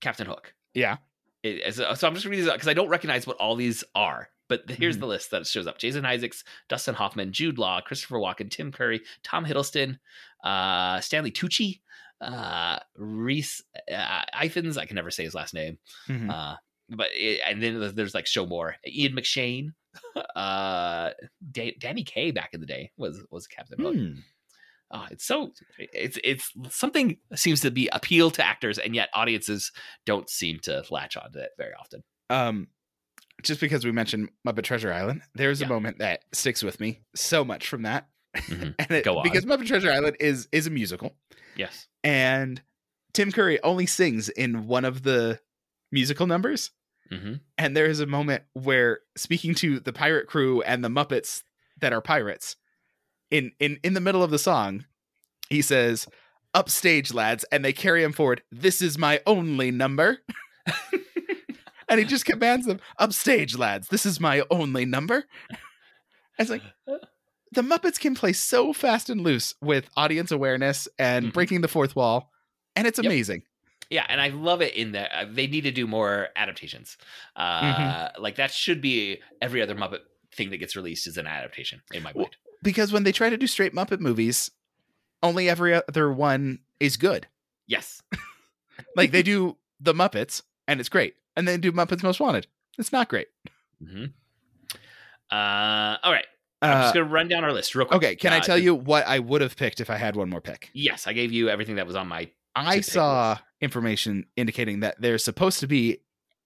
[SPEAKER 2] captain hook
[SPEAKER 3] Yeah.
[SPEAKER 2] It- as- so I'm just reading these because I don't recognize what all these are. But the-
[SPEAKER 3] Mm-hmm.
[SPEAKER 2] here's the list that shows up: Jason Isaacs, Dustin Hoffman, Jude Law, Christopher Walken, Tim Curry, Tom Hiddleston, uh, Stanley Tucci, uh, Reese uh, Ifans. I can never say his last name.
[SPEAKER 3] Mhm.
[SPEAKER 2] Uh, but it, and then there's like show more Ian McShane, uh, da- Danny Kaye back in the day was was Captain Hook.
[SPEAKER 3] Hmm.
[SPEAKER 2] Oh, it's so it's it's something seems to be appeal to actors and yet audiences don't seem to latch onto it very often.
[SPEAKER 3] Um, just because we mentioned Muppet Treasure Island, there's
[SPEAKER 2] Yeah.
[SPEAKER 3] a moment that sticks with me so much from that,
[SPEAKER 2] Mhm.
[SPEAKER 3] and it,
[SPEAKER 2] Go on.
[SPEAKER 3] because Muppet Treasure Island is is a musical,
[SPEAKER 2] Yes.
[SPEAKER 3] and Tim Curry only sings in one of the musical numbers.
[SPEAKER 2] hmm
[SPEAKER 3] And there is a moment where speaking to the pirate crew and the Muppets that are pirates, in in in the middle of the song, he says, "Upstage, lads," and they carry him forward. This is my only number. and he just commands them, "Upstage, lads. This is my only number." It's like the Muppets can play so fast and loose with audience awareness and
[SPEAKER 2] Mhm.
[SPEAKER 3] breaking the fourth wall, and it's
[SPEAKER 2] Yep.
[SPEAKER 3] amazing.
[SPEAKER 2] Yeah, and I love it in that uh, they need to do more adaptations. Uh,
[SPEAKER 3] Mm-hmm.
[SPEAKER 2] Like that should be every other Muppet thing that gets released is an adaptation in my
[SPEAKER 3] Well,
[SPEAKER 2] mind.
[SPEAKER 3] because when they try to do straight Muppet movies, only every other one is good.
[SPEAKER 2] Yes.
[SPEAKER 3] Like they do the Muppets, and it's great, and then do Muppets Most Wanted. It's not great.
[SPEAKER 2] hmm Uh, all right. I'm
[SPEAKER 3] Uh,
[SPEAKER 2] just gonna run down our list real quick.
[SPEAKER 3] okay, can I
[SPEAKER 2] Uh,
[SPEAKER 3] tell
[SPEAKER 2] just-
[SPEAKER 3] you what I would have picked if I had one more pick?
[SPEAKER 2] Yes, I gave you everything that was on my.
[SPEAKER 3] I
[SPEAKER 2] pick
[SPEAKER 3] saw information indicating that there's supposed to be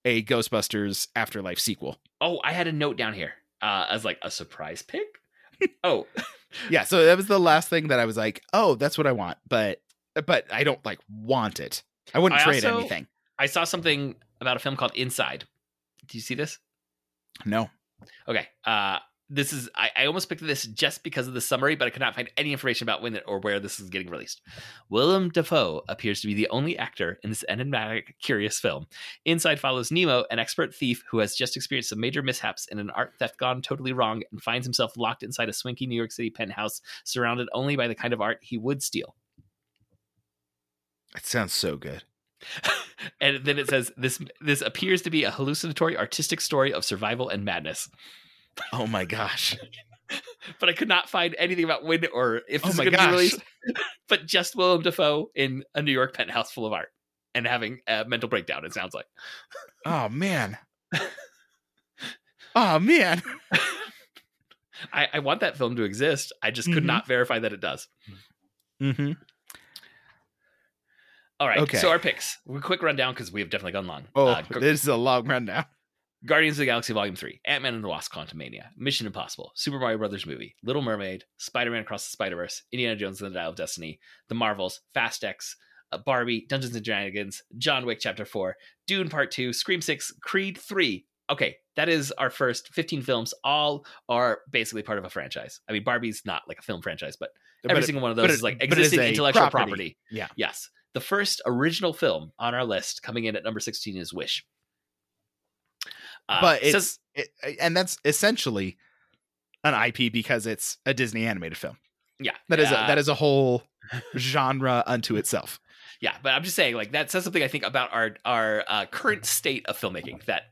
[SPEAKER 3] a Ghostbusters Afterlife sequel.
[SPEAKER 2] Oh, I had a note down here uh, as like a surprise pick. oh,
[SPEAKER 3] Yeah, so that was the last thing that I was like, oh, that's what I want, but but I don't like want it. I wouldn't
[SPEAKER 2] I
[SPEAKER 3] trade
[SPEAKER 2] also-
[SPEAKER 3] anything.
[SPEAKER 2] I saw something about a film called Inside. Do you see this?
[SPEAKER 3] No.
[SPEAKER 2] Okay. Uh, this is I, I almost picked this just because of the summary, but I could not find any information about when it- or where this is getting released. Willem Dafoe appears to be the only actor in this enigmatic, curious film. Inside follows Nemo, an expert thief who has just experienced some major mishaps in an art theft gone totally wrong, and finds himself locked inside a swanky New York City penthouse, surrounded only by the kind of art he would steal.
[SPEAKER 3] It sounds so good.
[SPEAKER 2] and then it says this this appears to be a hallucinatory artistic story of survival and madness.
[SPEAKER 3] Oh my gosh.
[SPEAKER 2] But I could not find anything about when or if
[SPEAKER 3] Oh
[SPEAKER 2] this is
[SPEAKER 3] my
[SPEAKER 2] going to be
[SPEAKER 3] gosh.
[SPEAKER 2] released. but just Willem Dafoe in a New York penthouse full of art and having a mental breakdown. It sounds like.
[SPEAKER 3] Oh man. oh man.
[SPEAKER 2] I, I want that film to exist. I just could
[SPEAKER 3] Mhm.
[SPEAKER 2] not verify that it does.
[SPEAKER 3] Mm-hmm.
[SPEAKER 2] All right.
[SPEAKER 3] Okay.
[SPEAKER 2] So our picks. We quick rundown because we have definitely gone long.
[SPEAKER 3] Oh,
[SPEAKER 2] Uh, Gu-
[SPEAKER 3] this is a long run now.
[SPEAKER 2] Guardians of the Galaxy Volume Three, Ant Man and the Wasp: Quantumania, Mission Impossible, Super Mario Brothers movie, Little Mermaid, Spider Man Across the Spider Verse, Indiana Jones and the Dial of Destiny, The Marvels, Fast X. uh, Barbie, Dungeons and Dragons, John Wick Chapter 4, Dune Part 2, Scream 6, Creed 3. Okay, that is our first 15 films. All are basically part of a franchise. I mean, Barbie's not like a film franchise, but every
[SPEAKER 3] But it-
[SPEAKER 2] single one of
[SPEAKER 3] but
[SPEAKER 2] those
[SPEAKER 3] it-
[SPEAKER 2] is like
[SPEAKER 3] but it is
[SPEAKER 2] existing
[SPEAKER 3] a
[SPEAKER 2] intellectual property.
[SPEAKER 3] property. Yeah.
[SPEAKER 2] Yes. The first original film on our list coming in at number 16 is Wish. Uh,
[SPEAKER 3] but
[SPEAKER 2] it
[SPEAKER 3] it's
[SPEAKER 2] says-
[SPEAKER 3] it- and that's essentially an IP because it's a Disney animated film.
[SPEAKER 2] yeah,
[SPEAKER 3] That is a,
[SPEAKER 2] uh,
[SPEAKER 3] that is a whole genre unto itself.
[SPEAKER 2] yeah. But I'm just saying, like that says something I think about our our uh, current state of filmmaking that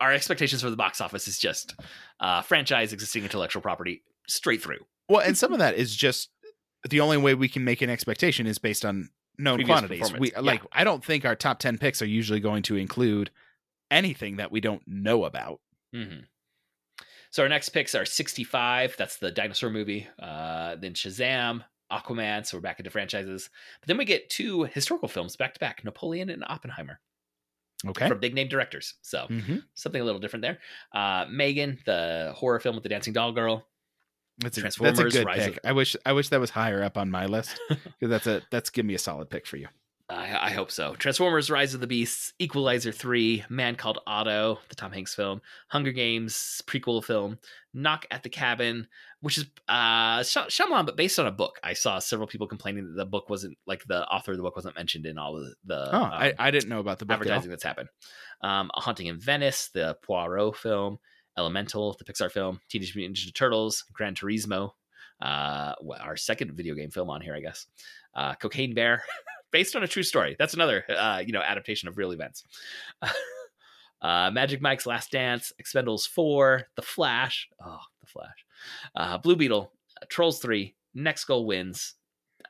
[SPEAKER 2] our expectations for the box office is just uh, franchise existing intellectual property straight through.
[SPEAKER 3] Well, and some of that is just the only way we can make an expectation is based on known
[SPEAKER 2] Previous
[SPEAKER 3] quantities.
[SPEAKER 2] performance,
[SPEAKER 3] We
[SPEAKER 2] yeah.
[SPEAKER 3] like I don't think our top 10 picks are usually going to include anything that we don't know about.
[SPEAKER 2] hmm So our next picks are 65. That's the dinosaur movie. Uh, then Shazam, Aquaman. So we're back into franchises. But then we get two historical films back to back: Napoleon and Oppenheimer
[SPEAKER 3] Okay?
[SPEAKER 2] from big name directors. So
[SPEAKER 3] Mhm.
[SPEAKER 2] something a little different there. Uh, Megan, the horror film with the dancing doll girl.
[SPEAKER 3] That's a, that's a
[SPEAKER 2] Transformers,
[SPEAKER 3] good
[SPEAKER 2] Rise of-
[SPEAKER 3] pick. I wish I wish that was higher up on my list 'cause that's a that's give me a solid pick for you.
[SPEAKER 2] I, I hope so. Transformers: Rise of the Beasts, Equalizer Three, Man Called Otto, the Tom Hanks film, Hunger Games prequel film, Knock at the Cabin, which is uh Shy- Shyamalan, but based on a book. I saw several people complaining that the book wasn't like the author of the book wasn't mentioned in all of the
[SPEAKER 3] Oh,
[SPEAKER 2] um,
[SPEAKER 3] I, I didn't know about the book at all.
[SPEAKER 2] advertising that's happened. Um, a Haunting in Venice, the Poirot film, Elemental, the Pixar film, Teenage Mutant Ninja Turtles, Gran Turismo, uh, wh- our second video game film on here, I guess. Uh, Cocaine Bear, based on a true story. That's another, uh, you know, adaptation of real events. uh, Magic Mike's Last Dance, Expendables 4, The Flash, oh, The Flash, uh, Blue Beetle, Trolls 3, Next Goal Wins,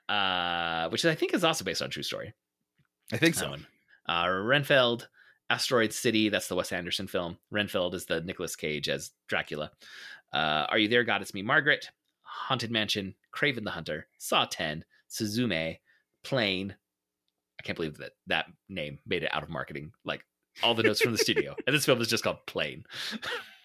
[SPEAKER 2] uh, which I think is also based on a true story
[SPEAKER 3] I think
[SPEAKER 2] that
[SPEAKER 3] so.
[SPEAKER 2] one. Uh, Renfeld, Asteroid City, that's the Wes Anderson film. Renfield is the Nicolas Cage as Dracula. Uh, Are You There, God? It's Me, Margaret. Haunted Mansion, Craven the Hunter, Saw 10, Suzume, Plane. I can't believe that that name made it out of marketing. Like all the notes from the studio. And this film is just called Plane.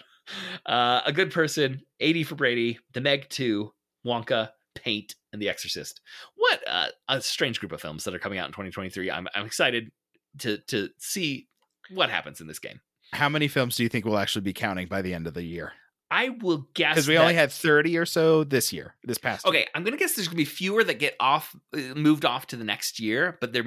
[SPEAKER 2] uh, a Good Person, 80 for Brady, The Meg 2, Wonka, Paint, and The Exorcist. What uh, a strange group of films that are coming out in 2023. I'm, I'm excited to to see what happens in this game.
[SPEAKER 3] How many films do you think we'll actually be counting by the end of the year?
[SPEAKER 2] I will guess
[SPEAKER 3] Because we
[SPEAKER 2] that-
[SPEAKER 3] only had 30 or so this year, this past year.
[SPEAKER 2] Okay, I'm gonna guess there's gonna be fewer that get off, uh, moved off to the next year, but there,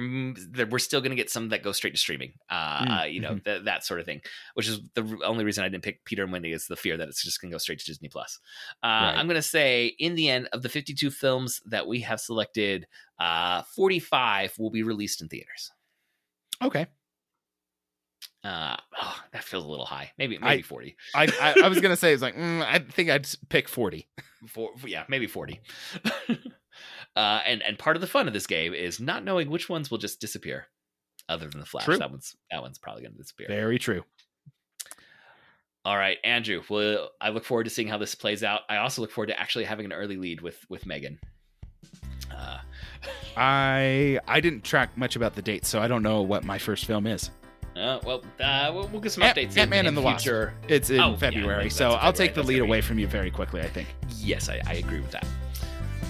[SPEAKER 2] there we're still gonna get some that go straight to streaming. Uh,
[SPEAKER 3] Mm,
[SPEAKER 2] uh, you know th- that sort of thing, which is the r- only reason I didn't pick Peter and Wendy is the fear that it's just gonna go straight to Disney Plus. Uh,
[SPEAKER 3] Right.
[SPEAKER 2] I'm gonna say in the end of the 52 films that we have selected, uh, 45 will be released in theaters.
[SPEAKER 3] Okay.
[SPEAKER 2] Uh, oh, that feels a little high. Maybe
[SPEAKER 3] I-
[SPEAKER 2] maybe 40.
[SPEAKER 3] I, I, I was going to say, it's like, mm, I think I'd s- pick 40.
[SPEAKER 2] four, yeah, maybe 40. uh, and and part of the fun of this game is not knowing which ones will just disappear other than the flash.
[SPEAKER 3] True.
[SPEAKER 2] That one's that one's probably going to disappear.
[SPEAKER 3] Very true.
[SPEAKER 2] All right, Andrew, well I look forward to seeing how this plays out. I also look forward to actually having an early lead with with Megan. Uh,
[SPEAKER 3] I I didn't track much about the dates, so I don't know what my first film is.
[SPEAKER 2] uh, well, uh, we'll, we'll get some
[SPEAKER 3] Ant-
[SPEAKER 2] updates in-
[SPEAKER 3] Ant-Man
[SPEAKER 2] in,
[SPEAKER 3] and the Wasp.
[SPEAKER 2] future.
[SPEAKER 3] It's in
[SPEAKER 2] Oh, yeah,
[SPEAKER 3] February,
[SPEAKER 2] that's
[SPEAKER 3] so
[SPEAKER 2] in
[SPEAKER 3] I'll take
[SPEAKER 2] February,
[SPEAKER 3] the
[SPEAKER 2] that's
[SPEAKER 3] lead
[SPEAKER 2] gonna
[SPEAKER 3] away from you very quickly, I think.
[SPEAKER 2] Yes, I, I agree with that.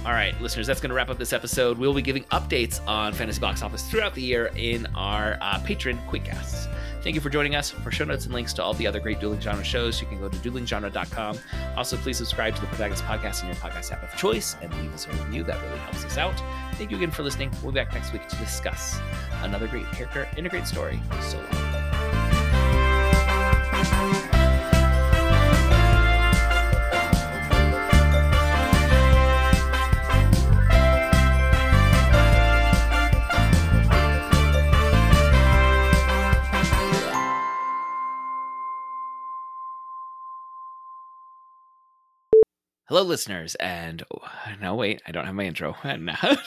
[SPEAKER 2] All right, listeners, that's going to wrap up this episode. We'll be giving updates on Fantasy Box Office throughout the year in our uh, patron quickcasts. Thank you for joining us. For show notes and links to all the other great dueling genre shows, you can go to duelinggenre.com. Also, please subscribe to the Protagonist Podcast in your podcast app of choice and leave us a review. That really helps us out. Thank you again for listening. We'll be back next week to discuss another great character and a great story. So long. Hello, listeners, and oh, no, wait, I don't have my intro. And now-